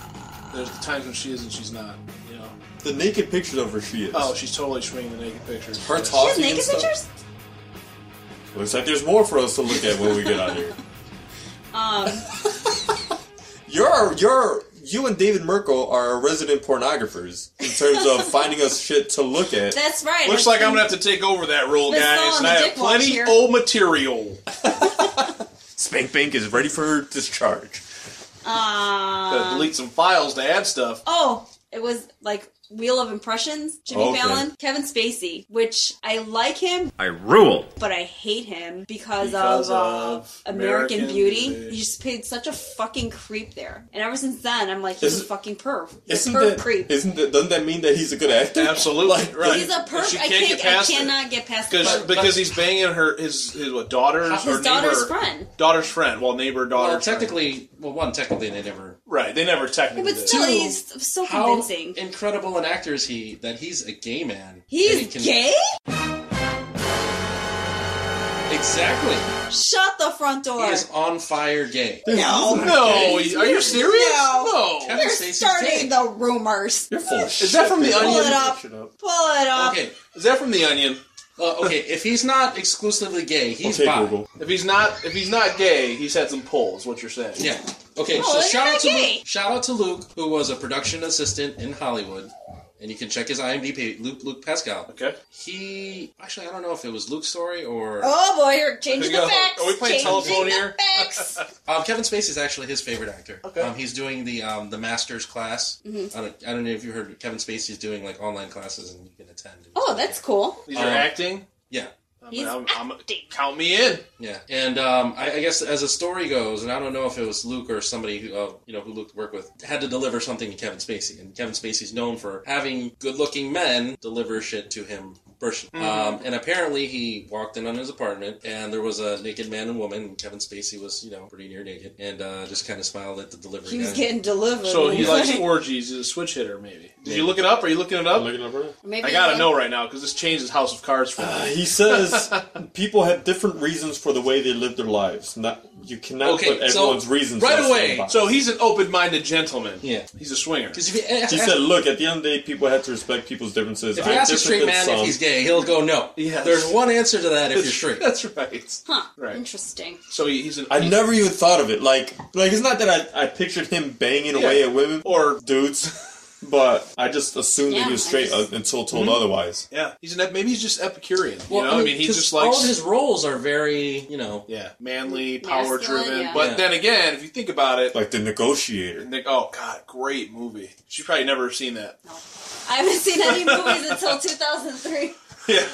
Speaker 3: There's the times when she is and she's not. You know.
Speaker 1: The naked pictures of her she is.
Speaker 3: Oh, she's totally swinging the naked pictures.
Speaker 1: Her talk-
Speaker 2: she has
Speaker 3: Yes.
Speaker 1: Talking and
Speaker 2: naked
Speaker 1: stuff.
Speaker 2: pictures.
Speaker 1: Looks like there's more for us to look at when we get out of here.
Speaker 2: Um,
Speaker 1: You're you're you and David Merkel are resident pornographers in terms of finding us shit to look at.
Speaker 2: that's right.
Speaker 3: Looks
Speaker 2: That's-
Speaker 3: like I'm gonna have to take over that role,
Speaker 2: That's
Speaker 3: guys.
Speaker 2: all on
Speaker 3: And I
Speaker 2: the
Speaker 3: have
Speaker 2: dick watch
Speaker 3: plenty
Speaker 2: here.
Speaker 3: old material.
Speaker 1: Spank Bank is ready for discharge.
Speaker 3: Gotta
Speaker 2: Uh,
Speaker 3: delete some files to add stuff.
Speaker 2: oh, it was like Wheel of Impressions. Jimmy
Speaker 1: Okay.
Speaker 2: Fallon, Kevin Spacey, which I like him,
Speaker 1: I rule.
Speaker 2: but I hate him because,
Speaker 3: Because
Speaker 2: of, uh,
Speaker 3: of
Speaker 2: American,
Speaker 3: American
Speaker 2: Beauty.
Speaker 3: Beauty.
Speaker 2: He just played such a fucking creep there, and ever since then, I'm like, he's
Speaker 1: Isn't-
Speaker 2: a fucking perv. He's a
Speaker 1: Isn't
Speaker 2: perv
Speaker 1: that,
Speaker 2: creep.
Speaker 1: isn't that doesn't that mean that he's a good actor?
Speaker 3: Absolutely.
Speaker 1: Like,
Speaker 3: Right.
Speaker 2: oh, He's a
Speaker 3: And she
Speaker 2: perv. I
Speaker 3: can't get
Speaker 2: can't. I
Speaker 3: past it.
Speaker 2: cannot get past the
Speaker 3: Because
Speaker 2: perv.
Speaker 3: because he's banging her his his what daughter's or
Speaker 2: His daughter's
Speaker 3: neighbor,
Speaker 2: friend.
Speaker 3: daughter's friend. Well, neighbor daughter.
Speaker 4: Well, technically, well, one technically they never.
Speaker 3: right? They never
Speaker 2: Yeah,
Speaker 3: technically.
Speaker 2: but
Speaker 3: did.
Speaker 2: still,
Speaker 4: Two,
Speaker 2: he's so
Speaker 4: How
Speaker 2: convincing.
Speaker 4: incredible an actor is he that he's a gay man?
Speaker 2: He's
Speaker 4: And he can-
Speaker 2: gay?
Speaker 4: Exactly.
Speaker 2: Shut the front door.
Speaker 4: He is on fire gay.
Speaker 2: no.
Speaker 3: No, are you serious?
Speaker 2: No.
Speaker 3: No.
Speaker 4: Kevin
Speaker 2: You're
Speaker 4: Spacey's
Speaker 2: starting
Speaker 4: gay.
Speaker 2: the rumors.
Speaker 1: You're full of shit.
Speaker 3: Is that from the
Speaker 2: Pull
Speaker 3: Onion?
Speaker 2: it up.
Speaker 1: Shut up.
Speaker 2: Pull it up.
Speaker 4: Okay,
Speaker 3: Is that from the Onion?
Speaker 4: uh, okay. If he's not exclusively gay, he's
Speaker 1: Okay,
Speaker 4: bi.
Speaker 1: Google.
Speaker 3: If he's not, if he's not gay, he's had some pull. Is what you're saying?
Speaker 4: Yeah. Okay.
Speaker 2: Oh,
Speaker 4: so
Speaker 2: they're
Speaker 4: shout
Speaker 2: not
Speaker 4: out to
Speaker 2: gay.
Speaker 4: Luke, shout out to Luke, who was a production assistant in Hollywood, and you can check his IMDb. Luke Luke Pascal.
Speaker 3: Okay.
Speaker 4: He actually I don't know if it was Luke's story or
Speaker 2: Oh boy, you're changing
Speaker 3: Here
Speaker 2: the
Speaker 3: we go.
Speaker 2: facts.
Speaker 3: Are we playing
Speaker 2: changing
Speaker 3: telephone
Speaker 2: the
Speaker 3: here?
Speaker 2: Facts.
Speaker 4: um, Kevin Spacey is actually his favorite actor.
Speaker 3: Okay.
Speaker 4: Um, he's doing the um, the master's class.
Speaker 2: Mm-hmm.
Speaker 4: I, don't, I don't know if you heard Kevin Spacey's doing like online classes and you can attend.
Speaker 2: oh, that's cool.
Speaker 3: These are
Speaker 4: Um,
Speaker 3: acting.
Speaker 4: Yeah.
Speaker 2: He's
Speaker 3: I'm, I'm,
Speaker 2: acting.
Speaker 3: count me in.
Speaker 4: Yeah, and um, I, I guess as the story goes, and I don't know if it was Luke or somebody who uh, you know who Luke worked with had to deliver something to Kevin Spacey, and Kevin Spacey's known for having good-looking men deliver shit to him personally.
Speaker 2: Mm-hmm.
Speaker 4: Um, and apparently, he walked in on his apartment, and there was a naked man and woman. And Kevin Spacey was you know pretty near naked, and uh, just kind of smiled at the delivery.
Speaker 2: He was
Speaker 4: guy.
Speaker 2: getting delivered.
Speaker 3: So he
Speaker 2: Like-
Speaker 3: likes orgies. He's a switch hitter, maybe. Did you look it up? Are you looking
Speaker 1: I'm
Speaker 3: it up?
Speaker 1: looking up right now.
Speaker 2: Maybe
Speaker 3: I gotta
Speaker 2: he-
Speaker 3: know right now because this changes House of Cards for me.
Speaker 1: He says people have different reasons for the way they live their lives. Not you cannot
Speaker 4: Okay,
Speaker 1: put
Speaker 4: so,
Speaker 1: everyone's reasons
Speaker 4: right
Speaker 1: in the same
Speaker 4: away,
Speaker 1: box.
Speaker 3: So he's an open-minded gentleman.
Speaker 4: Yeah.
Speaker 3: he's a swinger.
Speaker 4: 'Cause if you,
Speaker 1: He said, "Look, at the end of the day, people have to respect people's differences.
Speaker 4: if you
Speaker 1: I'm
Speaker 4: ask a
Speaker 1: different
Speaker 4: straight
Speaker 1: than
Speaker 4: man if
Speaker 1: some.
Speaker 4: he's gay, he'll go no.
Speaker 3: Yes.
Speaker 4: There's one answer to that if you're straight.
Speaker 3: That's right.
Speaker 2: Huh.
Speaker 3: Right.
Speaker 2: Interesting.
Speaker 3: So he, he's an.
Speaker 1: I never even thought of it. Like, like it's not that I, I pictured him banging away at women
Speaker 3: Or-
Speaker 1: dudes, but I just assumed that
Speaker 2: Yeah,
Speaker 1: he was
Speaker 2: I
Speaker 1: straight
Speaker 2: just-
Speaker 1: uh, until told
Speaker 4: Mm-hmm.
Speaker 1: otherwise.
Speaker 3: Yeah, he's an. ep- Maybe he's just Epicurean. You
Speaker 4: Well,
Speaker 3: know, I mean, he
Speaker 4: 'cause
Speaker 3: just
Speaker 4: all of
Speaker 3: likes.
Speaker 4: his roles are very, you know,
Speaker 3: yeah, manly, power-driven.
Speaker 2: yeah.
Speaker 3: But
Speaker 4: Yeah.
Speaker 3: then again, if you think about it,
Speaker 1: Like the negotiator.
Speaker 3: Nick. Oh God, great movie. She's probably never seen that.
Speaker 2: No. I haven't seen any movies until 2003.
Speaker 3: Yeah,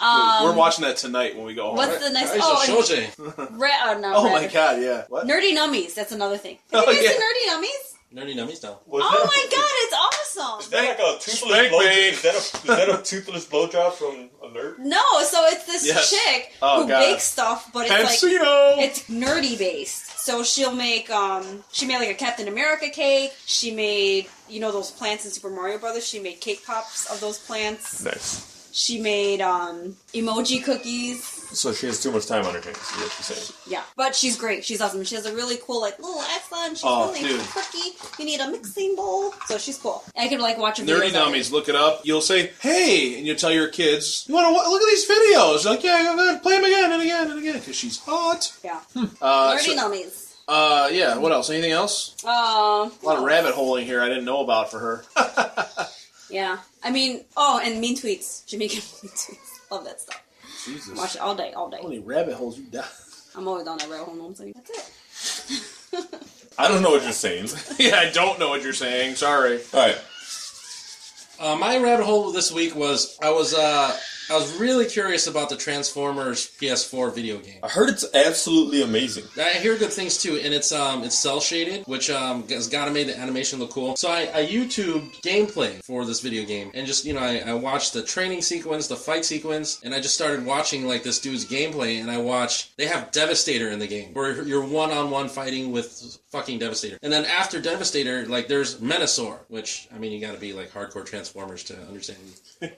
Speaker 2: Um,
Speaker 3: we're watching that tonight when we go home.
Speaker 2: what's the next?
Speaker 4: Kaizo
Speaker 2: Oh, and
Speaker 4: Shoji.
Speaker 2: Red. Oh, no,
Speaker 3: oh my
Speaker 2: Red.
Speaker 3: God, yeah. What?
Speaker 2: Nerdy Nummies. That's another thing. Have
Speaker 3: Oh,
Speaker 2: you guys
Speaker 3: yeah.
Speaker 2: seen Nerdy Nummies?
Speaker 4: Nerdy nummies now.
Speaker 1: Was
Speaker 2: Oh my god, it's awesome!
Speaker 1: that like a toothless
Speaker 3: Spank blowjob- me. is
Speaker 1: that a, is that a toothless blowjob from a nerd?
Speaker 2: No, so it's this
Speaker 3: Yes.
Speaker 2: chick
Speaker 3: Oh,
Speaker 2: who
Speaker 3: God.
Speaker 2: bakes stuff, but it's like
Speaker 3: Pansino.
Speaker 2: it's nerdy based. So she'll make um she made like a Captain America cake. She made you know those plants in Super Mario Brothers. She made cake pops of those plants.
Speaker 1: Nice.
Speaker 2: She made um emoji cookies.
Speaker 1: So she has too much time on her hands. Is what you're saying?
Speaker 2: Yeah, but she's great. She's awesome. She has a really cool like little accent. She's
Speaker 3: Oh,
Speaker 2: really
Speaker 3: dude.
Speaker 2: quirky. You need a mixing bowl, so she's cool. I could like watch her
Speaker 3: Nerdy
Speaker 2: videos of
Speaker 3: Dummies, look it up. You'll say, hey, and you'll tell your kids, you want to look at these videos? They're like, yeah, yeah, yeah, play them again and again and again because she's hot.
Speaker 2: it. Yeah,
Speaker 3: Uh,
Speaker 2: nerdy
Speaker 3: so-
Speaker 2: nummies.
Speaker 3: uh, yeah, what else? Anything else?
Speaker 2: Um,
Speaker 3: A lot of rabbit holing here I didn't know about for her.
Speaker 2: Yeah. I mean, oh, and mean tweets. Jamaican mean tweets. Love that stuff.
Speaker 3: Jesus.
Speaker 2: Watch it all day, all
Speaker 3: How
Speaker 2: day.
Speaker 3: many rabbit holes you die?
Speaker 2: I'm always on that rail home. I'm saying, that's it.
Speaker 1: I don't know what you're saying.
Speaker 3: yeah, I don't know what you're saying. Sorry.
Speaker 1: All right.
Speaker 4: Uh, my rabbit hole this week was I was uh, I was really curious about the Transformers PS4 video game.
Speaker 1: I heard it's absolutely amazing.
Speaker 4: I hear good things too, and it's um it's cell shaded, which um has gotta make the animation look cool. So I, I YouTubed gameplay for this video game, and just you know I, I watched the training sequence, the fight sequence, and I just started watching like this dude's gameplay, and I watched they have Devastator in the game where you're one on one fighting with fucking Devastator, and then after Devastator like there's Menasor, which I mean you gotta be like hardcore Transformers to understand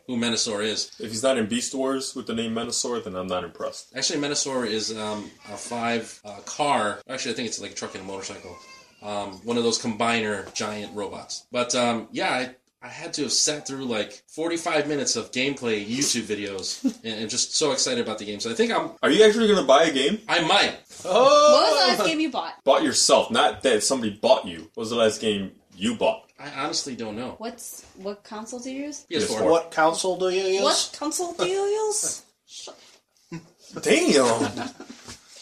Speaker 4: who Menasor is.
Speaker 1: If he's not in Beast Wars with the name Menosaur, then I'm not impressed.
Speaker 4: Actually, Menosaur is um, a five uh, car. Actually, I think it's like a truck and a motorcycle. Um, one of those combiner giant robots. But um, yeah, I, I had to have sat through like 45 minutes of gameplay YouTube videos and, and just so excited about the game. So I think I'm,
Speaker 1: Are you actually going to buy a game?
Speaker 4: I might.
Speaker 3: Oh!
Speaker 2: What was the last game you bought?
Speaker 1: Bought yourself, not that somebody bought you. What was the last game you bought?
Speaker 4: I honestly don't know.
Speaker 2: What's what console do you use?
Speaker 4: PS4.
Speaker 1: PS4.
Speaker 3: What council do you use?
Speaker 2: What console do you use? Shut-
Speaker 1: Damn.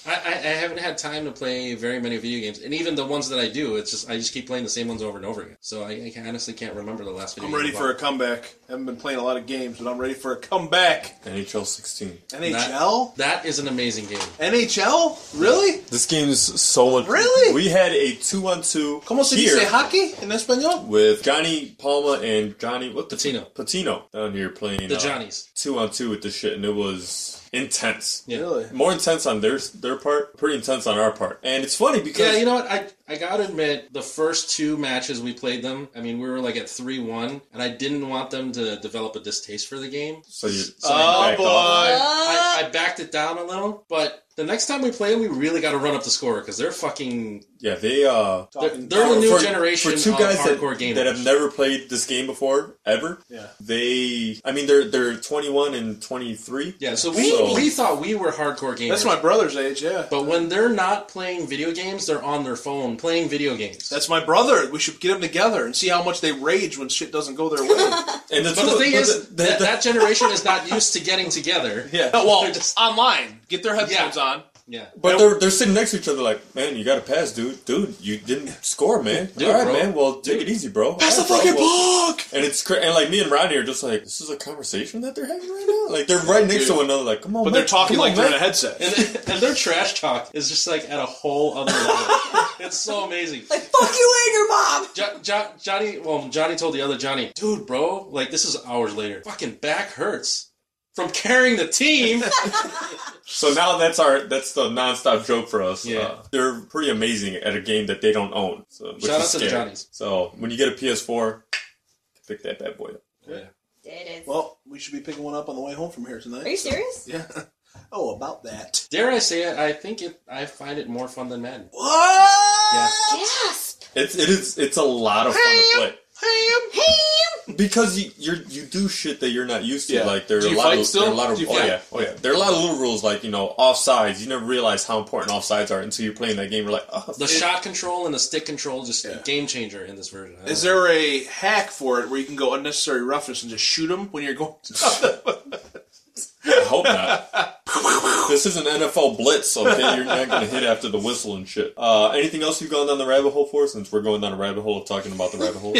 Speaker 4: I, I, I haven't had time to play very many video games, and even the ones that I do, it's just I just keep playing the same ones over and over again. So I, I can- honestly can't remember the last video.
Speaker 3: I'm
Speaker 4: game
Speaker 3: ready
Speaker 4: I
Speaker 3: for a
Speaker 4: bought.
Speaker 3: comeback. I haven't been playing a lot of games, but I'm ready for a comeback.
Speaker 1: NHL 16.
Speaker 3: NHL?
Speaker 4: That is an amazing game.
Speaker 3: NHL? Really?
Speaker 1: This game is so much.
Speaker 3: Really?
Speaker 1: We had a two-on-two
Speaker 3: ¿Cómo se
Speaker 1: here
Speaker 3: dice hockey en español?
Speaker 1: with Johnny Palma and Johnny what the
Speaker 4: Patino.
Speaker 1: Patino down here playing uh,
Speaker 4: The Johnnies.
Speaker 1: two-on-two with this shit, and it was intense.
Speaker 4: Yeah.
Speaker 3: Really?
Speaker 1: More intense on their their part, pretty intense on our part, and it's funny because
Speaker 4: Yeah, you know what? I I gotta admit, the first two matches we played them, I mean, we were like at three one, and I didn't want them to develop a distaste for the game.
Speaker 1: so you
Speaker 3: Oh
Speaker 1: backed off.
Speaker 3: boy.
Speaker 4: I, I backed it down a little, but the next time we play them, we really got to run up the score because they're fucking
Speaker 1: yeah they uh
Speaker 4: they're,
Speaker 3: Talking-
Speaker 4: they're the new
Speaker 1: for-
Speaker 4: generation
Speaker 1: for two
Speaker 4: of
Speaker 1: guys
Speaker 4: hardcore
Speaker 1: that,
Speaker 4: gamers.
Speaker 1: that have never played this game before ever.
Speaker 3: Yeah.
Speaker 1: They, I mean, they're they're 21 and 23.
Speaker 4: yeah, so we
Speaker 1: So-
Speaker 4: we thought we were hardcore gamers.
Speaker 3: That's my brother's age, yeah.
Speaker 4: But when they're not playing video games, they're on their phone playing video games.
Speaker 3: That's my brother. We should get them together and see how much they rage when shit doesn't go their way.
Speaker 1: And
Speaker 4: but the thing is,
Speaker 1: the- the-
Speaker 4: that,
Speaker 1: the-
Speaker 4: that generation is not used to getting together.
Speaker 3: yeah. Well,
Speaker 4: They're just-
Speaker 3: online. Get their headphones
Speaker 4: Yeah.
Speaker 3: on. Yeah.
Speaker 1: But they're they're sitting next to each other like, man, you got to pass, dude. Dude, you didn't score, man.
Speaker 4: Dude,
Speaker 1: All right,
Speaker 4: bro.
Speaker 1: man. Well, take it easy, bro.
Speaker 3: Pass
Speaker 1: All
Speaker 3: the
Speaker 1: right, bro.
Speaker 3: fucking
Speaker 1: Well- And it's cra- and like me and Rodney are just like, this is a conversation that they're having right now. Like they're right next to
Speaker 3: Dude.
Speaker 1: one another. Like, come on,
Speaker 3: But
Speaker 1: man.
Speaker 3: they're talking
Speaker 1: Come on,
Speaker 3: like they're in
Speaker 1: man.
Speaker 3: a headset.
Speaker 4: And, and their trash talk is just like at a whole other level. it's so amazing.
Speaker 2: Like, fuck you and your mom!
Speaker 4: Jo- Jo- Johnny, well, Johnny told the other Johnny, dude, bro, like this is hours later. Fucking back hurts from carrying the team.
Speaker 1: So now that's our that's the nonstop joke for us.
Speaker 4: Yeah.
Speaker 1: Uh, they're pretty amazing at a game that they don't own. So, which is
Speaker 4: Shout out to the
Speaker 1: scary.
Speaker 4: Johnnies.
Speaker 1: So when you get a PS4, pick that bad boy up.
Speaker 2: It is.
Speaker 3: Well, we should be picking one up on the way home from here tonight.
Speaker 2: Are you serious?
Speaker 3: Yeah. Oh, about that.
Speaker 4: Dare I say it? I think it. I find it more fun than Madden.
Speaker 3: What?
Speaker 4: Yeah.
Speaker 2: Gasp!
Speaker 1: It's it is it's a lot of fun to play.
Speaker 3: Ham.
Speaker 1: Because you you're, you do shit that you're not used to.
Speaker 3: Yeah.
Speaker 1: Like there are
Speaker 3: Do
Speaker 1: a
Speaker 3: you
Speaker 1: lot
Speaker 3: fight
Speaker 1: of
Speaker 3: still?
Speaker 1: there are a lot of
Speaker 3: Do you
Speaker 1: oh
Speaker 3: fight?
Speaker 1: yeah oh yeah there are a lot of little rules like you know offsides. You never realize how important offsides are until you're playing that game. You're like oh
Speaker 4: The
Speaker 1: shit.
Speaker 4: shot control and the stick control just
Speaker 3: Yeah.
Speaker 4: game changer in this version. I
Speaker 3: Is
Speaker 4: don't know.
Speaker 3: there a hack for it where you can go unnecessary roughness and just shoot them when you're going? To...
Speaker 1: I hope not. this is an NFL blitz, okay? You're not going to hit after the whistle and shit. Uh, anything else you've gone down the rabbit hole for since we're going down a rabbit hole of talking about the rabbit hole?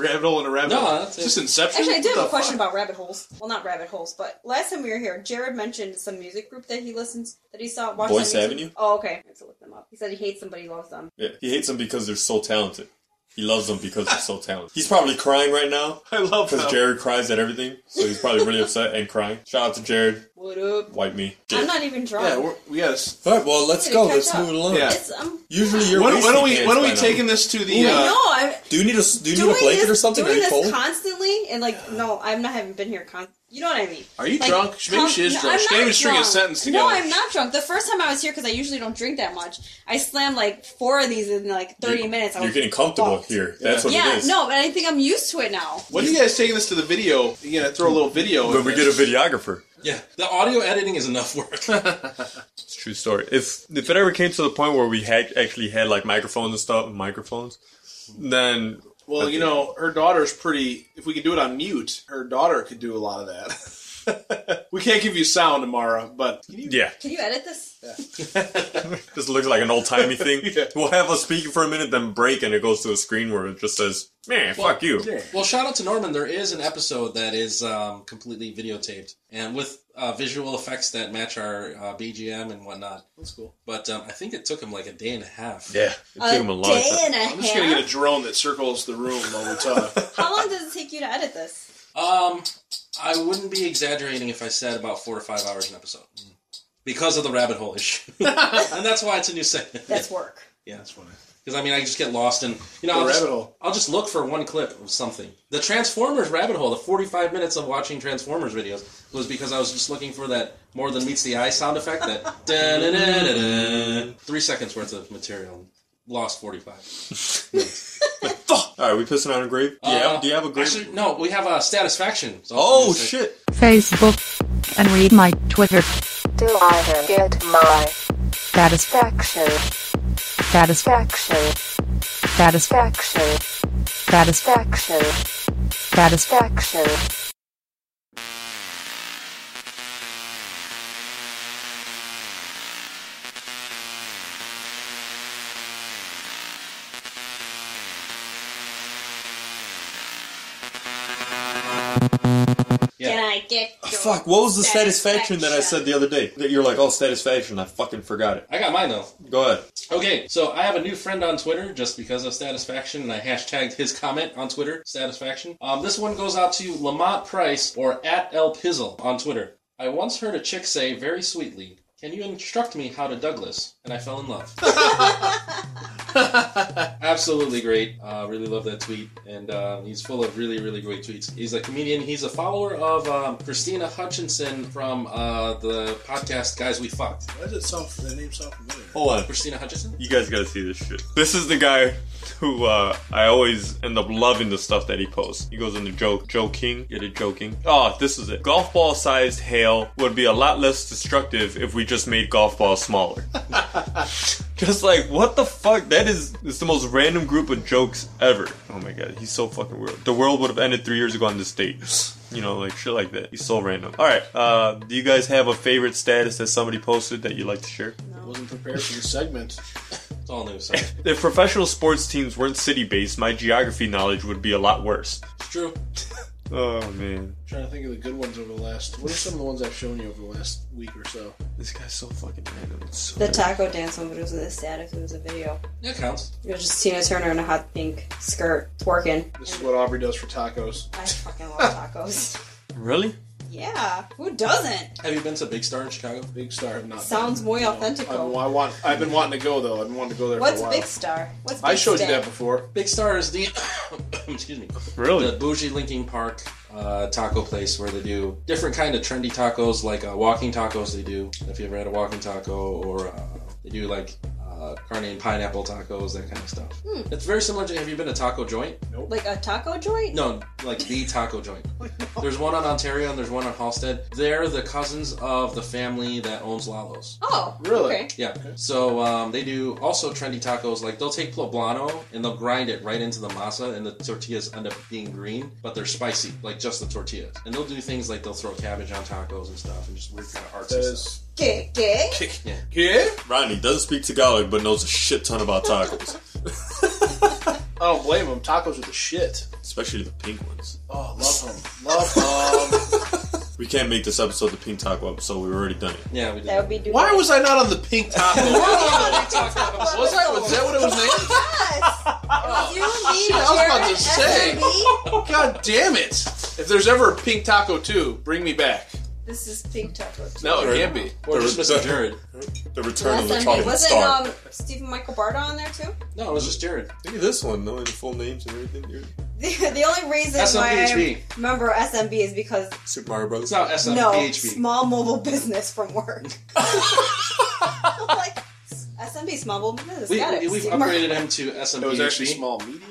Speaker 3: rabbit hole and a rabbit.
Speaker 4: No,
Speaker 3: hole.
Speaker 4: that's
Speaker 3: Is this
Speaker 4: it.
Speaker 3: Inception.
Speaker 2: Actually, I do
Speaker 3: What
Speaker 2: have a
Speaker 3: the
Speaker 2: question
Speaker 3: fuck?
Speaker 2: about rabbit holes. Well, not rabbit holes, but last time we were here, Jared mentioned some music group that he listens, that he saw, watched
Speaker 1: Voice
Speaker 2: on YouTube.
Speaker 1: Avenue?
Speaker 2: Oh, okay. I have to look them up. He said he hates them, but he loves them.
Speaker 1: Yeah, he hates them because they're so talented. He loves them because they're so talented. He's probably crying right now
Speaker 3: I love
Speaker 1: because
Speaker 3: that.
Speaker 1: Jared cries at everything, so he's probably really upset and crying. Shout out to Jared.
Speaker 2: What up?
Speaker 1: Wipe me.
Speaker 2: I'm not even drunk.
Speaker 3: Yeah, we're, we got. to
Speaker 1: All right, well, let's
Speaker 2: Hey,
Speaker 1: go.
Speaker 2: catch
Speaker 1: Let's
Speaker 2: up.
Speaker 1: move it along.
Speaker 3: Yeah.
Speaker 2: It's, um,
Speaker 1: Usually you're
Speaker 3: When, when
Speaker 1: wasting
Speaker 3: are we?
Speaker 1: hands
Speaker 3: When are we
Speaker 1: by now.
Speaker 3: taking this to the?
Speaker 2: I
Speaker 3: Uh,
Speaker 2: know. I'm
Speaker 1: Do you need a do you need
Speaker 2: doing
Speaker 1: a blanket
Speaker 2: this,
Speaker 1: or something? Are
Speaker 2: Doing
Speaker 1: you
Speaker 2: this
Speaker 1: cold?
Speaker 2: constantly, and like, no, I'm not having been here con You know what I mean?
Speaker 3: Are you
Speaker 2: Like,
Speaker 3: drunk? Maybe
Speaker 2: con-
Speaker 3: she is
Speaker 2: no,
Speaker 3: drunk.
Speaker 2: I'm
Speaker 3: She
Speaker 2: not
Speaker 3: can't even string a
Speaker 2: drunk.
Speaker 3: sentence together.
Speaker 2: No, I'm not drunk. The first time I was here, because I usually don't drink that much, I slammed like four of these in like 30
Speaker 1: You're-
Speaker 2: minutes. I
Speaker 1: You're
Speaker 2: was
Speaker 1: getting comfortable
Speaker 2: fucked.
Speaker 1: here. That's what
Speaker 2: Yeah,
Speaker 1: it is.
Speaker 2: no, but I think I'm used to it now.
Speaker 3: When are you guys taking this to the video? You gonna throw a little video?
Speaker 1: But
Speaker 3: in
Speaker 1: we
Speaker 3: this?
Speaker 1: get a videographer.
Speaker 4: Yeah, the audio editing is enough work.
Speaker 1: It's a true story. If if it ever came to the point where we had actually had like microphones and stuff, microphones, then
Speaker 3: Well, you know, her daughter's pretty. If we could do it on mute, her daughter could do a lot of that. we can't give you sound, Amara, but
Speaker 1: yeah,
Speaker 2: Can you edit this?
Speaker 1: this looks like an old timey thing.
Speaker 3: Yeah.
Speaker 1: We'll have us speaking for a minute, then break, and it goes to a screen where it just says, "Man, fuck you."
Speaker 3: yeah.
Speaker 4: well, shout out to Norman. There is an episode that is um, completely videotaped and with uh, visual effects that match our uh, BGM and whatnot.
Speaker 3: that's cool.
Speaker 4: But um, I think it took him like a day and a half.
Speaker 1: Yeah, it took him a long
Speaker 2: day
Speaker 1: time.
Speaker 2: and a
Speaker 3: I'm just gonna get a
Speaker 2: half.
Speaker 3: drone that circles the room while we talk.
Speaker 2: How long does it take you to edit this?
Speaker 4: Um, I wouldn't be exaggerating if I said about four to five hours an episode Mm. because of the rabbit hole issue, and that's why it's a new segment.
Speaker 2: That's work.
Speaker 3: that's funny.
Speaker 4: Because I mean, I just get lost in you
Speaker 3: The
Speaker 4: know I'll just,
Speaker 3: rabbit hole.
Speaker 4: I'll just look for one clip of something. The Transformers rabbit hole, the forty-five minutes of watching Transformers videos was because I was just looking for that more than meets the eye sound effect. That da-da-da-da-da. three seconds worth of material. Lost forty-five.
Speaker 1: All right, we pissing on a grave. Do you,
Speaker 3: Uh,
Speaker 1: have, do you have a grave?
Speaker 4: Actually, no, we have a satisfaction. So
Speaker 1: oh shit!
Speaker 6: Facebook, and read my Twitter
Speaker 7: Do I get my
Speaker 6: satisfaction, satisfaction, satisfaction,
Speaker 7: action
Speaker 6: satisfaction,
Speaker 7: action
Speaker 6: satisfaction.
Speaker 7: action?
Speaker 4: Yeah.
Speaker 2: Can I get your
Speaker 1: Oh, Fuck! What was the satisfaction that I said the other day? That you're like, "Oh, satisfaction." I fucking forgot it.
Speaker 4: I got mine though.
Speaker 1: Go ahead.
Speaker 4: Okay, so I have a new friend on Twitter just because of satisfaction, and I hashtagged his comment on Twitter, satisfaction. Um, this one goes out to Lamont Price or at El Pizzle on Twitter. I once heard a chick say very sweetly, Can you instruct me how to Douglas? And I fell in love. Absolutely great. Uh, really love that tweet. And uh, he's full of really, really great tweets. He's a comedian. He's a follower of um, Christina Hutchinson from uh, the podcast Guys We Fucked.
Speaker 3: Why does it sound? That name sound familiar?
Speaker 1: Hold on.
Speaker 4: Christina Hutchinson?
Speaker 1: You guys gotta see this shit. This is the guy who uh, I always end up loving the stuff that he posts. He goes into joke, joking, get it joking. Oh, this is it. Golf ball sized hail would be a lot less destructive if we just made golf balls smaller. Just like, what the fuck? That is it's the most random group of jokes ever. Oh my god, he's so fucking weird. The world would have ended three years ago on this date. You know, like shit like that. He's so random. Alright, uh, do you guys have a favorite status that somebody posted that you'd like to share?
Speaker 3: I wasn't prepared for this segment.
Speaker 4: It's all new, so it's
Speaker 1: If professional sports teams weren't city based, my geography knowledge would be a lot worse.
Speaker 4: true.
Speaker 1: Oh man.
Speaker 3: I'm trying to think of the good ones over the last. What are some of the ones I've shown you over the last week or so?
Speaker 1: This guy's so fucking random. It's so
Speaker 2: The taco dance one, but it was a status. It was a video.
Speaker 4: That counts.
Speaker 2: It was just Tina Turner in a hot pink skirt twerking.
Speaker 3: This is what Aubrey does for tacos.
Speaker 2: I fucking love tacos.
Speaker 1: Really?
Speaker 2: yeah, who doesn't?
Speaker 4: Have you been to Big Star in Chicago?
Speaker 3: Big star, have not.
Speaker 2: Sounds muy
Speaker 3: been. I,
Speaker 2: authentico.
Speaker 3: I want. I've been wanting to go though. I've been wanting to go there
Speaker 2: What's
Speaker 3: for a while.
Speaker 2: Big Star? What's Big
Speaker 3: I showed you
Speaker 2: Stick?
Speaker 3: that before.
Speaker 4: Big Star is the excuse me,
Speaker 1: Really?
Speaker 4: the bougie Linking Park uh, taco place where they do different kind of trendy tacos, like uh, walking tacos. They do if you ever had a walking taco, or uh, they do like uh, carne and pineapple tacos, that kind of stuff. It's very similar to. Have you been to Taco Joint?
Speaker 2: Like a taco joint?
Speaker 4: No, like the taco joint. There's one on Ontario and there's one on Halstead. They're the cousins of the family that owns Lalo's.
Speaker 2: Oh,
Speaker 3: Really?
Speaker 2: Okay.
Speaker 4: Yeah. So um, they do also trendy tacos. Like they'll take poblano and they'll grind it right into the masa, and the tortillas end up being green, but they're spicy, like just the tortillas. And they'll do things like they'll throw cabbage on tacos and stuff, and just weird kind of artsy
Speaker 3: That
Speaker 4: stuff.
Speaker 3: is.
Speaker 2: Gay, gay.
Speaker 3: Yeah.
Speaker 1: Rodney doesn't speak Tagalog but knows a shit ton about tacos.
Speaker 3: I don't blame them. Tacos are the shit.
Speaker 1: Especially the pink ones.
Speaker 3: Oh, love them. Love them.
Speaker 1: We can't make this episode the pink taco episode, we've already done it.
Speaker 4: Yeah, we
Speaker 2: That would
Speaker 4: did.
Speaker 2: be Dubai.
Speaker 3: Why was I not on the pink taco? was I? Was that what it was named?
Speaker 2: Yes. It was you, me,
Speaker 3: I was about
Speaker 2: Jared,
Speaker 3: to say.
Speaker 2: and me.
Speaker 3: God damn it! If there's ever a pink taco too, bring me back.
Speaker 2: This is pink taco.
Speaker 3: No, it can't be.
Speaker 4: Or just Mr. Jared.
Speaker 1: The return
Speaker 2: Last
Speaker 1: of the
Speaker 2: time we-
Speaker 1: chocolate
Speaker 2: wasn't
Speaker 1: star.
Speaker 2: um, Stephen Michael Barda on there too?
Speaker 4: No, it was just Jared.
Speaker 1: Look at this one, knowing the full names and everything, dude.
Speaker 2: The, the only reason why
Speaker 4: SMPHB.
Speaker 2: I remember SMB is because
Speaker 1: Super Mario Bros.
Speaker 4: It's not
Speaker 2: no
Speaker 4: SMPHB.
Speaker 2: small mobile business from work. like SMB small mobile business.
Speaker 4: We,
Speaker 2: got it.
Speaker 4: we've
Speaker 2: Stephen Mar-
Speaker 4: upgraded him to
Speaker 3: It was actually
Speaker 4: SMPHB
Speaker 3: small, medium.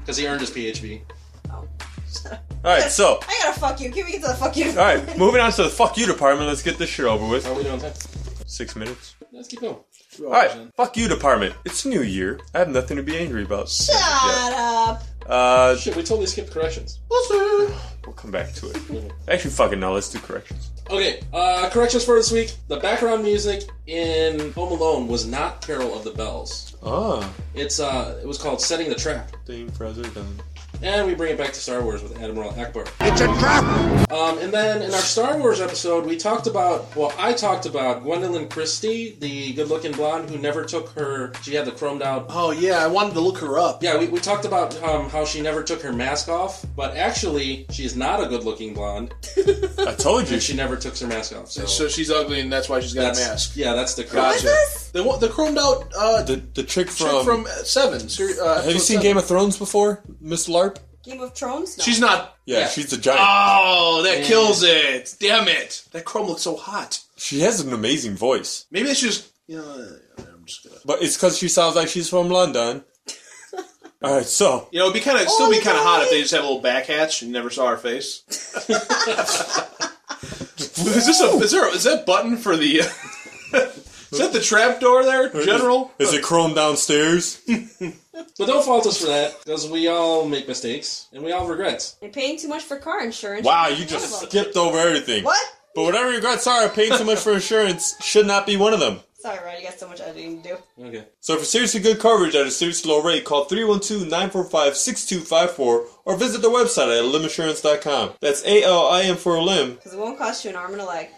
Speaker 4: because he earned his PHB.
Speaker 1: Alright, so.
Speaker 2: I gotta fuck you. Can we get to the fuck you?
Speaker 1: Alright, moving on to the fuck you department. Let's get this shit over with.
Speaker 4: Are we doing that?
Speaker 1: Six minutes.
Speaker 4: Let's keep going.
Speaker 1: Alright, fuck you department. It's New Year. I have nothing to be angry about.
Speaker 2: Shut up.
Speaker 1: Uh,
Speaker 4: Shit, we totally skipped corrections.
Speaker 1: we'll come back to it. Actually, fucking no, let's do corrections.
Speaker 4: Okay, uh, corrections for this week. The background music in Home Alone was not Carol of the Bells.
Speaker 1: Ah,
Speaker 4: It's uh, it was called Setting the Trap.
Speaker 1: Dame Fraser done.
Speaker 4: And we bring it back to Star Wars with Admiral Ackbar. It's a trap! Um, and then in our Star Wars episode, we talked about, well, I talked about Gwendolyn Christie, the good looking blonde who never took her, she had the chromed out.
Speaker 3: Oh yeah, I wanted to look her up.
Speaker 4: Yeah, we, we talked about um, how she never took her mask off, but actually, she's not a good looking blonde,
Speaker 1: I told you.
Speaker 4: and she never took her mask off. So,
Speaker 3: So she's ugly, and that's why she's got
Speaker 4: that's,
Speaker 3: a mask.
Speaker 4: Yeah, that's the
Speaker 3: Gotcha.
Speaker 4: correction.
Speaker 2: What's this?
Speaker 3: The one- the chromed out uh,
Speaker 1: The, the chick
Speaker 3: chick
Speaker 1: from.
Speaker 3: from uh, Seven. seri- Uh,
Speaker 1: have you seen Game of Thrones before? Miss LARP?
Speaker 2: Game of Thrones? No.
Speaker 3: She's not.
Speaker 1: Yeah,
Speaker 4: Yeah.
Speaker 1: she's a giant.
Speaker 3: Oh, that kills it! Damn it! That chrome looks so hot.
Speaker 1: she has an amazing voice.
Speaker 3: Maybe it's just. You know, I'm just gonna.
Speaker 1: But it's because she sounds like she's from London. All right, so
Speaker 3: You know, it'd be kind of still be
Speaker 2: Oh,
Speaker 3: kind of hot
Speaker 2: right.
Speaker 3: if they just had a little back hatch and you never saw her face. is this a is there a- is that button for the? is that the trap door there, General?
Speaker 1: is, it Chrome downstairs?
Speaker 4: But don't fault us for that, because we all make mistakes, and we all regret.
Speaker 2: And paying too much for car insurance.
Speaker 1: Wow,
Speaker 2: She's
Speaker 1: you
Speaker 2: one
Speaker 1: just
Speaker 2: of them.
Speaker 1: skipped over everything.
Speaker 2: What?
Speaker 1: But whatever regrets are, paying too much for insurance should not be one of them.
Speaker 2: Sorry, Rod. You got so much editing to do.
Speaker 4: Okay.
Speaker 1: So for seriously good coverage at a seriously low rate, call 312-945-6254 or visit the website at liminsurance.com. That's A-L-I-M for a limb.
Speaker 2: Because it won't cost you an arm and a leg.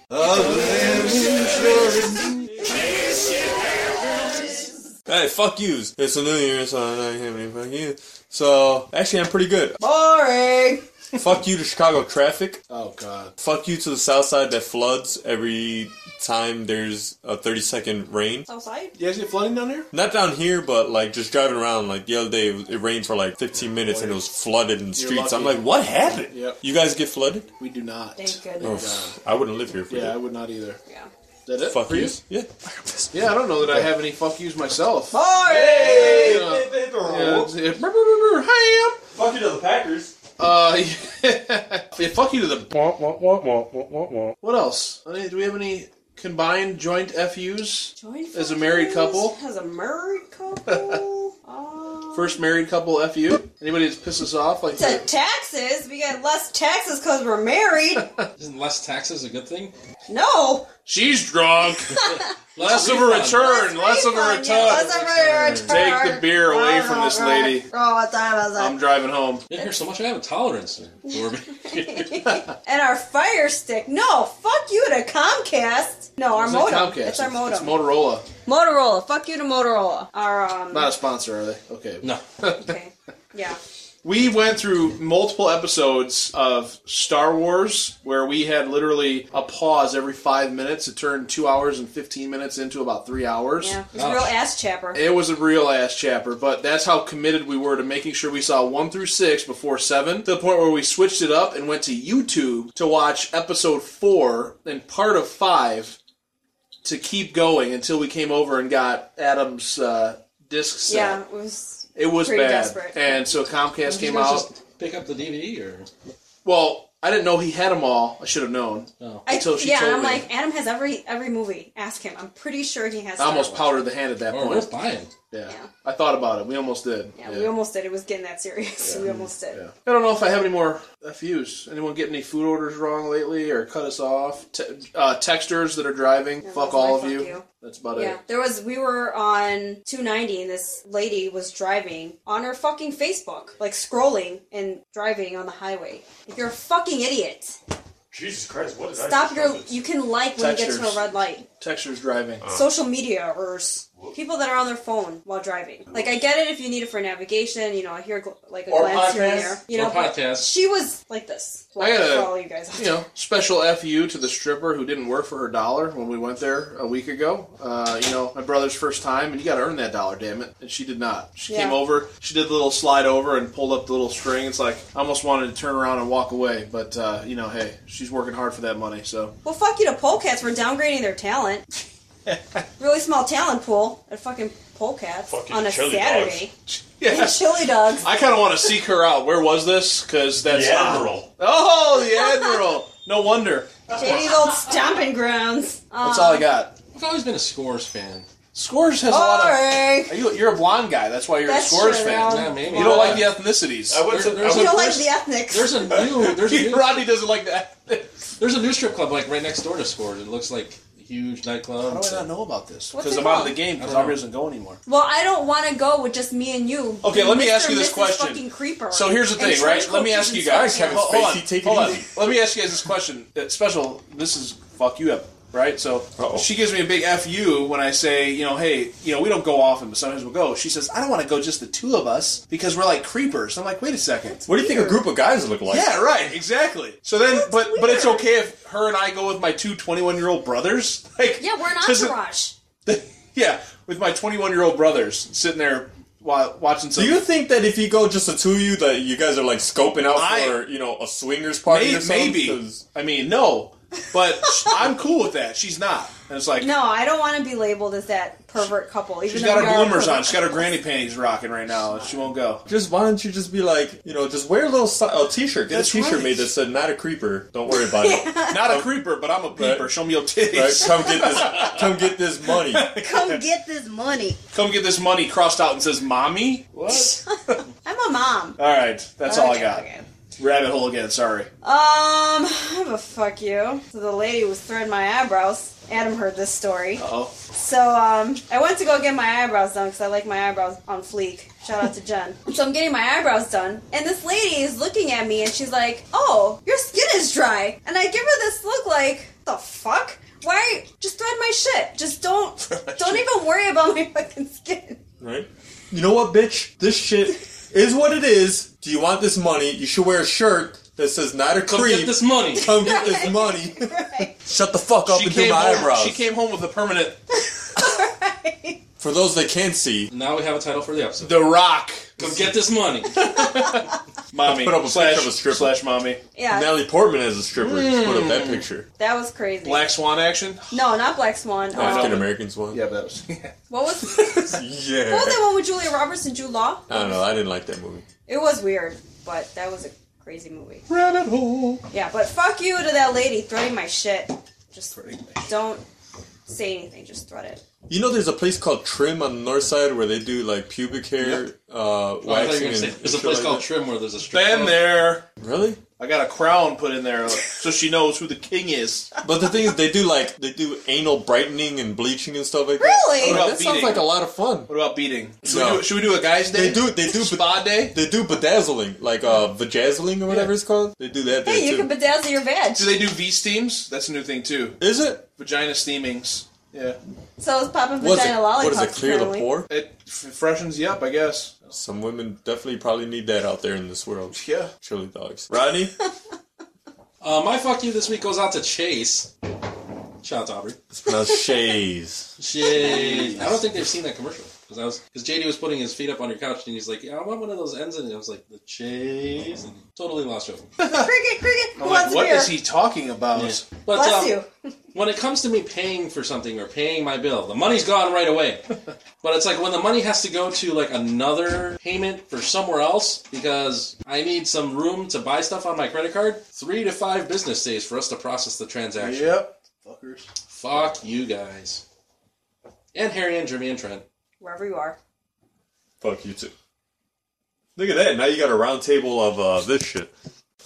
Speaker 1: Hey, fuck yous. It's a new year, so I can't really fuck you. So, actually, I'm pretty good.
Speaker 2: Boring.
Speaker 1: fuck you to Chicago traffic.
Speaker 3: Oh God!
Speaker 1: Fuck you to the south side that floods every time there's a 30 second rain.
Speaker 2: Outside?
Speaker 3: You guys get flooding down here?
Speaker 1: Not down here, but like just driving around. Like the other day, it rained for like 15 minutes and it was flooded in the streets. I'm
Speaker 3: lucky.
Speaker 1: like, what happened?
Speaker 3: Yep.
Speaker 1: You guys get flooded?
Speaker 3: We do not.
Speaker 2: Thank
Speaker 1: Oh,
Speaker 2: goodness.
Speaker 1: pff, I wouldn't live here if we
Speaker 3: Yeah, I
Speaker 1: did.
Speaker 3: would not either. Is
Speaker 2: Yeah.
Speaker 3: that it?
Speaker 1: Fuck
Speaker 3: for
Speaker 1: yous? Yeah.
Speaker 3: Yeah, I don't know that I have any fuck yous myself.
Speaker 2: Boring.
Speaker 3: Yeah. Yeah, it's- it- brr, brr, brr, brr, ham.
Speaker 1: Fuck you to the Packers.
Speaker 3: Uh, yeah, fuck you to the. What else? I mean, Do we have any combined joint FUs.
Speaker 2: Joint
Speaker 3: As a married
Speaker 2: families?
Speaker 3: couple?
Speaker 2: As a married couple. Uh,
Speaker 3: First married couple FU. Anybody that pisses off like
Speaker 2: to taxes. We get less taxes because we're married.
Speaker 4: Isn't less taxes a good thing?
Speaker 2: No.
Speaker 3: she's drunk.
Speaker 4: Less
Speaker 3: of a return. Burn, less of a
Speaker 2: refund, yeah,
Speaker 3: return.
Speaker 2: Less of a return.
Speaker 3: Take the beer away
Speaker 2: Oh,
Speaker 3: from this
Speaker 2: right.
Speaker 3: lady. Um,
Speaker 2: Oh, what time was that?
Speaker 3: I'm driving home.
Speaker 4: You hear so much. I have a tolerance. Dorby.
Speaker 2: and our Fire Stick. No, fuck you to Comcast. No, our
Speaker 3: It's not
Speaker 2: modem.
Speaker 3: Comcast.
Speaker 2: It's our modem.
Speaker 3: It's Motorola.
Speaker 2: Motorola. Fuck you to Motorola. Our um.
Speaker 3: Not a sponsor, are they? Okay.
Speaker 4: no.
Speaker 2: okay. Yeah.
Speaker 3: We went through multiple episodes of Star Wars where we had literally a pause every five minutes. It turned two hours and 15 minutes into about three hours.
Speaker 2: Yeah. It's a real ass chapper.
Speaker 3: It was a real ass chapter, but that's how committed we were to making sure we saw one through six before seven, to the point where we switched it up and went to YouTube to watch episode four and part of five to keep going until we came over and got Adam's uh, disc set.
Speaker 2: yeah. It was.
Speaker 3: It was
Speaker 2: Pretty
Speaker 3: bad.
Speaker 2: desperate.
Speaker 3: And so Comcast
Speaker 4: You
Speaker 3: came
Speaker 4: guys
Speaker 3: out.
Speaker 4: Just pick up the DVD or
Speaker 3: Well, I didn't know he had them all. I should have known.
Speaker 4: no.
Speaker 2: I,
Speaker 3: Until she
Speaker 2: yeah,
Speaker 3: told
Speaker 2: and I'm
Speaker 3: me.
Speaker 2: like, Adam has every every movie. Ask him. I'm pretty sure he has.
Speaker 3: I almost
Speaker 2: Star Wars.
Speaker 3: powdered the hand at that
Speaker 4: Or
Speaker 3: point.
Speaker 4: worth buying.
Speaker 3: Yeah.
Speaker 2: Yeah.
Speaker 3: I thought about it. We almost did.
Speaker 2: Yeah, we almost did. It was getting that serious. We almost did.
Speaker 3: Yeah. I don't know if I have any more FUs. Anyone get any food orders wrong lately or cut us off? Te- uh, texters that are driving,
Speaker 2: Yeah,
Speaker 3: fuck
Speaker 2: that's my
Speaker 3: all of
Speaker 2: fuck
Speaker 3: you.
Speaker 2: you.
Speaker 3: That's about
Speaker 2: Yeah,
Speaker 3: it.
Speaker 2: there was. We were on 290, and this lady was driving on her fucking Facebook, like scrolling and driving on the highway. If you're a fucking idiot,
Speaker 1: Jesus Christ, what is that?
Speaker 2: stop your. You can like when you get
Speaker 3: Textures. Uh.
Speaker 2: to a red light.
Speaker 3: Texters driving.
Speaker 2: Social media or s- people that are on their phone while driving. Like I get it if you need it for navigation. You know, I hear gl- like a
Speaker 1: Or
Speaker 2: glance here and
Speaker 1: podcasts.
Speaker 2: there. You
Speaker 4: Or
Speaker 2: know, but
Speaker 4: podcasts.
Speaker 2: She was like this. Well,
Speaker 3: I gotta-
Speaker 2: for all you guys. out
Speaker 3: You know, special FU to the stripper who didn't work for her dollar when we went there a week ago. Uh, you know, my brother's first time, and you got to earn that dollar, damn it. And she did not. She
Speaker 2: Yeah.
Speaker 3: came over, she did the little slide over and pulled up the little string. It's like, I almost wanted to turn around and walk away, but, uh, you know, hey, she's working hard for that money, so.
Speaker 2: Well, fuck you to polecats for downgrading their talent. really small talent pool at fucking polecats
Speaker 1: Fucking
Speaker 2: on a
Speaker 1: chili
Speaker 2: Saturday.
Speaker 3: Yeah.
Speaker 2: And chili dogs.
Speaker 3: I kind of want to seek her out. Where was this? Because that's
Speaker 1: The Admiral.
Speaker 3: Oh, the admiral. No wonder.
Speaker 2: JD's old stomping grounds.
Speaker 3: That's all I got.
Speaker 4: I've always been a Scores fan.
Speaker 3: Scores
Speaker 2: Oh,
Speaker 3: has a lot
Speaker 2: Boring.
Speaker 3: of. Are you, you're a blonde guy. That's why you're
Speaker 2: That's
Speaker 3: a Scores
Speaker 2: true,
Speaker 3: fan.
Speaker 2: they're
Speaker 4: Yeah, maybe.
Speaker 3: You don't like the ethnicities.
Speaker 1: I went to,
Speaker 4: There- there's
Speaker 1: I
Speaker 2: You
Speaker 1: went,
Speaker 2: don't like
Speaker 4: There's-
Speaker 2: the ethnics.
Speaker 4: There's a new. There's a new,
Speaker 3: Rodney doesn't like that.
Speaker 4: there's a new strip club like right next door to Scores. It looks like a huge nightclub.
Speaker 3: How do I not know about this?
Speaker 2: What's
Speaker 3: Because
Speaker 2: it
Speaker 3: I'm out of
Speaker 2: called?
Speaker 3: the game because
Speaker 4: I don't
Speaker 3: Aubrey
Speaker 4: know.
Speaker 3: doesn't go anymore.
Speaker 2: well, I don't want to go with just me and you.
Speaker 3: Okay, let me
Speaker 2: Mr.
Speaker 3: ask you this
Speaker 2: Mrs.
Speaker 3: question.
Speaker 2: Fucking creeper.
Speaker 3: So here's the
Speaker 2: And
Speaker 3: thing,
Speaker 2: trench
Speaker 3: right? Let me
Speaker 2: coats
Speaker 3: ask you
Speaker 2: and
Speaker 3: guys.
Speaker 2: stuff.
Speaker 1: Kevin
Speaker 3: Hold- hold
Speaker 1: Spacey,
Speaker 3: on,
Speaker 1: take it
Speaker 3: hold on.
Speaker 1: easy.
Speaker 3: Let me ask you guys this question. It's special. This is fuck you up, right? So
Speaker 1: Uh-oh.
Speaker 3: she gives me a big fu when I say, you know, hey, you know, we don't go often, but sometimes we'll go. She says, I don't want to go just the two of us because we're like creepers. I'm like, wait a second.
Speaker 1: what do you think a group of guys look like?
Speaker 3: Yeah, right. Exactly. So then, but but it's okay if her and I go with my two 21 year old brothers. Like,
Speaker 2: Yeah, we're an
Speaker 3: doesn't-
Speaker 2: entourage.
Speaker 3: yeah, with my 21 year old brothers sitting there wa- watching some.
Speaker 1: Do you think that if you go just the two of you, that you guys are like scoping out
Speaker 3: I-
Speaker 1: for you know a swingers party
Speaker 3: May-
Speaker 1: or something?
Speaker 3: maybe.
Speaker 1: 'Cause-
Speaker 3: I mean, no. But sh- I'm cool with that. She's not. And it's like,
Speaker 2: No, I don't want to be labeled as that pervert couple. Even
Speaker 3: she's
Speaker 2: though
Speaker 3: got
Speaker 2: we
Speaker 3: her
Speaker 2: are a
Speaker 3: bloomers on.
Speaker 2: pervert
Speaker 3: She's got her
Speaker 2: couple.
Speaker 3: granny panties rocking right now. and She won't go.
Speaker 1: Just why don't you just be like you know just wear a little si- a t-shirt, get
Speaker 3: That's
Speaker 1: a t-shirt
Speaker 3: right.
Speaker 1: made that said "Not a creeper." Don't worry about it.
Speaker 3: Not a creeper, but I'm a peeper.
Speaker 1: Oh. Right.
Speaker 3: Show me your
Speaker 1: Right?
Speaker 3: titties.
Speaker 1: Come get this. Come get this money.
Speaker 2: Come get this money.
Speaker 3: Come get this money crossed out and says, "Mommy." What?
Speaker 2: I'm a mom.
Speaker 3: all right, that's all I
Speaker 2: Okay,
Speaker 3: got.
Speaker 2: okay.
Speaker 3: Rabbit hole again. Sorry.
Speaker 2: Um, I have a fuck you. So the lady was threading my eyebrows. Adam heard this story.
Speaker 3: Oh,
Speaker 2: So, um, I went to go get my eyebrows done because I like my eyebrows on fleek. Shout out to Jen. So I'm getting my eyebrows done, and this lady is looking at me and she's like, Oh, your skin is dry. And I give her this look like, The fuck? Why? Just thread my shit. Just don't, don't even worry about my fucking skin.
Speaker 1: Right? You know what, bitch? This shit is what it is. Do you want this money? You should wear a shirt that says "Not a
Speaker 4: Come
Speaker 1: creep."
Speaker 4: get this money.
Speaker 1: Come get this money.
Speaker 2: Right.
Speaker 1: Shut the fuck up
Speaker 3: she
Speaker 1: and do
Speaker 3: came,
Speaker 1: my
Speaker 3: home,
Speaker 1: eyebrows.
Speaker 3: she came home with a permanent.
Speaker 1: For those that can't see,
Speaker 4: Now we have a title for Mm. the episode.
Speaker 3: The Rock,
Speaker 4: Come get this money.
Speaker 3: mommy.
Speaker 1: Put up a
Speaker 3: slash,
Speaker 1: picture of a stripper.
Speaker 3: slash mommy.
Speaker 2: Yeah,
Speaker 1: Natalie Portman as a stripper. Just put up that
Speaker 4: Mm.
Speaker 1: picture.
Speaker 2: that was crazy.
Speaker 3: Black Swan action.
Speaker 2: No, not Black Swan.
Speaker 4: Oh,
Speaker 2: um,
Speaker 1: African Americans one.
Speaker 3: Yeah, but that was.
Speaker 2: What was
Speaker 1: Yeah.
Speaker 2: what was that one with Julia Roberts and Jude Law?
Speaker 1: I don't know. I didn't like that movie.
Speaker 2: It was weird, but that was a crazy movie.
Speaker 3: Rabbit hole.
Speaker 2: Yeah, but fuck you to that lady threading my shit. Just don't say anything, just thread it.
Speaker 1: You know, there's a place called Trim on the north side where they do like pubic hair uh,
Speaker 4: Oh, I thought you were
Speaker 1: waxing.
Speaker 4: gonna
Speaker 1: and
Speaker 4: say, there's a
Speaker 1: shit
Speaker 4: place
Speaker 1: like
Speaker 4: called
Speaker 1: that.
Speaker 4: Trim where there's a strip
Speaker 3: Been
Speaker 4: club.
Speaker 3: there.
Speaker 1: Really?
Speaker 3: I got a crown put in there so she knows who the king is.
Speaker 1: But the thing is, they do like they do anal brightening and bleaching and stuff like that.
Speaker 2: Really?
Speaker 1: I'm like,
Speaker 3: What about
Speaker 1: that sounds
Speaker 3: beating?
Speaker 1: like a lot of fun.
Speaker 3: What about beating? Should,
Speaker 1: No.
Speaker 3: we, do, should we do a guy's day?
Speaker 1: They do they do
Speaker 3: spa day.
Speaker 1: They do bedazzling, like uh vajazzling or whatever it's called. They do that.
Speaker 2: Hey,
Speaker 1: there
Speaker 2: you
Speaker 1: too.
Speaker 2: can bedazzle your veg.
Speaker 3: Do they do V steams? That's a new thing too.
Speaker 1: Is it?
Speaker 3: Vagina steamings. Yeah,
Speaker 2: So it's popping
Speaker 1: What is it?
Speaker 2: vagina
Speaker 1: What
Speaker 2: lollipops.
Speaker 1: does it clear the
Speaker 2: apparently.
Speaker 1: pore?
Speaker 3: it f- freshens you up, I guess.
Speaker 1: Some women definitely probably need that out there in this world.
Speaker 3: Yeah.
Speaker 1: Chili dogs. Rodney,
Speaker 4: Uh, my fuck you this week goes out to Chase. Shout out to Aubrey.
Speaker 1: it's pronounced Shays.
Speaker 4: Chase. I don't think they've seen that commercial because I was because JD was putting his feet up on your couch and he's like, "Yeah, I want one of those ends," and I was like, "The Chase," and totally lost your.
Speaker 2: Cricket, cricket. Who
Speaker 3: I'm like,
Speaker 2: wants a
Speaker 3: what
Speaker 2: beer?
Speaker 3: is he talking about?
Speaker 4: But
Speaker 2: Bless
Speaker 4: um,
Speaker 2: you.
Speaker 4: when it comes to me paying for something or paying my bill, the money's gone right away. but it's like when the money has to go to like another payment for somewhere else because I need some room to buy stuff on my credit card. Three to five business days for us to process the transaction.
Speaker 3: Yep. Fuckers.
Speaker 4: Fuck you guys. And Harry and Jimmy and Trent.
Speaker 2: Wherever you are.
Speaker 1: Fuck you too. Look at that. Now you got a round table of uh, this shit.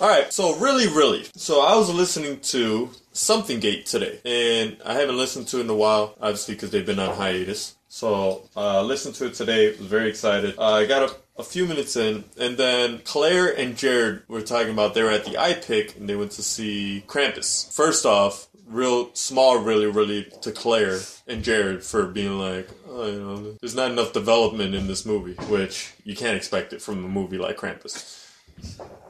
Speaker 1: All right. So really, really. So I was listening to Something Gate today, and I haven't listened to it in a while, obviously because they've been on hiatus. So uh, listened to it today. Was very excited. Uh, I got a, a few minutes in, and then Claire and Jared were talking about they were at the iPick and they went to see Krampus. First off, real small really really to claire and jared for being like oh, you know there's not enough development in this movie which you can't expect it from a movie like krampus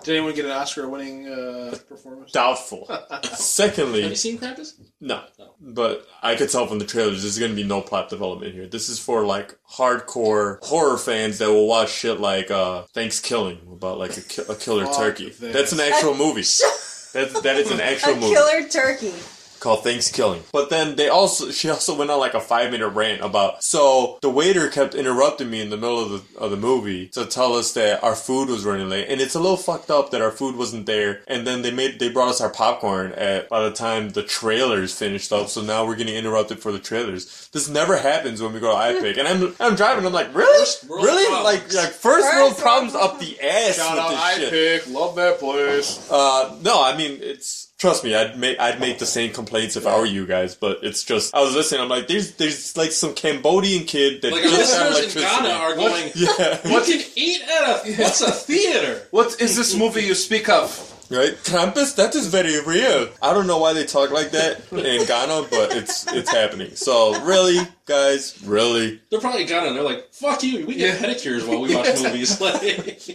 Speaker 3: Did anyone get an Oscar-winning uh, performance?
Speaker 1: doubtful
Speaker 4: Have you
Speaker 1: secondly
Speaker 4: seen Krampus?
Speaker 1: no but i could tell from the trailers there's going to be no plot development here this is for like hardcore horror fans that will watch shit like uh thanksgiving about like a, ki- a killer
Speaker 3: Fuck
Speaker 1: turkey
Speaker 3: this.
Speaker 1: that's an actual movie that's, that is an actual
Speaker 2: a
Speaker 1: movie
Speaker 2: killer turkey.
Speaker 1: called Thanksgiving. But then they also she also went on like a five minute rant about so the waiter kept interrupting me in the middle of the of the movie to tell us that our food was running late and it's a little fucked up that our food wasn't there and then they made they brought us our popcorn at by the time the trailers finished up so now we're getting interrupted for the trailers. This never happens when we go to iPick and I'm I'm driving I'm like really
Speaker 4: First world
Speaker 1: really
Speaker 4: problems.
Speaker 1: like like first,
Speaker 2: First
Speaker 1: world
Speaker 2: world
Speaker 1: problems up the ass
Speaker 3: Shout
Speaker 1: with
Speaker 3: out
Speaker 1: this shit.
Speaker 3: iPick. Love that place.
Speaker 1: Uh, no, I mean it's. Trust me, I'd make I'd make the same complaints if I were you guys, but it's just I was listening. I'm like, there's there's like some Cambodian kid that
Speaker 4: Like our
Speaker 1: just found
Speaker 4: listeners in
Speaker 1: electricity.
Speaker 4: Ghana are going,
Speaker 1: yeah,
Speaker 4: "You can eat at a what's a theater?"
Speaker 3: What is this movie you speak of?
Speaker 1: right. Krampus, that is very real. I don't know why they talk like that in Ghana, but it's it's happening. So really, guys, really,
Speaker 4: They're probably Ghana. and They're like, "Fuck you. We get pedicures while we watch movies."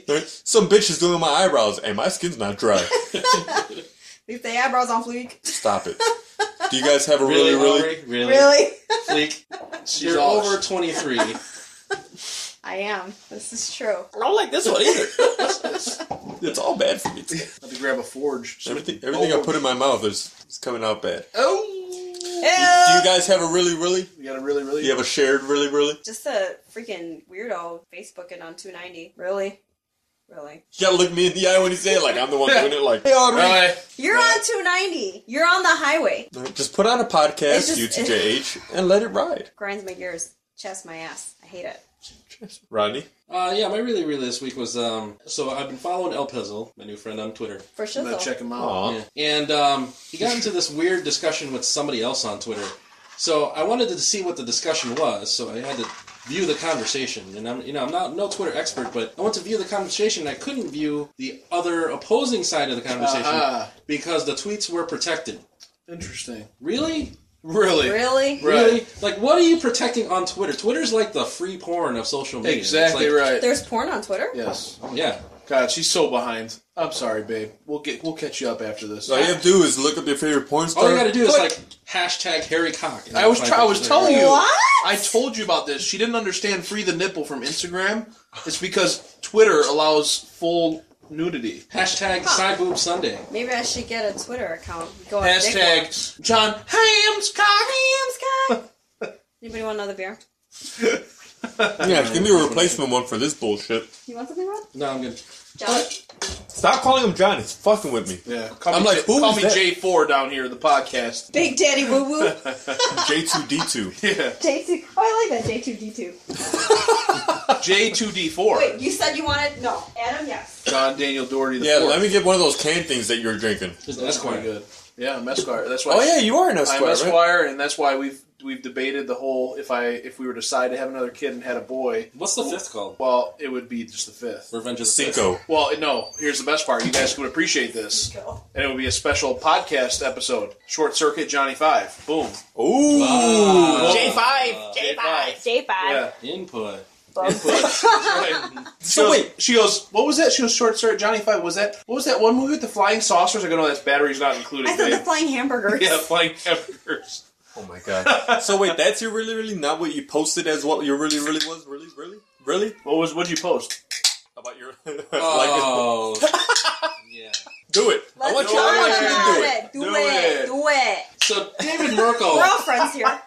Speaker 4: Like,
Speaker 1: some bitch is doing my eyebrows, and my skin's not dry.
Speaker 2: Leave the eyebrows on fleek.
Speaker 1: Stop it. Do you guys have a
Speaker 4: really,
Speaker 1: really, really?
Speaker 4: Aubrey? really,
Speaker 2: Really?
Speaker 4: Fleek,
Speaker 3: She's
Speaker 4: you're
Speaker 3: all-
Speaker 4: over 23.
Speaker 2: I am. This is true.
Speaker 1: I don't like this one either. it's all bad for me. Today.
Speaker 3: Had to grab a forge.
Speaker 1: Everything, everything
Speaker 4: Oh.
Speaker 1: I put in my mouth is, is coming out bad.
Speaker 4: Uh.
Speaker 3: Oh.
Speaker 1: Do you
Speaker 2: Ew.
Speaker 1: guys have a really, really?
Speaker 3: We got a really, really.
Speaker 1: You have a shared really, really?
Speaker 2: Just a freaking weirdo Facebooking on 290. Really? Really?
Speaker 1: You gotta look me in the eye when you say it, like I'm the one doing it, like, hey, Aubrey.
Speaker 3: Really?
Speaker 2: You're on 290. You're on the highway.
Speaker 1: Just put on a podcast,
Speaker 2: It's just-
Speaker 1: UTJH, and let it ride.
Speaker 2: Grinds my gears. Chest my ass. I hate it.
Speaker 1: Rodney?
Speaker 4: Uh, yeah, my really, really this week was um. So I've been following El Pizzle, my new friend on Twitter.
Speaker 2: For
Speaker 3: I'm gonna
Speaker 2: shizzle.
Speaker 3: check him out.
Speaker 1: Aw.
Speaker 4: Yeah. And um, he got into this weird discussion with somebody else on Twitter. So I wanted to see what the discussion was. So I had to view the conversation, and I'm you know I'm not no Twitter expert, but I went to view the conversation. and I couldn't view the other opposing side of the conversation
Speaker 3: Ah,
Speaker 4: because the tweets were protected.
Speaker 3: interesting.
Speaker 4: Really?
Speaker 3: Really?
Speaker 2: Really?
Speaker 3: Right.
Speaker 4: Really? Like, what are you protecting on Twitter? Twitter's like the free porn of social media. It's
Speaker 3: Exactly
Speaker 4: like-
Speaker 3: right.
Speaker 2: There's porn on Twitter?
Speaker 3: Yes.
Speaker 4: Yeah.
Speaker 3: God, she's so behind. I'm sorry, babe. We'll get we'll catch you up after this.
Speaker 1: All you have to do is look up your favorite porn star.
Speaker 4: All you gotta do is
Speaker 3: Click.
Speaker 4: like hashtag Harry Cock. and
Speaker 3: I was
Speaker 4: find
Speaker 3: try- I was
Speaker 4: pictures of
Speaker 3: telling
Speaker 4: Harry.
Speaker 3: you.
Speaker 2: What?
Speaker 3: I told you about this. She didn't understand free the nipple from Instagram. It's because Twitter allows full nudity.
Speaker 4: Hashtag side boob Sunday.
Speaker 2: Maybe I should get a Twitter account. Go on Dick Walk.
Speaker 3: Hashtag John Hams
Speaker 2: Damn, Scott. Anybody want another beer?
Speaker 1: Yeah, give me a replacement one for this bullshit.
Speaker 2: You want something, Rod?
Speaker 4: No, I'm good.
Speaker 2: John?
Speaker 1: Stop calling him John. It's fucking with me.
Speaker 3: Yeah, call
Speaker 1: I'm
Speaker 3: me
Speaker 1: like,
Speaker 3: J-
Speaker 1: who
Speaker 3: call
Speaker 1: is
Speaker 3: me
Speaker 1: that?
Speaker 3: J four down here in the podcast.
Speaker 8: Big Daddy Woo Woo.
Speaker 1: J two D two.
Speaker 3: Yeah,
Speaker 8: J2. Oh, I like that J2D2.
Speaker 3: J two D four.
Speaker 8: Wait, you said you wanted no Adam? Yes.
Speaker 3: John Daniel Doherty. The
Speaker 1: Yeah,
Speaker 3: fourth.
Speaker 1: let me get one of those can things that you're drinking.
Speaker 3: That's quite good. Yeah, I'm Esquire. That's why.
Speaker 1: Oh yeah, you are an
Speaker 3: I'm
Speaker 1: Esquire, right?
Speaker 3: Esquire, and that's why we've we've debated the whole if I if we were to decide to have another kid and had a boy,
Speaker 4: What's the fifth called?
Speaker 3: well, it would be just the fifth.
Speaker 4: Revenge of the Fifth.
Speaker 1: Cinco.
Speaker 3: Well, no. Here's the best part. You guys would appreciate this,
Speaker 8: Go.
Speaker 3: and it would be a special podcast episode. Short circuit, Johnny Five. Boom.
Speaker 1: Ooh.
Speaker 3: J5. J5.
Speaker 8: J5.
Speaker 3: Yeah.
Speaker 4: Input.
Speaker 3: So wait, she goes. What was that? She goes short circuit. Johnny Five. Was that? What was that one movie with the flying saucers? I go, no, that's batteries not included.
Speaker 8: I said the
Speaker 3: babe."
Speaker 8: flying hamburgers.
Speaker 3: yeah, flying peppers.
Speaker 1: Oh my god. so wait, that's your really really not what you posted as what your really really was really really really
Speaker 3: What was? What'd you post?
Speaker 1: about your
Speaker 4: Oh. yeah.
Speaker 1: do it. I
Speaker 8: Let's
Speaker 1: want you.
Speaker 8: talk
Speaker 1: I want you to do it.
Speaker 8: about it. Do,
Speaker 3: Do
Speaker 8: it.
Speaker 3: it.
Speaker 8: Do it.
Speaker 4: So David
Speaker 8: We're
Speaker 4: Merkel,
Speaker 8: all friends here.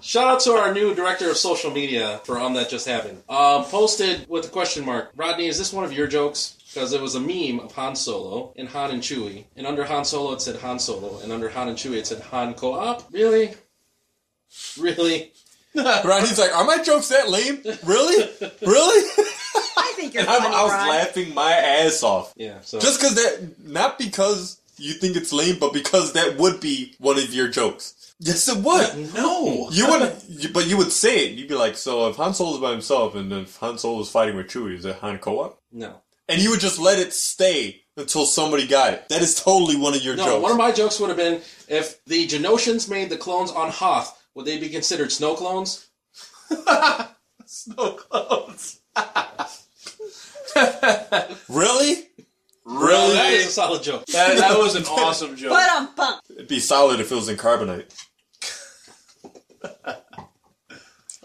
Speaker 4: shout out to our new director of social media for um that just happened. Um, posted with a question mark. Rodney, is this one of your jokes? Because it was a meme of Han Solo and Han and Chewie, and under Han Solo it said Han Solo, and under Han and Chewie it said Han Co-op. Really? Really?
Speaker 1: Ronnie's like, are my jokes that lame? Really? Really?
Speaker 8: I think you're
Speaker 1: And I'm,
Speaker 8: funny,
Speaker 1: I was
Speaker 8: Ron.
Speaker 1: laughing my ass off.
Speaker 4: Yeah. So
Speaker 1: Just because that, not because you think it's lame, but because that would be one of your jokes. Yes, it would.
Speaker 3: No.
Speaker 1: You would, you, but you would say it. You'd be like, so if Han Solo's by himself and if Han Solo's fighting with Chewie, is that Han co-op?
Speaker 4: no.
Speaker 1: And you would just let it stay until somebody got it. That is totally one of your
Speaker 4: No,
Speaker 1: jokes.
Speaker 4: one of my jokes would have been if the Genosians made the clones on Hoth, would they be considered snow clones?
Speaker 3: Snow clouds.
Speaker 1: really?
Speaker 4: Well, that is
Speaker 3: Really?
Speaker 4: a solid joke.
Speaker 3: That, that was an awesome joke.
Speaker 8: But um, bump.
Speaker 1: It'd be solid if it was in carbonite.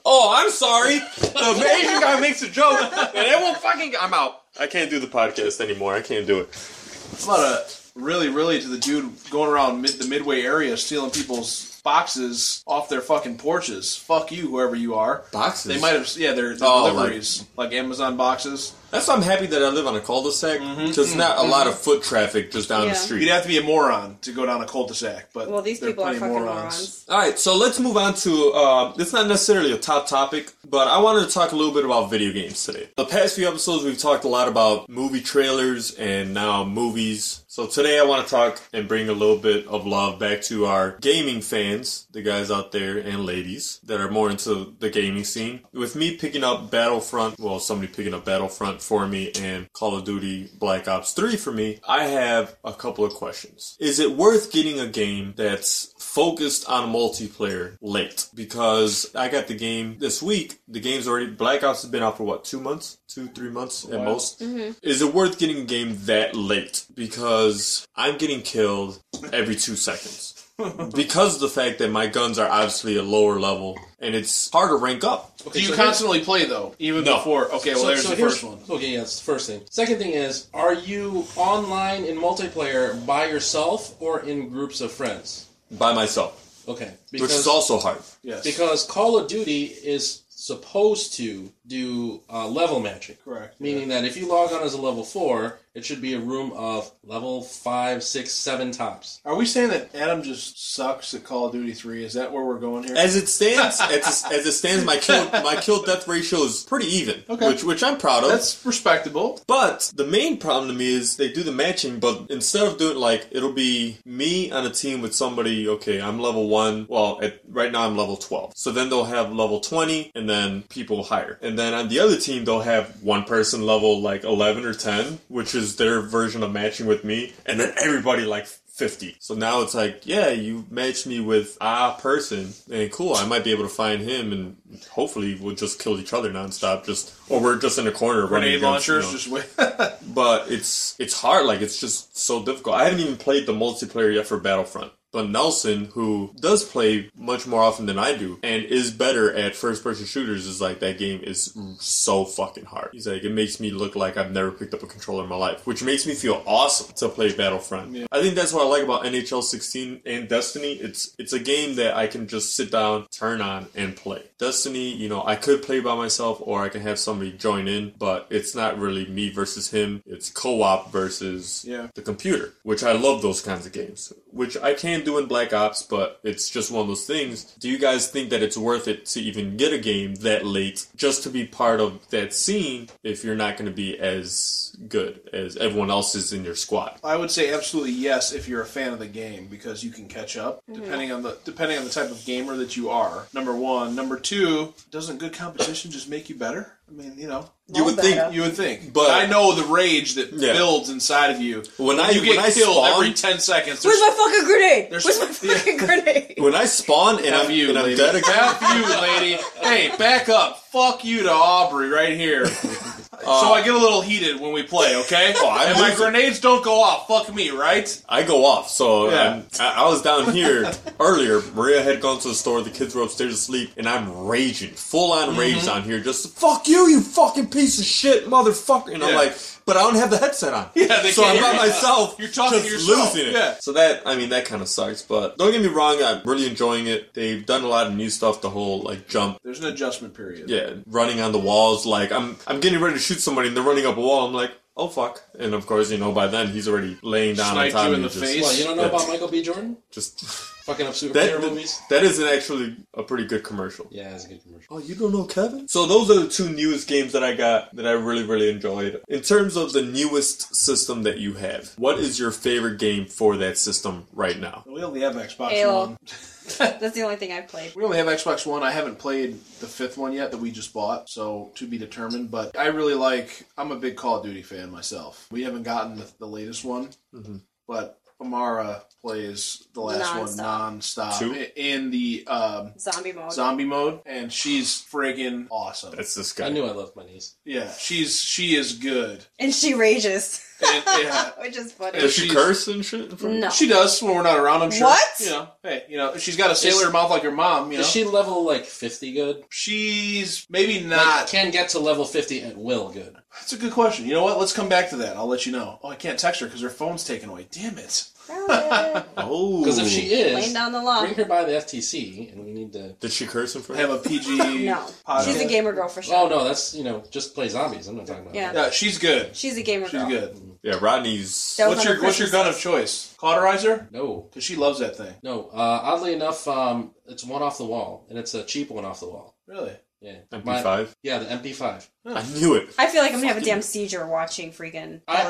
Speaker 1: oh, I'm sorry. The Asian guy makes a joke, and it won't fucking. I'm out. I can't do the podcast anymore. I can't do it.
Speaker 3: It's not a uh, really, really to the dude going around mid, the midway area stealing people's boxes off their fucking porches. Fuck you, whoever you are.
Speaker 1: Boxes.
Speaker 3: They might have, yeah, they're, they're
Speaker 1: Oh,
Speaker 3: deliveries, like, Amazon boxes.
Speaker 1: That's why I'm happy that I live on a cul-de-sac. There's not a lot of foot traffic just down
Speaker 2: Yeah.
Speaker 1: the street.
Speaker 3: You'd have to be a moron to go down a cul-de-sac, but
Speaker 2: Well, these
Speaker 3: there
Speaker 2: people are
Speaker 3: plenty
Speaker 2: fucking
Speaker 3: of
Speaker 2: morons.
Speaker 1: All right, so let's move on to. Uh, it's not necessarily a top topic, but I wanted to talk a little bit about video games today. The past few episodes, we've talked a lot about movie trailers and now movies. So today, I want to talk and bring a little bit of love back to our gaming fans, the guys out there and ladies that are more into the gaming scene. With me picking up Battlefront, well, somebody picking up Battlefront for me and Call of Duty Black Ops 3 for me, I have a couple of questions. Is it worth getting a game that's focused on multiplayer late because I got the game this week. The game's already Black Ops has been out for what two months, two three months at most. Is it worth getting a game that late? Because I'm getting killed every two seconds because of the fact that my guns are obviously a lower level and it's hard to rank up.
Speaker 3: Do you
Speaker 4: so here's-
Speaker 3: constantly play, though? Even
Speaker 1: No.
Speaker 3: before? Okay, well,
Speaker 4: So-
Speaker 3: there's
Speaker 4: so
Speaker 3: the
Speaker 4: here's-
Speaker 3: first one.
Speaker 4: Okay, yeah, that's the first thing. Second thing is, are you online in multiplayer by yourself or in groups of friends?
Speaker 1: By myself,
Speaker 4: Okay,
Speaker 1: which is also hard.
Speaker 3: Yes.
Speaker 4: because Call of Duty is supposed to do uh, level matching.
Speaker 3: Correct.
Speaker 4: Meaning that if you log on as a level four, it should be a room of level five, six, seven tops.
Speaker 3: Are we saying that Adam just sucks at Call of Duty 3? Is that where we're going here?
Speaker 1: As it stands, as, it- as it stands, my kill my kill death ratio is pretty even,
Speaker 3: Okay.
Speaker 1: which which I'm proud of.
Speaker 3: That's respectable.
Speaker 1: But the main problem to me is they do the matching, but instead of doing like it'll be me on a team with somebody. Okay, I'm level one. Well, at, right now I'm level twelve. So then they'll have level twenty, and then people higher. And then on the other team they'll have one person level like eleven or ten, which is their version of matching with me, and then everybody like. 50. So now it's like, yeah, you matched me with a person, and cool, I might be able to find him, and hopefully we'll just kill each other nonstop, just, or we're just in a corner running
Speaker 3: Grenade
Speaker 1: against,
Speaker 3: launchers,
Speaker 1: you know
Speaker 3: just wait.
Speaker 1: but it's it's hard. Like it's just so difficult. I haven't even played the multiplayer yet for Battlefront. But Nelson, who does play much more often than I do and is better at first person shooters, is like, that game is so fucking hard. He's like, it makes me look like I've never picked up a controller in my life, which makes me feel awesome to play Battlefront. I think that's what I like about NHL 16 and Destiny. It's it's a game that I can just sit down, turn on, and play. Destiny, you know, I could play by myself or I can have somebody join in, but it's not really me versus him. It's co-op versus
Speaker 3: Yeah.
Speaker 1: the computer, which I love those kinds of games, which I can do in Black Ops, but it's just one of those things. Do you guys think that it's worth it to even get a game that late just to be part of that scene if you're not going to be as good as everyone else is in your squad?
Speaker 3: I would say absolutely yes if you're a fan of the game because you can catch up depending on the depending on the type of gamer that you are. Number one, number two, doesn't good competition just make you better? I mean, you know,
Speaker 1: You would think
Speaker 3: you would think,
Speaker 1: But-
Speaker 3: but I know the rage that
Speaker 1: Yeah.
Speaker 3: builds inside of you
Speaker 1: When I-
Speaker 3: you get
Speaker 1: when I
Speaker 3: killed
Speaker 1: spawn-
Speaker 3: every ten seconds.
Speaker 2: Where's
Speaker 3: There's
Speaker 2: my fucking grenade?
Speaker 3: There's-
Speaker 2: Where's my fucking grenade?
Speaker 1: when I spawn and
Speaker 3: F
Speaker 1: I'm,
Speaker 3: you,
Speaker 1: and I'm
Speaker 3: lady.
Speaker 1: dead again,
Speaker 3: F you, lady. Hey, back up. Fuck you to Aubrey right here. so I get a little heated when we play, okay?
Speaker 1: Uh, Oh, I
Speaker 3: and my
Speaker 1: lose it.
Speaker 3: grenades don't go off. Fuck me, right?
Speaker 1: I go off. So
Speaker 3: Yeah.
Speaker 1: um, I, I was down here earlier. Maria had gone to the store. The kids were upstairs asleep, and I'm raging, full on
Speaker 3: Mm-hmm.
Speaker 1: rage down here. Just fuck you, you fucking piece of shit, motherfucker. And I'm
Speaker 3: Yeah.
Speaker 1: like, but I don't have the headset on.
Speaker 3: Yeah, they
Speaker 1: so
Speaker 3: can't
Speaker 1: I'm by
Speaker 3: hear you.
Speaker 1: myself.
Speaker 3: You're talking
Speaker 1: just
Speaker 3: to yourself.
Speaker 1: losing it.
Speaker 3: Yeah.
Speaker 1: So that I mean, that kind of sucks. But don't get me wrong, I'm really enjoying it. They've done a lot of new stuff. The whole like jump
Speaker 3: There's an adjustment period.
Speaker 1: yeah, running on the walls. Like I'm, I'm getting ready to shoot somebody, and they're running up a wall. I'm like, oh fuck! And of course, you know, by then he's already laying down
Speaker 3: Sniped
Speaker 1: on top of
Speaker 3: you in
Speaker 1: me,
Speaker 3: the
Speaker 1: just,
Speaker 3: face.
Speaker 4: Well, you don't know
Speaker 1: Yeah.
Speaker 4: about Michael B. Jordan?
Speaker 1: Just
Speaker 4: Fucking up superhero
Speaker 1: that,
Speaker 4: movies.
Speaker 1: that is an actually a pretty good commercial.
Speaker 4: Yeah, it's a good commercial.
Speaker 1: Oh, you don't know Kevin? So those are the two newest games that I got that I really, really enjoyed. In terms of the newest system that you have, what is your favorite game for that system right now?
Speaker 3: We only have Xbox
Speaker 2: Halo.
Speaker 3: One.
Speaker 2: That's the only thing I played.
Speaker 3: We only have Xbox One. I haven't played the fifth one yet that we just bought, so to be determined. But I really like. I'm a big Call of Duty fan myself. We haven't gotten the, the latest one,
Speaker 4: Mm-hmm.
Speaker 3: but Amara plays the last one nonstop
Speaker 1: Two?
Speaker 3: i- in the um,
Speaker 2: Zombie mode.
Speaker 3: zombie mode, and she's friggin' awesome.
Speaker 1: That's this
Speaker 4: I
Speaker 1: guy.
Speaker 4: knew I loved my niece.
Speaker 3: yeah, she's she is good.
Speaker 2: and she rages,
Speaker 3: And, yeah,
Speaker 2: which is funny.
Speaker 1: Does she
Speaker 3: She's-
Speaker 1: curse and shit?
Speaker 4: Mm.
Speaker 2: No.
Speaker 3: she does when we're not around. I'm sure.
Speaker 2: What?
Speaker 3: You know, hey, you know, she's got a sailor mouth like her mom. You know,
Speaker 4: Is she level like 50 good?
Speaker 3: she's maybe not.
Speaker 4: Like, can get to level 50 at will good.
Speaker 3: That's a good question. You know what? Let's come back to that. I'll let you know. Oh, I can't text her because her phone's taken away. Damn it.
Speaker 1: Oh,
Speaker 4: Because if she
Speaker 2: Laying
Speaker 4: is,
Speaker 2: down the law.
Speaker 4: bring her by the FTC and we need to.
Speaker 1: did she curse in front?
Speaker 3: I have a PG.
Speaker 2: No.
Speaker 3: podcast.
Speaker 2: She's a gamer girl for sure.
Speaker 4: Oh no, that's, you know, just play zombies. I'm not talking about
Speaker 2: Yeah.
Speaker 4: that.
Speaker 3: Yeah, she's good.
Speaker 2: She's a gamer
Speaker 3: She's
Speaker 2: girl.
Speaker 3: good.
Speaker 1: Yeah, Rodney's.
Speaker 2: That was
Speaker 3: What's
Speaker 2: on
Speaker 3: your
Speaker 2: the
Speaker 3: What's your
Speaker 2: Christmas
Speaker 3: gun of choice? Cauterizer,
Speaker 4: No.
Speaker 3: because she loves that thing.
Speaker 4: No. Uh, oddly enough, um, it's one off the wall and it's a cheap one off the wall.
Speaker 3: Really?
Speaker 4: Yeah. My-
Speaker 1: MP5.
Speaker 4: yeah, the MP5.
Speaker 1: I knew it.
Speaker 2: I feel like I'm gonna have a damn seizure watching freaking.
Speaker 4: I,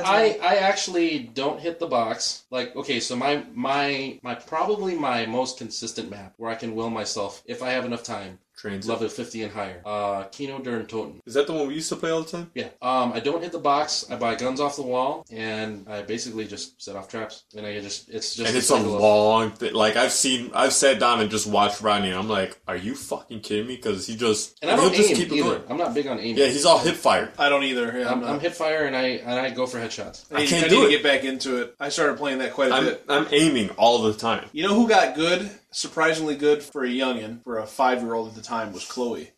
Speaker 4: I, I actually don't hit the box. Like, okay, so my my my probably my most consistent map where I can will myself if I have enough time,
Speaker 1: Transit.
Speaker 4: level fifty and higher. Uh Kino Durn Toten.
Speaker 1: Is that the one we used to play all the time?
Speaker 4: Yeah. Um I don't hit the box, I buy guns off the wall, and I basically just set off traps. And I just it's just
Speaker 1: And
Speaker 4: a
Speaker 1: it's a
Speaker 4: cycle of-
Speaker 1: long thing. Like I've seen, I've sat down and just watched Rodney, and I'm like, "Are you fucking kidding me?" Because he just
Speaker 4: and I
Speaker 1: he'll
Speaker 4: don't
Speaker 1: just
Speaker 4: aim
Speaker 1: keep it
Speaker 4: either.
Speaker 1: going.
Speaker 4: I'm not big on aiming.
Speaker 1: Yeah, he's all hip fired.
Speaker 3: I don't either. Yeah, I'm,
Speaker 4: I'm,
Speaker 3: not.
Speaker 4: I'm hip fire and I and I go for headshots.
Speaker 3: I, need,
Speaker 1: I can't
Speaker 3: I
Speaker 1: do
Speaker 3: need
Speaker 1: it.
Speaker 3: to get back into it. I started playing that quite a
Speaker 1: I'm
Speaker 3: bit.
Speaker 1: I'm aiming all the time.
Speaker 3: You know who got good? Surprisingly good for a youngin, for a five year old at the time, was Chloe.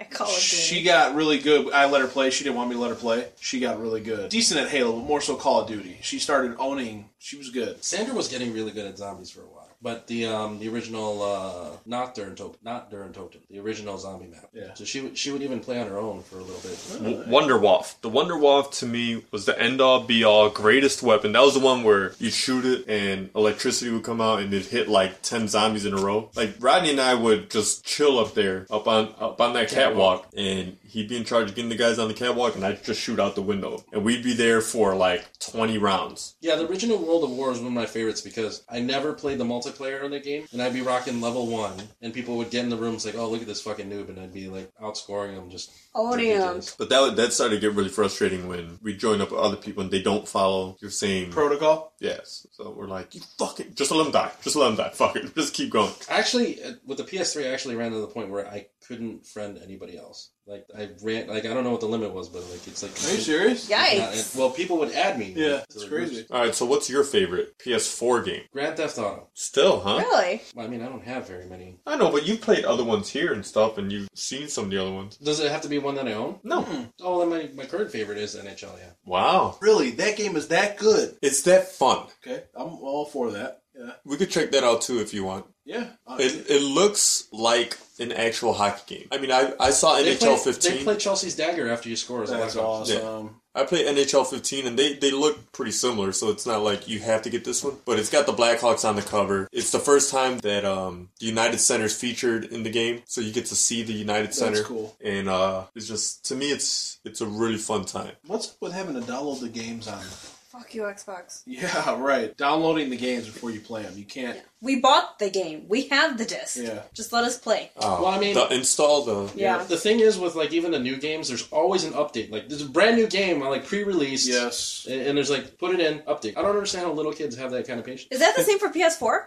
Speaker 2: I call it
Speaker 3: She got really good. I let her play. She didn't want me to let her play. She got really good. Decent at Halo, but more so Call of Duty. She started owning. She was good.
Speaker 4: Sandra was getting really good at zombies for a while, but the um the original uh not Durin Token, not Durin Token, the original zombie map.
Speaker 3: Yeah.
Speaker 4: So she would- she would even play on her own for a little bit.
Speaker 1: W- Wonderwaff. The Wonderwaff to me was the end all be all greatest weapon. That was the one where you'd shoot it and electricity would come out and it'd hit like ten zombies in a row. Like Rodney and I would just chill up there up on up on that catwalk and he'd be in charge of getting the guys on the catwalk and I'd just shoot out the window. And we'd be there for like twenty rounds.
Speaker 4: Yeah, the original World of War is one of my favorites because I never played the multiplayer in the game, and I'd be rocking level one, and people would get in the rooms like, "Oh, look at this fucking noob," and I'd be like outscoring them just.
Speaker 2: Owning 'em.
Speaker 4: ridiculous.
Speaker 1: But that that started to get really frustrating when we join up with other people and they don't follow your same
Speaker 3: protocol.
Speaker 1: yes. So we're like, you fuck it, just let them die, just let them die, fuck it, just keep going.
Speaker 4: Actually, uh, with the PS3, I actually ran to the point where I couldn't friend anybody else. Like I ran, like I don't know what the limit was, but like it's like
Speaker 3: Are you serious?
Speaker 4: Yeah, it-
Speaker 2: Yikes.
Speaker 4: well, people would add me.
Speaker 3: Yeah,
Speaker 4: to
Speaker 3: it's
Speaker 4: the
Speaker 3: crazy.
Speaker 4: groups.
Speaker 1: All right, so what's your favorite PS4 game?
Speaker 4: Grand Theft Auto.
Speaker 1: Still, huh?
Speaker 2: Really?
Speaker 4: Well, I mean, I don't have very many.
Speaker 1: I know, but you played other ones here and stuff, and you've seen some of the other ones.
Speaker 4: Does it have to be one that I own?
Speaker 1: No.
Speaker 4: Oh, then my, my current favorite is NHL. Yeah,
Speaker 1: Wow.
Speaker 3: Really, that game is that good?
Speaker 1: It's that fun.
Speaker 3: Okay, I'm all for that. Yeah,
Speaker 1: We could check that out too if you want.
Speaker 3: yeah.
Speaker 1: It, it looks like an actual hockey game. I mean, I, I saw NHL
Speaker 4: play,
Speaker 1: 15.
Speaker 4: They play Chelsea's dagger after you score. As a
Speaker 3: That's
Speaker 4: lockout.
Speaker 3: awesome.
Speaker 1: I play NHL 15 and they, they look pretty similar, so it's not like you have to get this one. But it's got the Blackhawks on the cover. It's the first time that um, the United Center's featured in the game, so you get to see the United Center.
Speaker 3: cool.
Speaker 1: And uh, it's just to me, it's it's a really fun time.
Speaker 3: What's with having to download the games on?
Speaker 2: Fuck you, Xbox.
Speaker 3: Yeah, right. Downloading the games before you play them. You can't.
Speaker 2: We bought the game. We have the disc.
Speaker 3: Yeah.
Speaker 2: Just let us play.
Speaker 1: Uh,
Speaker 4: Well, I mean-
Speaker 1: the, install the
Speaker 2: Yeah.
Speaker 4: The thing is, with like even the new games, there's always an update. Like there's a brand new game, uh, like pre-released.
Speaker 3: Yes.
Speaker 4: And and there's like put it in update. I don't understand how little kids have that kind of patience.
Speaker 2: Is that the same for PS4?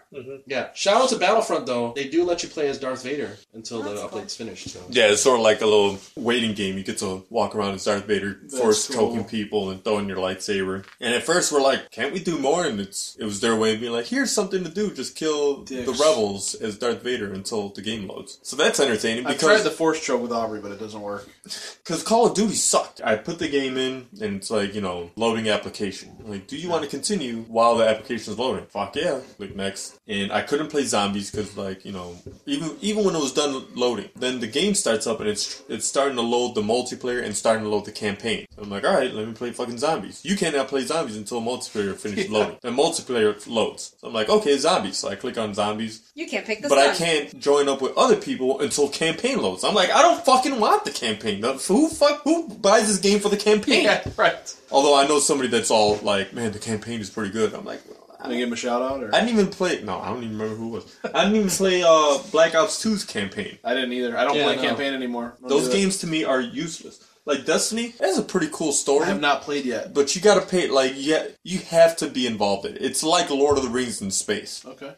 Speaker 4: Yeah. Shout out to Battlefront though. They do let you play as Darth Vader until the
Speaker 2: That's cool.
Speaker 4: update's finished. So.
Speaker 1: yeah. It's sort of like a little waiting game. You get to walk around as Darth Vader, force
Speaker 3: cool.
Speaker 1: choking people and throwing your lightsaber. And at first, we're like, can't we do more? And it's it was their way of being like, here's something to do. Just kill the
Speaker 3: Dicks.
Speaker 1: rebels as Darth Vader until the game loads. So that's entertaining
Speaker 3: I tried
Speaker 1: because
Speaker 3: the force choke with Aubrey, but it doesn't work.
Speaker 1: Because Call of Duty sucked. I put the game in, and it's like, you know, loading application. Like, do you want to continue while the application's loading? Fuck yeah. Click next. And I couldn't play zombies because, like, you know, even even when it was done loading, then the game starts up and it's it's starting to load the multiplayer and starting to load the campaign. I'm like, all right, let me play fucking zombies. You cannot play zombies until multiplayer finishes loading. Then multiplayer loads. So I'm like, okay, zombies. So I click on zombies
Speaker 2: You can't pick this
Speaker 1: but I
Speaker 2: one.
Speaker 1: can't join up with other people until campaign loads. I'm like, I don't fucking want the campaign. The- Who fuck who buys this game for the campaign?
Speaker 3: right.
Speaker 1: Although I know somebody that's all like, man, the campaign is pretty good. I'm like, well, I,
Speaker 3: Gonna give him a shout out, or
Speaker 1: I didn't even play. No, I don't even remember who it was. I didn't even play uh, Black Ops 2's campaign.
Speaker 3: I didn't either. I don't
Speaker 4: Yeah,
Speaker 3: play
Speaker 4: no.
Speaker 3: campaign anymore. Don't
Speaker 1: Those
Speaker 3: do that.
Speaker 1: games to me are useless. Like Destiny, that's a pretty cool story.
Speaker 3: I have not played yet.
Speaker 1: but you gotta pay. Like, yeah, you have to be involved in it. It's like Lord of the Rings in space.
Speaker 3: Okay.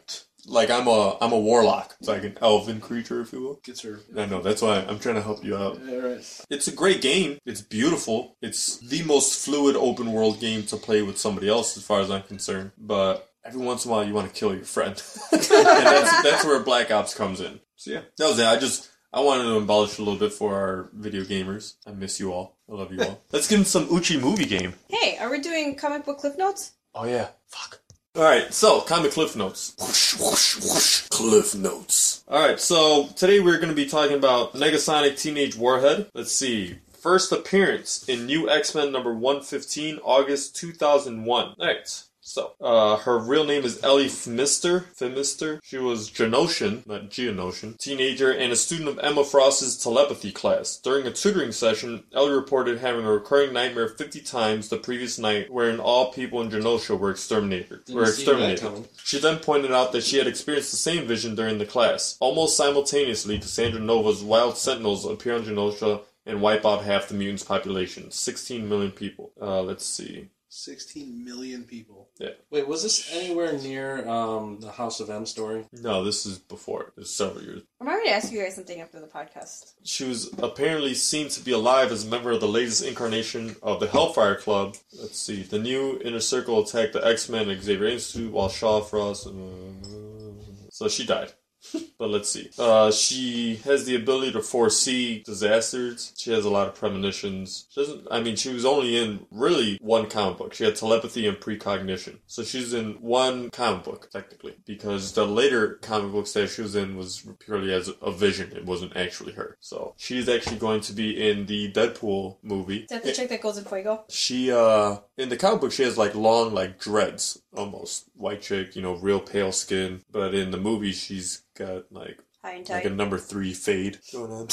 Speaker 1: Like I'm a I'm a warlock. It's like an elven creature, if you will.
Speaker 3: Gets her.
Speaker 1: I know. That's why I'm trying to help you out.
Speaker 3: All right.
Speaker 1: It's a great game. It's beautiful. It's the most fluid open world game to play with somebody else, as far as I'm concerned. But every once in a while, you want to kill your friend, and that's that's where Black Ops comes in. So yeah, that was it. I just I wanted to embellish a little bit for our video gamers. I miss you all. I love you all. Let's get into some Uchi movie game.
Speaker 2: Hey, are we doing comic book cliff notes?
Speaker 1: Oh yeah. Fuck. All right, so comic cliff notes. Whoosh, whoosh, whoosh. Cliff notes. All right, so today we're going to be talking about Negasonic Teenage Warhead. Let's see. First appearance in New X Men number 115, August 2001. All right. So, uh, her real name is Ellie Femister. Femister. She was Genosian, not Geonosian, teenager and a student of Emma Frost's telepathy class. During a tutoring session, Ellie reported having a recurring nightmare 50 times the previous night wherein all people in Genosia were exterminated. were
Speaker 4: see that
Speaker 1: exterminated.
Speaker 4: coming.
Speaker 1: She then pointed out that she had experienced the same vision during the class. Almost simultaneously, Cassandra Nova's wild sentinels appear on Genosha and wipe out half the mutants' population 16 million people. Uh, let's see.
Speaker 3: 16 million people.
Speaker 4: Wait, was this anywhere near um, the House of M story?
Speaker 1: No, this is before. This is several years.
Speaker 2: I'm going to ask you guys something after the podcast.
Speaker 1: She was apparently seen to be alive as a member of the latest incarnation of the Hellfire Club. Let's see. The new Inner Circle attacked the X Men and Xavier Institute while Shaw Frost. So she died. but let's see. Uh, she has the ability to foresee disasters. She has a lot of premonitions. She doesn't. I mean, she was only in really one comic book. She had telepathy and precognition, so she's in one comic book technically because the later comic books that she was in was purely as a vision. It wasn't actually her. So she's actually going to be in the Deadpool movie.
Speaker 2: Is that the chick that goes in Fuego?
Speaker 1: She uh in the comic book she has like long like dreads almost white chick you know real pale skin but in the movie she's got like
Speaker 2: High and
Speaker 1: like a
Speaker 2: tight.
Speaker 1: number three fade going on.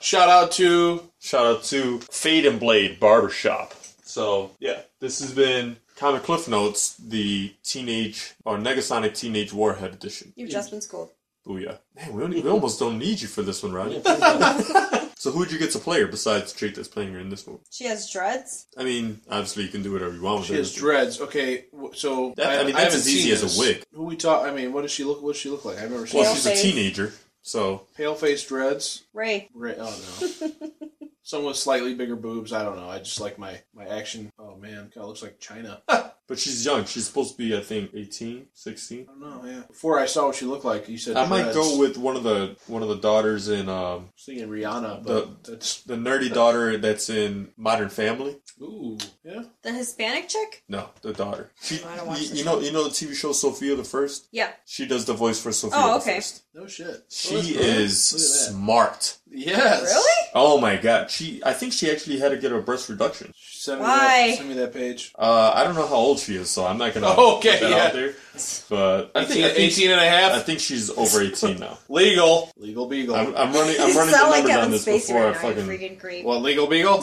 Speaker 3: Shout out to
Speaker 1: Shout out to Fade and Blade Barbershop. So yeah, this has been Comic Cliff Notes, the teenage or Negasonic Teenage Warhead edition.
Speaker 2: You've just been schooled.
Speaker 1: Booyah! Man, we, don't, e- we almost don't need you for this one, Ronnie. so who'd you get to play her besides the chick that's playing her in this movie?
Speaker 2: She has dreads.
Speaker 1: I mean, obviously you can do whatever you want with
Speaker 3: she
Speaker 1: her.
Speaker 3: has dreads. Okay, w- so
Speaker 1: That- I mean, that's
Speaker 3: haven't
Speaker 1: as easy
Speaker 3: seen
Speaker 1: as a
Speaker 3: this.
Speaker 1: wig.
Speaker 3: Who we talk? I mean, what does she look? What does she look like? I've never seen
Speaker 1: well,
Speaker 2: pale
Speaker 1: she's
Speaker 2: face.
Speaker 1: a teenager, so
Speaker 3: pale face dreads.
Speaker 2: Ray.
Speaker 3: Right? Oh no. Someone with slightly bigger boobs. I don't know. I just like my my action. Oh man, kind of looks like China.
Speaker 1: But she's young. She's supposed to be, I think, 18, 16.
Speaker 3: I don't know. Yeah. Before I saw what she looked like, you said
Speaker 1: I might
Speaker 3: dreads.
Speaker 1: go with one of the one of the daughters in um,
Speaker 3: I was thinking Rihanna, but that's
Speaker 1: the nerdy daughter that's in Modern Family.
Speaker 3: ooh yeah.
Speaker 2: The Hispanic chick?
Speaker 1: No, the daughter. She,
Speaker 2: I don't watch
Speaker 1: you,
Speaker 2: the
Speaker 1: you know, you know the TV show Sophia the First.
Speaker 2: Yeah.
Speaker 1: She does the voice for Sophia.
Speaker 2: Oh,
Speaker 1: the
Speaker 2: okay.
Speaker 1: First.
Speaker 3: No shit.
Speaker 1: She
Speaker 3: Oh, that's cool.
Speaker 1: is
Speaker 3: Look at that.
Speaker 1: smart.
Speaker 3: Yes.
Speaker 2: Really?
Speaker 1: Oh my god. She, I think she actually had to get a breast reduction.
Speaker 3: Send me
Speaker 2: Why?
Speaker 3: That, send me that page.
Speaker 1: Uh, I don't know how old she is, so I'm not gonna
Speaker 3: Oh, okay,
Speaker 1: put that
Speaker 3: yeah.
Speaker 1: out there. But I think, I think,
Speaker 3: and a half.
Speaker 1: I think she's over 18 now.
Speaker 3: legal. Legal beagle.
Speaker 1: I'm, I'm running. I'm
Speaker 8: You
Speaker 1: running the numbers
Speaker 8: sound like
Speaker 1: on
Speaker 8: Kevin
Speaker 1: this
Speaker 8: Spacey
Speaker 1: before
Speaker 8: right
Speaker 1: I
Speaker 8: now,
Speaker 1: fucking.
Speaker 8: you freaking creep.
Speaker 3: what legal beagle?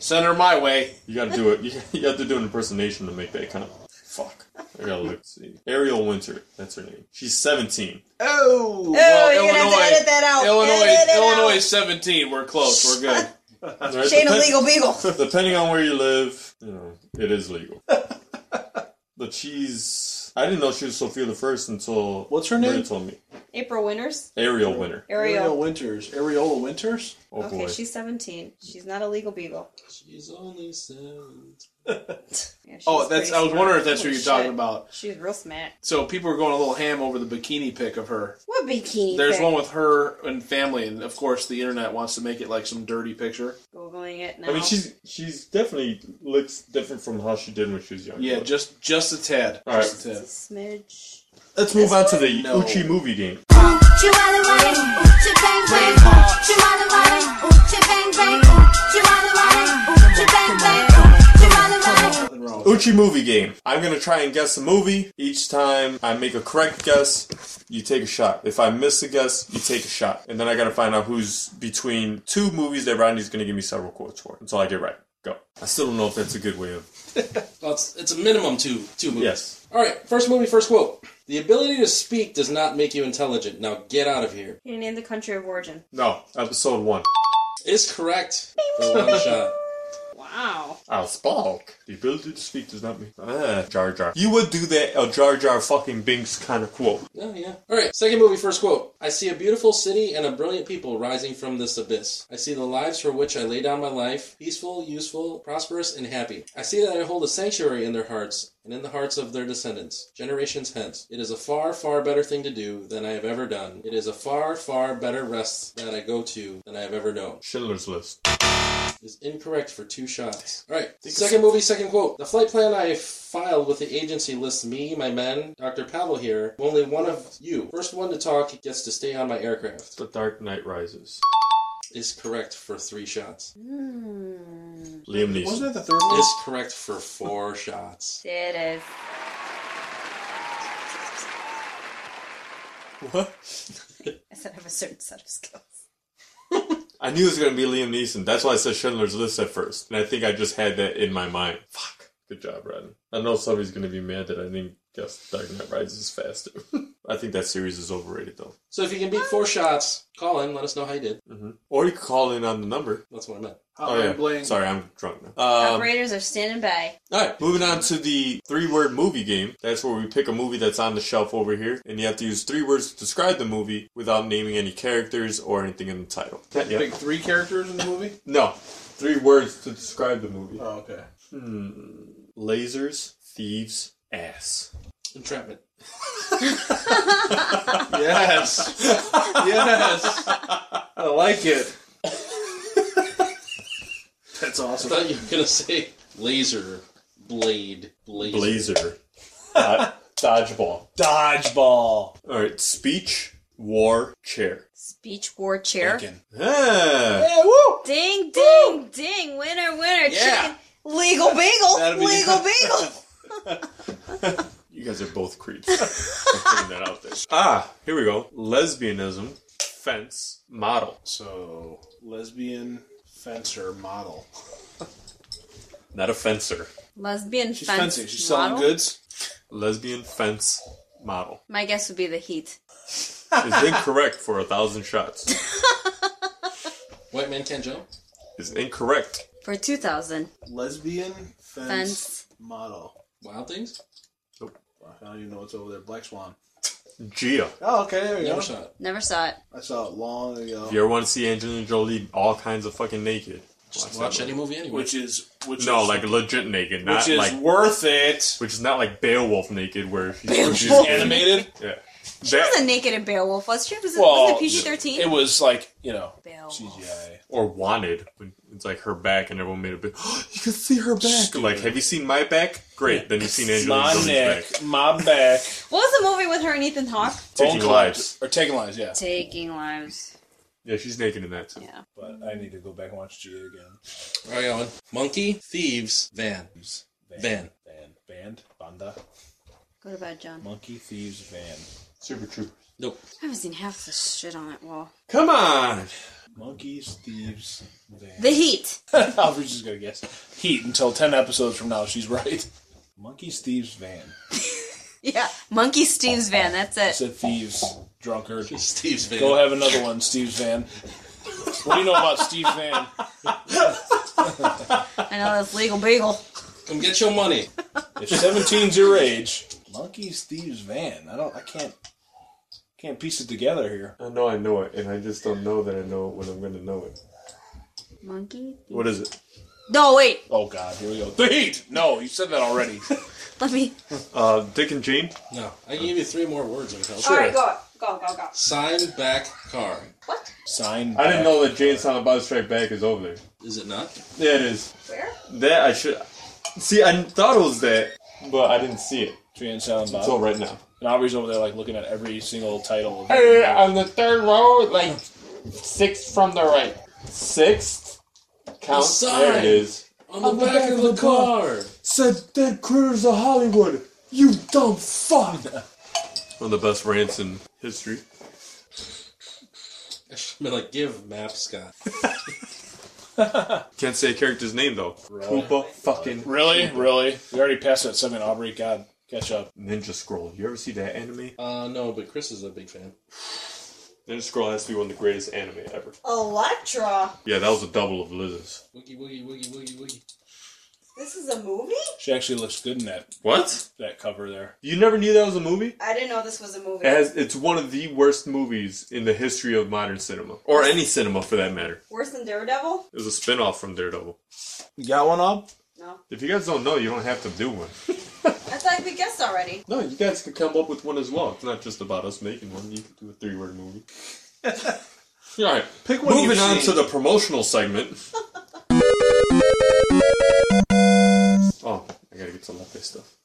Speaker 3: Send her my way.
Speaker 1: You gotta do it. You, you have to do an impersonation to make that count. Fuck. I gotta look. See. Ariel Winter. That's her name. She's 17.
Speaker 3: Oh,
Speaker 8: Oh, you're gonna have to edit that out.
Speaker 3: Illinois,
Speaker 8: Edit it
Speaker 3: Illinois,
Speaker 8: out.
Speaker 3: is seventeen. We're close. We're good.
Speaker 1: Alright,
Speaker 8: Shane
Speaker 1: depend-
Speaker 8: Illegal Beagle.
Speaker 1: Depending on where you live, you know, it is legal. but she's. I didn't know she was Sophia the First until
Speaker 3: What's her name?
Speaker 1: Maria told me.
Speaker 2: April Winters?
Speaker 1: Ariel Winter.
Speaker 2: Ariel.
Speaker 3: Winters, Ariola Winters.
Speaker 1: Oh
Speaker 2: okay,
Speaker 1: boy.
Speaker 2: she's 17. She's not a legal beagle.
Speaker 4: She's only seven.
Speaker 2: Yeah, she's
Speaker 3: Oh, that's.
Speaker 2: pretty
Speaker 3: I was
Speaker 2: smart.
Speaker 3: wondering if that's
Speaker 2: Holy
Speaker 3: who you're
Speaker 2: shit.
Speaker 3: talking about.
Speaker 2: She's real smart.
Speaker 3: So people are going a little ham over the bikini pic of her.
Speaker 2: What bikini?
Speaker 3: There's
Speaker 2: pic?
Speaker 3: one with her and family, and of course the internet wants to make it like some dirty picture.
Speaker 2: Googling it now.
Speaker 1: I mean, she's she's definitely looks different from how she did when she was young.
Speaker 3: Yeah, just just a tad.
Speaker 1: All right.
Speaker 3: Just a
Speaker 2: It's a
Speaker 3: tad.
Speaker 2: smidge.
Speaker 1: Let's move on to the
Speaker 3: No.
Speaker 1: Uchi movie game.
Speaker 3: Nothing wrong. with
Speaker 1: Uchi movie game. I'm gonna try and guess a movie. Each time I make a correct guess, you take a shot. If I miss a guess, you take a shot. And then I gotta find out who's between two movies that Rodney's gonna give me several quotes for until I get right. Go. I still don't know if that's a good way of.
Speaker 4: Well, it's, it's a minimum two two movies.
Speaker 1: Yes.
Speaker 4: All right. First movie, first quote. The ability to speak does not make you intelligent. Now get out of here.
Speaker 2: Can you name the country of origin?
Speaker 1: No. Episode one.
Speaker 4: Is correct for one shot.
Speaker 2: Wow.
Speaker 1: I'll spark. The ability to speak does not mean. Ah, Jar Jar. You would do that, a Jar Jar fucking Binks kind of quote.
Speaker 4: Oh yeah. All right. Second movie, first quote. I see a beautiful city and a brilliant people rising from this abyss. I see the lives for which I lay down my life, peaceful, useful, prosperous, and happy. I see that I hold a sanctuary in their hearts and in the hearts of their descendants, generations hence. It is a far, far better thing to do than I have ever done. It is a far, far better rest that I go to than I have ever known.
Speaker 1: Schindler's List.
Speaker 4: is incorrect for two shots. All right. Second movie, second quote. The flight plan I filed with the agency lists me, my men, Dr. Pavel here. Only one of you. First one to talk gets to stay on my aircraft.
Speaker 1: The Dark Knight Rises.
Speaker 4: Is correct for three shots.
Speaker 2: Hmm.
Speaker 1: Liam
Speaker 3: it. Wasn't
Speaker 1: Neeson.
Speaker 3: that the third one?
Speaker 4: Is correct for four shots.
Speaker 2: It is.
Speaker 1: What?
Speaker 2: I said I have a certain set of skills.
Speaker 1: I knew it was going to be Liam Neeson. That's why I said Schindler's List at first. And I think I just had that in my mind. Fuck. Good job, Rodney. I know somebody's going to be mad that I didn't guess Dark Knight Rises faster. I think that series is overrated, though.
Speaker 4: So if you can beat four shots, call in. Let us know how you did.
Speaker 1: Or you could call in on the number. Oh,
Speaker 4: That's what I meant.
Speaker 3: Hotline Bling.
Speaker 1: Sorry, I'm drunk now. Um,
Speaker 2: Operators are standing by.
Speaker 1: All right, moving on to the three-word movie game. That's where we pick a movie that's on the shelf over here, and you have to use three words to describe the movie without naming any characters or anything in the title.
Speaker 3: Big three characters in the movie.
Speaker 1: No, three words to describe the movie:
Speaker 3: Oh, okay.
Speaker 1: lasers, thieves, ass.
Speaker 4: Entrapment.
Speaker 3: Yes. yes. I like it. That's
Speaker 4: I
Speaker 3: awesome.
Speaker 4: thought you were going to say laser, blade, blazer.
Speaker 1: Blazer, Dod- dodgeball.
Speaker 3: Dodgeball.
Speaker 1: All right, speech, war, chair.
Speaker 2: Speech war chair.
Speaker 1: Ah,
Speaker 3: Yeah, woo!
Speaker 2: Ding, ding, ding. Winner, winner.
Speaker 3: Yeah.
Speaker 2: Chicken. Legal beagle.
Speaker 3: That'll be-
Speaker 2: Legal beagle.
Speaker 1: you guys are both creeps. I'm putting that out there. Ah, here we go. Lesbianism, fence, model.
Speaker 3: So, lesbian fencer model.
Speaker 1: Not a fencer.
Speaker 2: Lesbian
Speaker 3: She's
Speaker 2: fence
Speaker 3: fencing. She's selling
Speaker 2: model?
Speaker 3: goods.
Speaker 1: Lesbian fence model
Speaker 2: My guess would be the heat.
Speaker 1: is incorrect for a thousand shots.
Speaker 4: White man can't jump.
Speaker 1: Is incorrect.
Speaker 2: For 2000.
Speaker 3: Lesbian fence,
Speaker 2: Fence.
Speaker 3: model.
Speaker 4: Wild things.
Speaker 3: I don't even know what's over there. Black Swan.
Speaker 1: Gia.
Speaker 3: Oh, okay, there you
Speaker 4: Never
Speaker 3: go.
Speaker 4: saw it.
Speaker 2: Never saw it.
Speaker 3: I saw it long ago.
Speaker 1: If you ever want to see Angelina Jolie all kinds of fucking naked,
Speaker 4: Just
Speaker 1: that
Speaker 4: watch
Speaker 1: movie.
Speaker 4: any movie anyway.
Speaker 3: Which is which?
Speaker 1: No,
Speaker 3: is,
Speaker 1: like legit naked, not
Speaker 3: which is
Speaker 1: like
Speaker 3: worth it.
Speaker 1: which is not like Beowulf naked where she's, where she's
Speaker 2: Beowulf.
Speaker 3: Animated.
Speaker 1: Yeah.
Speaker 2: She wasn't naked in Beowulf, was she? Was it,
Speaker 3: Well,
Speaker 2: PG thirteen?
Speaker 3: It was like you know
Speaker 2: Beowulf.
Speaker 3: CGI.
Speaker 1: or wanted. when It's like her back, and everyone made a big. you can see her back. Like, have you seen my back? Great. Then you've seen Angelina
Speaker 3: My
Speaker 1: Jolie's
Speaker 3: neck,
Speaker 1: back.
Speaker 3: my back,
Speaker 2: What was the movie with her and Ethan Hawke?
Speaker 1: Taking
Speaker 3: Bone
Speaker 1: lives.
Speaker 3: Collector- or taking lives. Yeah,
Speaker 2: Taking lives.
Speaker 1: Yeah, she's naked in that too.
Speaker 2: Yeah.
Speaker 3: but I need to go back and watch Gia again.
Speaker 4: Where are we going? Monkey, thieves, van. Van.
Speaker 3: Van. Band. Banda.
Speaker 2: Go to bed, John.
Speaker 3: Monkey Thieves Van.
Speaker 1: Super Troopers.
Speaker 4: Nope.
Speaker 2: I haven't seen half the shit on that wall.
Speaker 1: Come on.
Speaker 3: Monkeys Thieves Van.
Speaker 2: The Heat.
Speaker 3: Alfred's just gonna guess. Heat until ten episodes from now. She's right. Monkeys Thieves Van.
Speaker 2: Yeah. Monkey Steve's van.
Speaker 3: I
Speaker 2: That's it.
Speaker 3: said thieves, drunkard.
Speaker 4: Steve's van.
Speaker 3: Go have another one, Steve's Van. What do you know about Steve's Van?
Speaker 2: I know that's legal beagle.
Speaker 4: Come get your money.
Speaker 3: If 17's your age, Monkeys Steve's Van. I don't. I can't. Can't piece it together here.
Speaker 1: I know I know it, and I just don't know that I know it when I'm gonna know it.
Speaker 2: Monkey.
Speaker 1: What is it?
Speaker 2: No, wait.
Speaker 3: Oh God, here we go. The Heat. No, you said that already.
Speaker 2: Let me.
Speaker 1: Uh, Dick and Jane.
Speaker 4: No. I can give you three more words if it helps.
Speaker 2: All right, go, go, go, go.
Speaker 4: Sign back car.
Speaker 2: What?
Speaker 3: Sign.
Speaker 1: I didn't know that Jane's on about to strike back is over there.
Speaker 4: Is it not?
Speaker 1: Yeah, it is.
Speaker 2: Where?
Speaker 1: That I should. See, I thought it was that, but I didn't see it.
Speaker 3: Trans Silent Bob.
Speaker 1: It's all right now.
Speaker 3: And Aubrey's over there, like looking at every single title. Of
Speaker 1: on the third row, like sixth from the right. Sixth? Count. There
Speaker 4: Sign.
Speaker 1: it is.
Speaker 4: On the, back, of the, car.
Speaker 1: Said dead critters of Hollywood. You dumb fuck. One of the best rants in history.
Speaker 4: I should be like, give map Scott.
Speaker 1: Can't say a character's name though. Koopa fucking
Speaker 3: really, really. We already passed that segment, Aubrey. God, catch up.
Speaker 1: Ninja Scroll. You ever see that anime?
Speaker 4: Uh, no, but Chris is a big fan.
Speaker 1: Ninja Scroll has to be one of the greatest anime ever.
Speaker 8: Electra.
Speaker 1: Yeah, that was a double of Liz's.
Speaker 4: Woogie, woogie, woogie, woogie, woogie.
Speaker 8: This is a movie?
Speaker 3: She actually looks good in that
Speaker 1: What?
Speaker 3: that cover there.
Speaker 1: You never knew that was a movie?
Speaker 8: I didn't know this was a movie.
Speaker 1: It has, it's one of the worst movies in the history of modern cinema, or any cinema for that matter.
Speaker 8: Worse than Daredevil?
Speaker 1: It was a spin-off from Daredevil.
Speaker 3: You got one up?
Speaker 8: No.
Speaker 1: If you guys don't know, you don't have to do one.
Speaker 8: I thought we guessed already.
Speaker 1: No, you guys can come up with one as well. It's not just about us making one. You can do a three-word movie. All right, pick
Speaker 3: one
Speaker 1: Moving
Speaker 3: you've
Speaker 1: on
Speaker 3: seen.
Speaker 1: to the promotional segment. oh, I gotta get some of this stuff.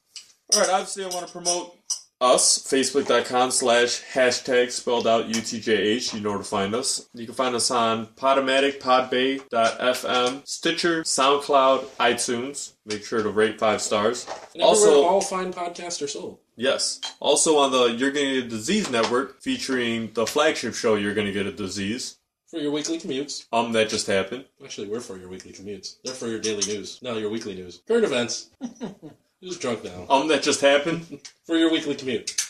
Speaker 1: All right, obviously I want to promote us, facebook.com slash hashtag spelled out UTJH. You know where to find us. You can find us on Podomatic, Podbay.fm, Stitcher, SoundCloud, iTunes. Make sure to rate five stars.
Speaker 4: And also, all fine podcasts are sold.
Speaker 1: Yes. Also on the You're Gonna Get a Disease Network, featuring the flagship show You're Gonna Get a Disease.
Speaker 4: For your weekly commutes.
Speaker 1: Um, that just happened.
Speaker 4: Actually, we're for your weekly commutes. They're for your daily news. No, your weekly news. Current events. You're just drunk now.
Speaker 1: Um, that just happened.
Speaker 4: For your weekly commute.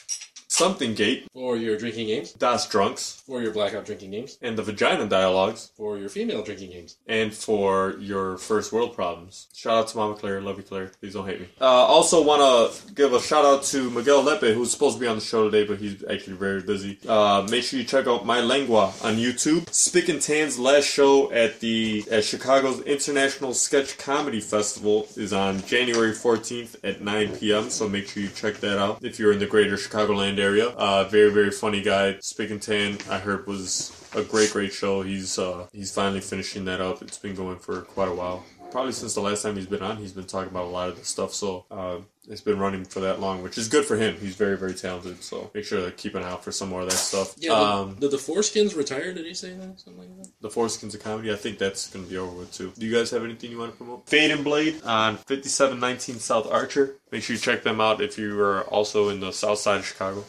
Speaker 1: Something Gate,
Speaker 4: For your drinking games.
Speaker 1: Das Drunks,
Speaker 4: For your blackout drinking games.
Speaker 1: and the Vagina Dialogues,
Speaker 4: For your female drinking games.
Speaker 1: and for your first world problems. Shout out to Mama Claire. Love you, Claire. Please don't hate me. Uh, also want to give a shout out to Miguel Lepe, who's supposed to be on the show today, but he's actually very busy. Uh, make sure you check out My Lengua on YouTube. Spick and Tan's last show at the at Chicago's International Sketch Comedy Festival is on January 14th at 9 p.m. So make sure you check that out if you're in the greater Chicagoland area. Uh, very very funny guy. Spick and Tan, I heard was a great, great show. He's uh, he's finally finishing that up. It's been going for quite a while. Probably since the last time he's been on, he's been talking about a lot of this stuff. So uh, it's been running for that long, which is good for him. He's very, very talented. So make sure to keep an eye out for some more of that stuff.
Speaker 4: Yeah,
Speaker 1: um,
Speaker 4: did, did the Foreskins retire? Did he say that? Something like that?
Speaker 1: the Four Skins of Comedy. I think that's going to be over with too. Do you guys have anything you want to promote? Fade and Blade on 5719 South Archer. Make sure you check them out if you are also in the south side of Chicago.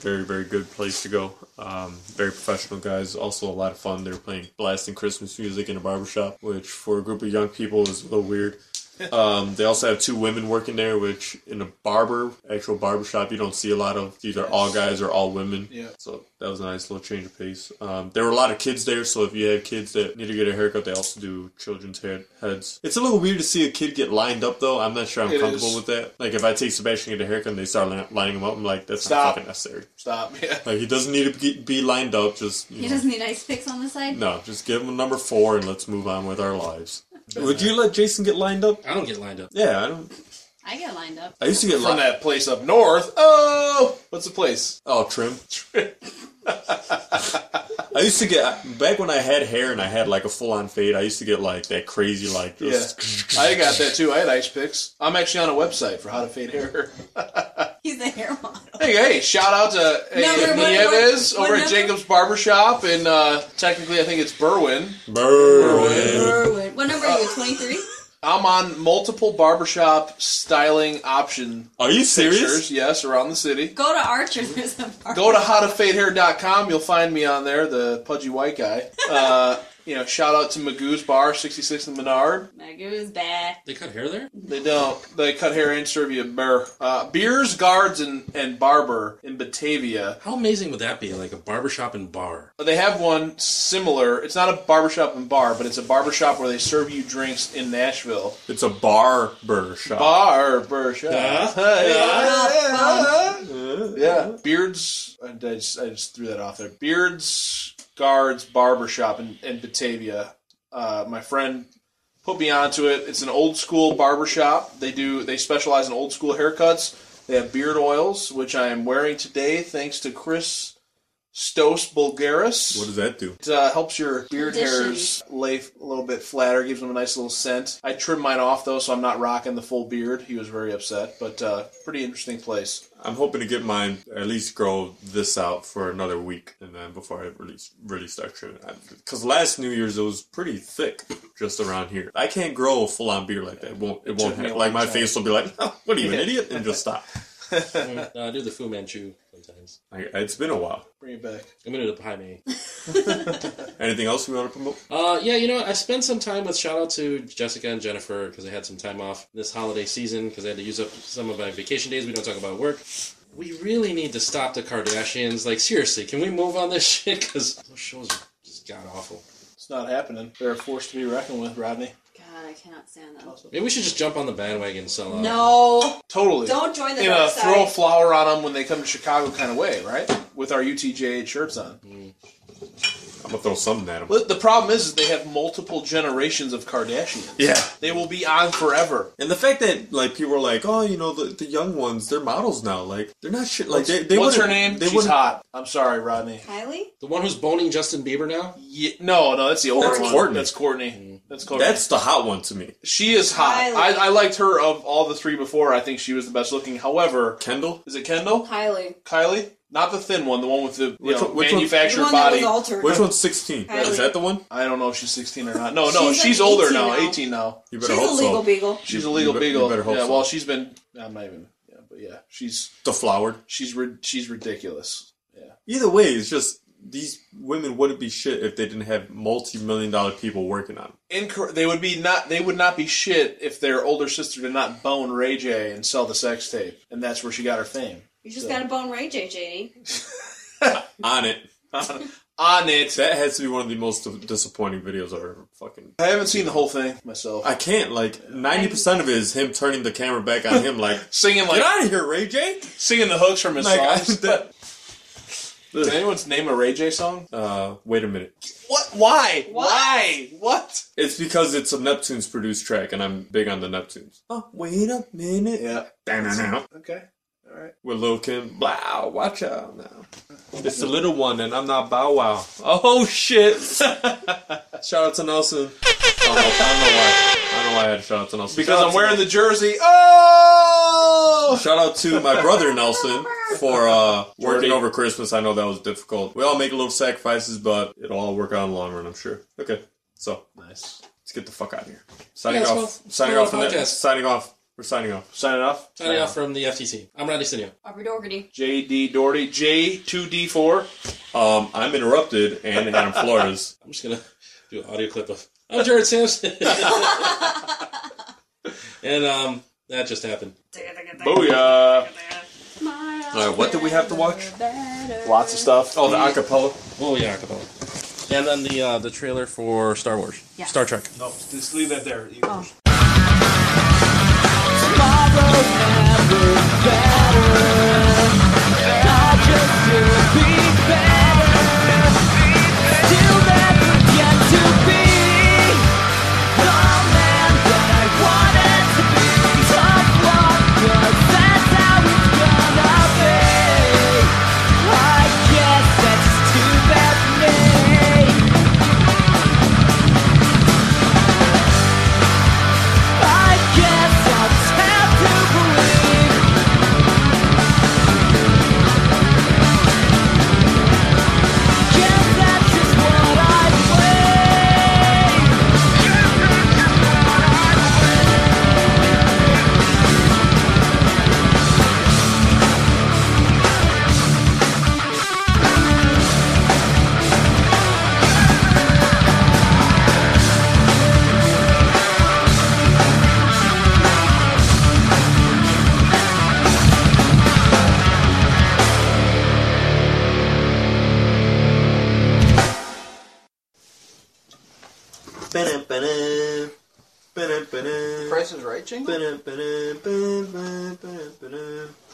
Speaker 1: Very, very good place to go. Um, very professional guys. Also a lot of fun. They're playing blasting Christmas music in a barbershop, which for a group of young people is a little weird. Um, they also have two women working there, which in a barber, actual barber shop, you don't see a lot of. These are all guys or all women.
Speaker 8: Yeah.
Speaker 1: So that was a nice little change of pace. Um, there were a lot of kids there, so if you have kids that need to get a haircut, they also do children's hair heads. It's a little weird to see a kid get lined up, though. I'm not sure I'm
Speaker 8: It
Speaker 1: comfortable
Speaker 8: is.
Speaker 1: with that. Like if I take Sebastian to get a haircut and they start li- lining him up, I'm like, that's
Speaker 8: Stop.
Speaker 1: not fucking necessary.
Speaker 8: Stop. Yeah.
Speaker 1: Like he doesn't need to be- be lined up. Just you
Speaker 9: He
Speaker 1: know.
Speaker 9: doesn't need ice picks on the side.
Speaker 1: No, just give him a number four and let's move on with our lives. Would you let Jason get lined up?
Speaker 4: I don't get lined up.
Speaker 1: Yeah, I don't.
Speaker 9: I get lined up.
Speaker 1: I used to get
Speaker 8: From
Speaker 1: lined.
Speaker 8: that place up north. Oh, what's the place?
Speaker 1: Oh, trim. I used to get back when I had hair and I had like a full on fade. I used to get like that crazy like
Speaker 8: Yeah.
Speaker 1: just
Speaker 8: I got that too. I had ice picks. I'm actually on a website for how to fade hair.
Speaker 9: He's the hair model.
Speaker 8: Hey, hey, shout out to hey,
Speaker 9: Number one,
Speaker 8: Nieves
Speaker 9: one,
Speaker 8: over
Speaker 9: one
Speaker 8: at
Speaker 9: number-
Speaker 8: Jacob's Barbershop, and uh, technically I think it's Berwyn.
Speaker 1: burn.
Speaker 9: Berwin. What number are you? Twenty three.
Speaker 8: I'm on multiple barbershop styling option
Speaker 1: Are you
Speaker 8: pictures,
Speaker 1: serious?
Speaker 8: yes, around the city.
Speaker 9: Go to Archer. There's a bar.
Speaker 8: Go to howtofadehair.com, you'll find me on there, the pudgy white guy. Uh, you know, shout out to Magoo's Bar, 66 in Menard.
Speaker 9: Magoo's bad.
Speaker 4: They cut hair there?
Speaker 8: They don't. They cut hair and serve you beer. Uh, beers, guards, and, and barber in Batavia.
Speaker 4: How amazing would that be? Like a barbershop and bar.
Speaker 8: They have one similar. It's not a barbershop and bar, but it's a barbershop where they serve you drinks in Nashville.
Speaker 1: It's a barber shop.
Speaker 8: Barbershop.
Speaker 9: Yeah.
Speaker 8: Yeah. Beards. I just, I just threw that off there. Beards Guards Barbershop in, in Batavia. Uh, my friend put me onto it. It's an old school barbershop. They do. They specialize in old school haircuts. They have beard oils, which I am wearing today, thanks to Chris Stos Bulgaris.
Speaker 1: What does that do?
Speaker 8: It uh, helps your beard
Speaker 9: Conditions.
Speaker 8: hairs lay f- a little bit flatter, gives them a nice little scent. I trimmed mine off though, so I'm not rocking the full beard. He was very upset, but uh, pretty interesting place.
Speaker 1: I'm hoping to get mine at least grow this out for another week, and then before I really really start trimming. Because last New Year's it was pretty thick, just around here. I can't grow a full on beard like that. It won't. It, won't.
Speaker 8: took me a
Speaker 1: Have, like
Speaker 8: long
Speaker 1: my
Speaker 8: time.
Speaker 1: face will be like, "What are you, an
Speaker 8: Yeah.
Speaker 1: idiot?" and just stop.
Speaker 4: No, I Mm. Uh, do the Fu Manchu sometimes.
Speaker 1: Like, it's been a while.
Speaker 8: Bring it back.
Speaker 4: I'm into the pie me.
Speaker 1: Anything else we want to promote?
Speaker 4: Uh, yeah, you know what? I spent some time with shout out to Jessica and Jennifer because I had some time off this holiday season because I had to use up some of my vacation days. We don't talk about work. We really need to stop the Kardashians. Like, seriously, can we move on this shit? Because those shows are just god awful.
Speaker 8: It's not happening. They're forced to be reckoned with, Rodney.
Speaker 9: God, I cannot stand them.
Speaker 4: Maybe we should just jump on the bandwagon and sell out.
Speaker 9: No.
Speaker 8: Totally.
Speaker 2: Don't join the
Speaker 8: In
Speaker 2: dark
Speaker 8: a
Speaker 2: side.
Speaker 8: uh, throw flower on them when they come to Chicago kind of way, right? With our UTJ shirts on.
Speaker 1: Mm-hmm. I'm gonna throw something at him.
Speaker 8: But the problem is, is they have multiple generations of Kardashians.
Speaker 1: Yeah.
Speaker 8: They will be on forever.
Speaker 1: And the fact that like people are like, oh, you know, the, the young ones, they're models now. Like they're not shit. Like they, they
Speaker 8: What's her
Speaker 1: wouldn't-
Speaker 8: name?
Speaker 1: They
Speaker 8: She's
Speaker 1: wouldn't-
Speaker 8: hot. I'm sorry, Rodney.
Speaker 2: Kylie?
Speaker 4: The one who's boning Justin Bieber now?
Speaker 8: Ye- no, no, that's the older
Speaker 1: That's
Speaker 8: one.
Speaker 1: Courtney. Mm-hmm.
Speaker 8: That's Courtney. That's Courtney.
Speaker 1: That's the hot one to me.
Speaker 8: She is hot.
Speaker 2: Kylie.
Speaker 8: I, I liked her of all the three before. I think she was the best looking. However,
Speaker 1: Kendall.
Speaker 8: is it Kendall?
Speaker 9: Kylie.
Speaker 8: Kylie? Not the thin one, the one with the you
Speaker 1: Which
Speaker 8: know,
Speaker 1: one- which one?
Speaker 2: The
Speaker 8: manufactured
Speaker 2: one that
Speaker 8: body.
Speaker 2: was altered.
Speaker 1: Which one's 16?
Speaker 2: Kylie.
Speaker 1: Is that the one?
Speaker 8: I don't know if she's 16 or not. No, no, she's,
Speaker 2: She's like
Speaker 8: older
Speaker 2: 18
Speaker 8: now,
Speaker 2: now.
Speaker 8: 18 now.
Speaker 1: You better
Speaker 2: She's a
Speaker 1: hope
Speaker 2: legal
Speaker 1: so.
Speaker 2: beagle.
Speaker 8: She's
Speaker 1: You-
Speaker 8: a legal
Speaker 1: you be- you
Speaker 8: beagle.
Speaker 1: better hope
Speaker 8: yeah,
Speaker 1: so.
Speaker 8: well, she's been. I'm not even. Yeah, but yeah, she's
Speaker 1: The flowered.
Speaker 8: she's ri- she's ridiculous.
Speaker 1: Either way, it's just these women wouldn't be shit if they didn't have multi-million dollar people working on them.
Speaker 8: Incor- they would be not. They would not be shit if their older sister did not bone Ray J and sell the sex tape, and that's where she got her fame.
Speaker 9: You just got a bone Ray J, JD.
Speaker 1: On it.
Speaker 8: On it.
Speaker 1: That has to be one of the most disappointing videos I've ever fucking.
Speaker 8: I haven't seen the whole thing myself.
Speaker 1: I can't like ninety percent of it is him turning the camera back on him like
Speaker 8: singing like
Speaker 1: get out of here Ray J.
Speaker 8: singing the hooks from his
Speaker 1: Like I,
Speaker 8: songs.
Speaker 1: that,
Speaker 8: Did anyone's name a Ray J song?
Speaker 1: uh, wait a minute.
Speaker 8: What? Why? Why? What?
Speaker 1: It's because it's a Neptunes produced track, and I'm big on the Neptunes. Oh, wait a minute.
Speaker 8: Yeah.
Speaker 1: Down
Speaker 8: Okay.
Speaker 1: With Lil Kim. Wow, watch out now. It's the little one, and I'm not Bow Wow. Oh, shit. shout out to Nelson. Oh, I don't, know, I don't know why. I don't know why I had to shout out to Nelson.
Speaker 8: Because
Speaker 1: Shout out
Speaker 8: I'm
Speaker 1: to-
Speaker 8: wearing the jersey. Oh!
Speaker 1: Shout out to my brother Nelson for uh,
Speaker 8: Jordy.
Speaker 1: working over Christmas. I know that was difficult. We all make little sacrifices, but it'll all work out in the long run, I'm sure. Okay, so
Speaker 8: Nice.
Speaker 1: let's get the fuck out of here. Signing
Speaker 4: Yeah,
Speaker 1: off.
Speaker 4: let's go.
Speaker 1: signing
Speaker 4: Go
Speaker 1: off.
Speaker 4: on
Speaker 1: From
Speaker 4: podcast.
Speaker 1: that. Signing off. We're signing off.
Speaker 8: Signing off.
Speaker 4: Signing off Uh, from the FTC. I'm Rodney Sinio.
Speaker 9: Aubrey Dougherty.
Speaker 8: JD Doherty. J2D4.
Speaker 1: Um, I'm interrupted, and Adam Flores.
Speaker 4: I'm just gonna do an audio clip of I'm Jared Sampson. And um, that just happened.
Speaker 1: Booyah! All
Speaker 2: My
Speaker 1: right, Uh, what do we have to watch?
Speaker 2: better.
Speaker 3: Lots of stuff.
Speaker 1: Oh, the acapella.
Speaker 4: Oh yeah, acapella. And then the uh, the trailer for Star Wars,
Speaker 2: Yes.
Speaker 4: Star Trek.
Speaker 10: No, just leave that there. You-
Speaker 2: Oh.
Speaker 10: Ba-dum-ba-dum. Ba-dum-ba-dum.
Speaker 3: Price is right, Jingle?
Speaker 10: Ba-dum-ba-dum, ba-dum-ba-dum, ba-dum-ba-dum.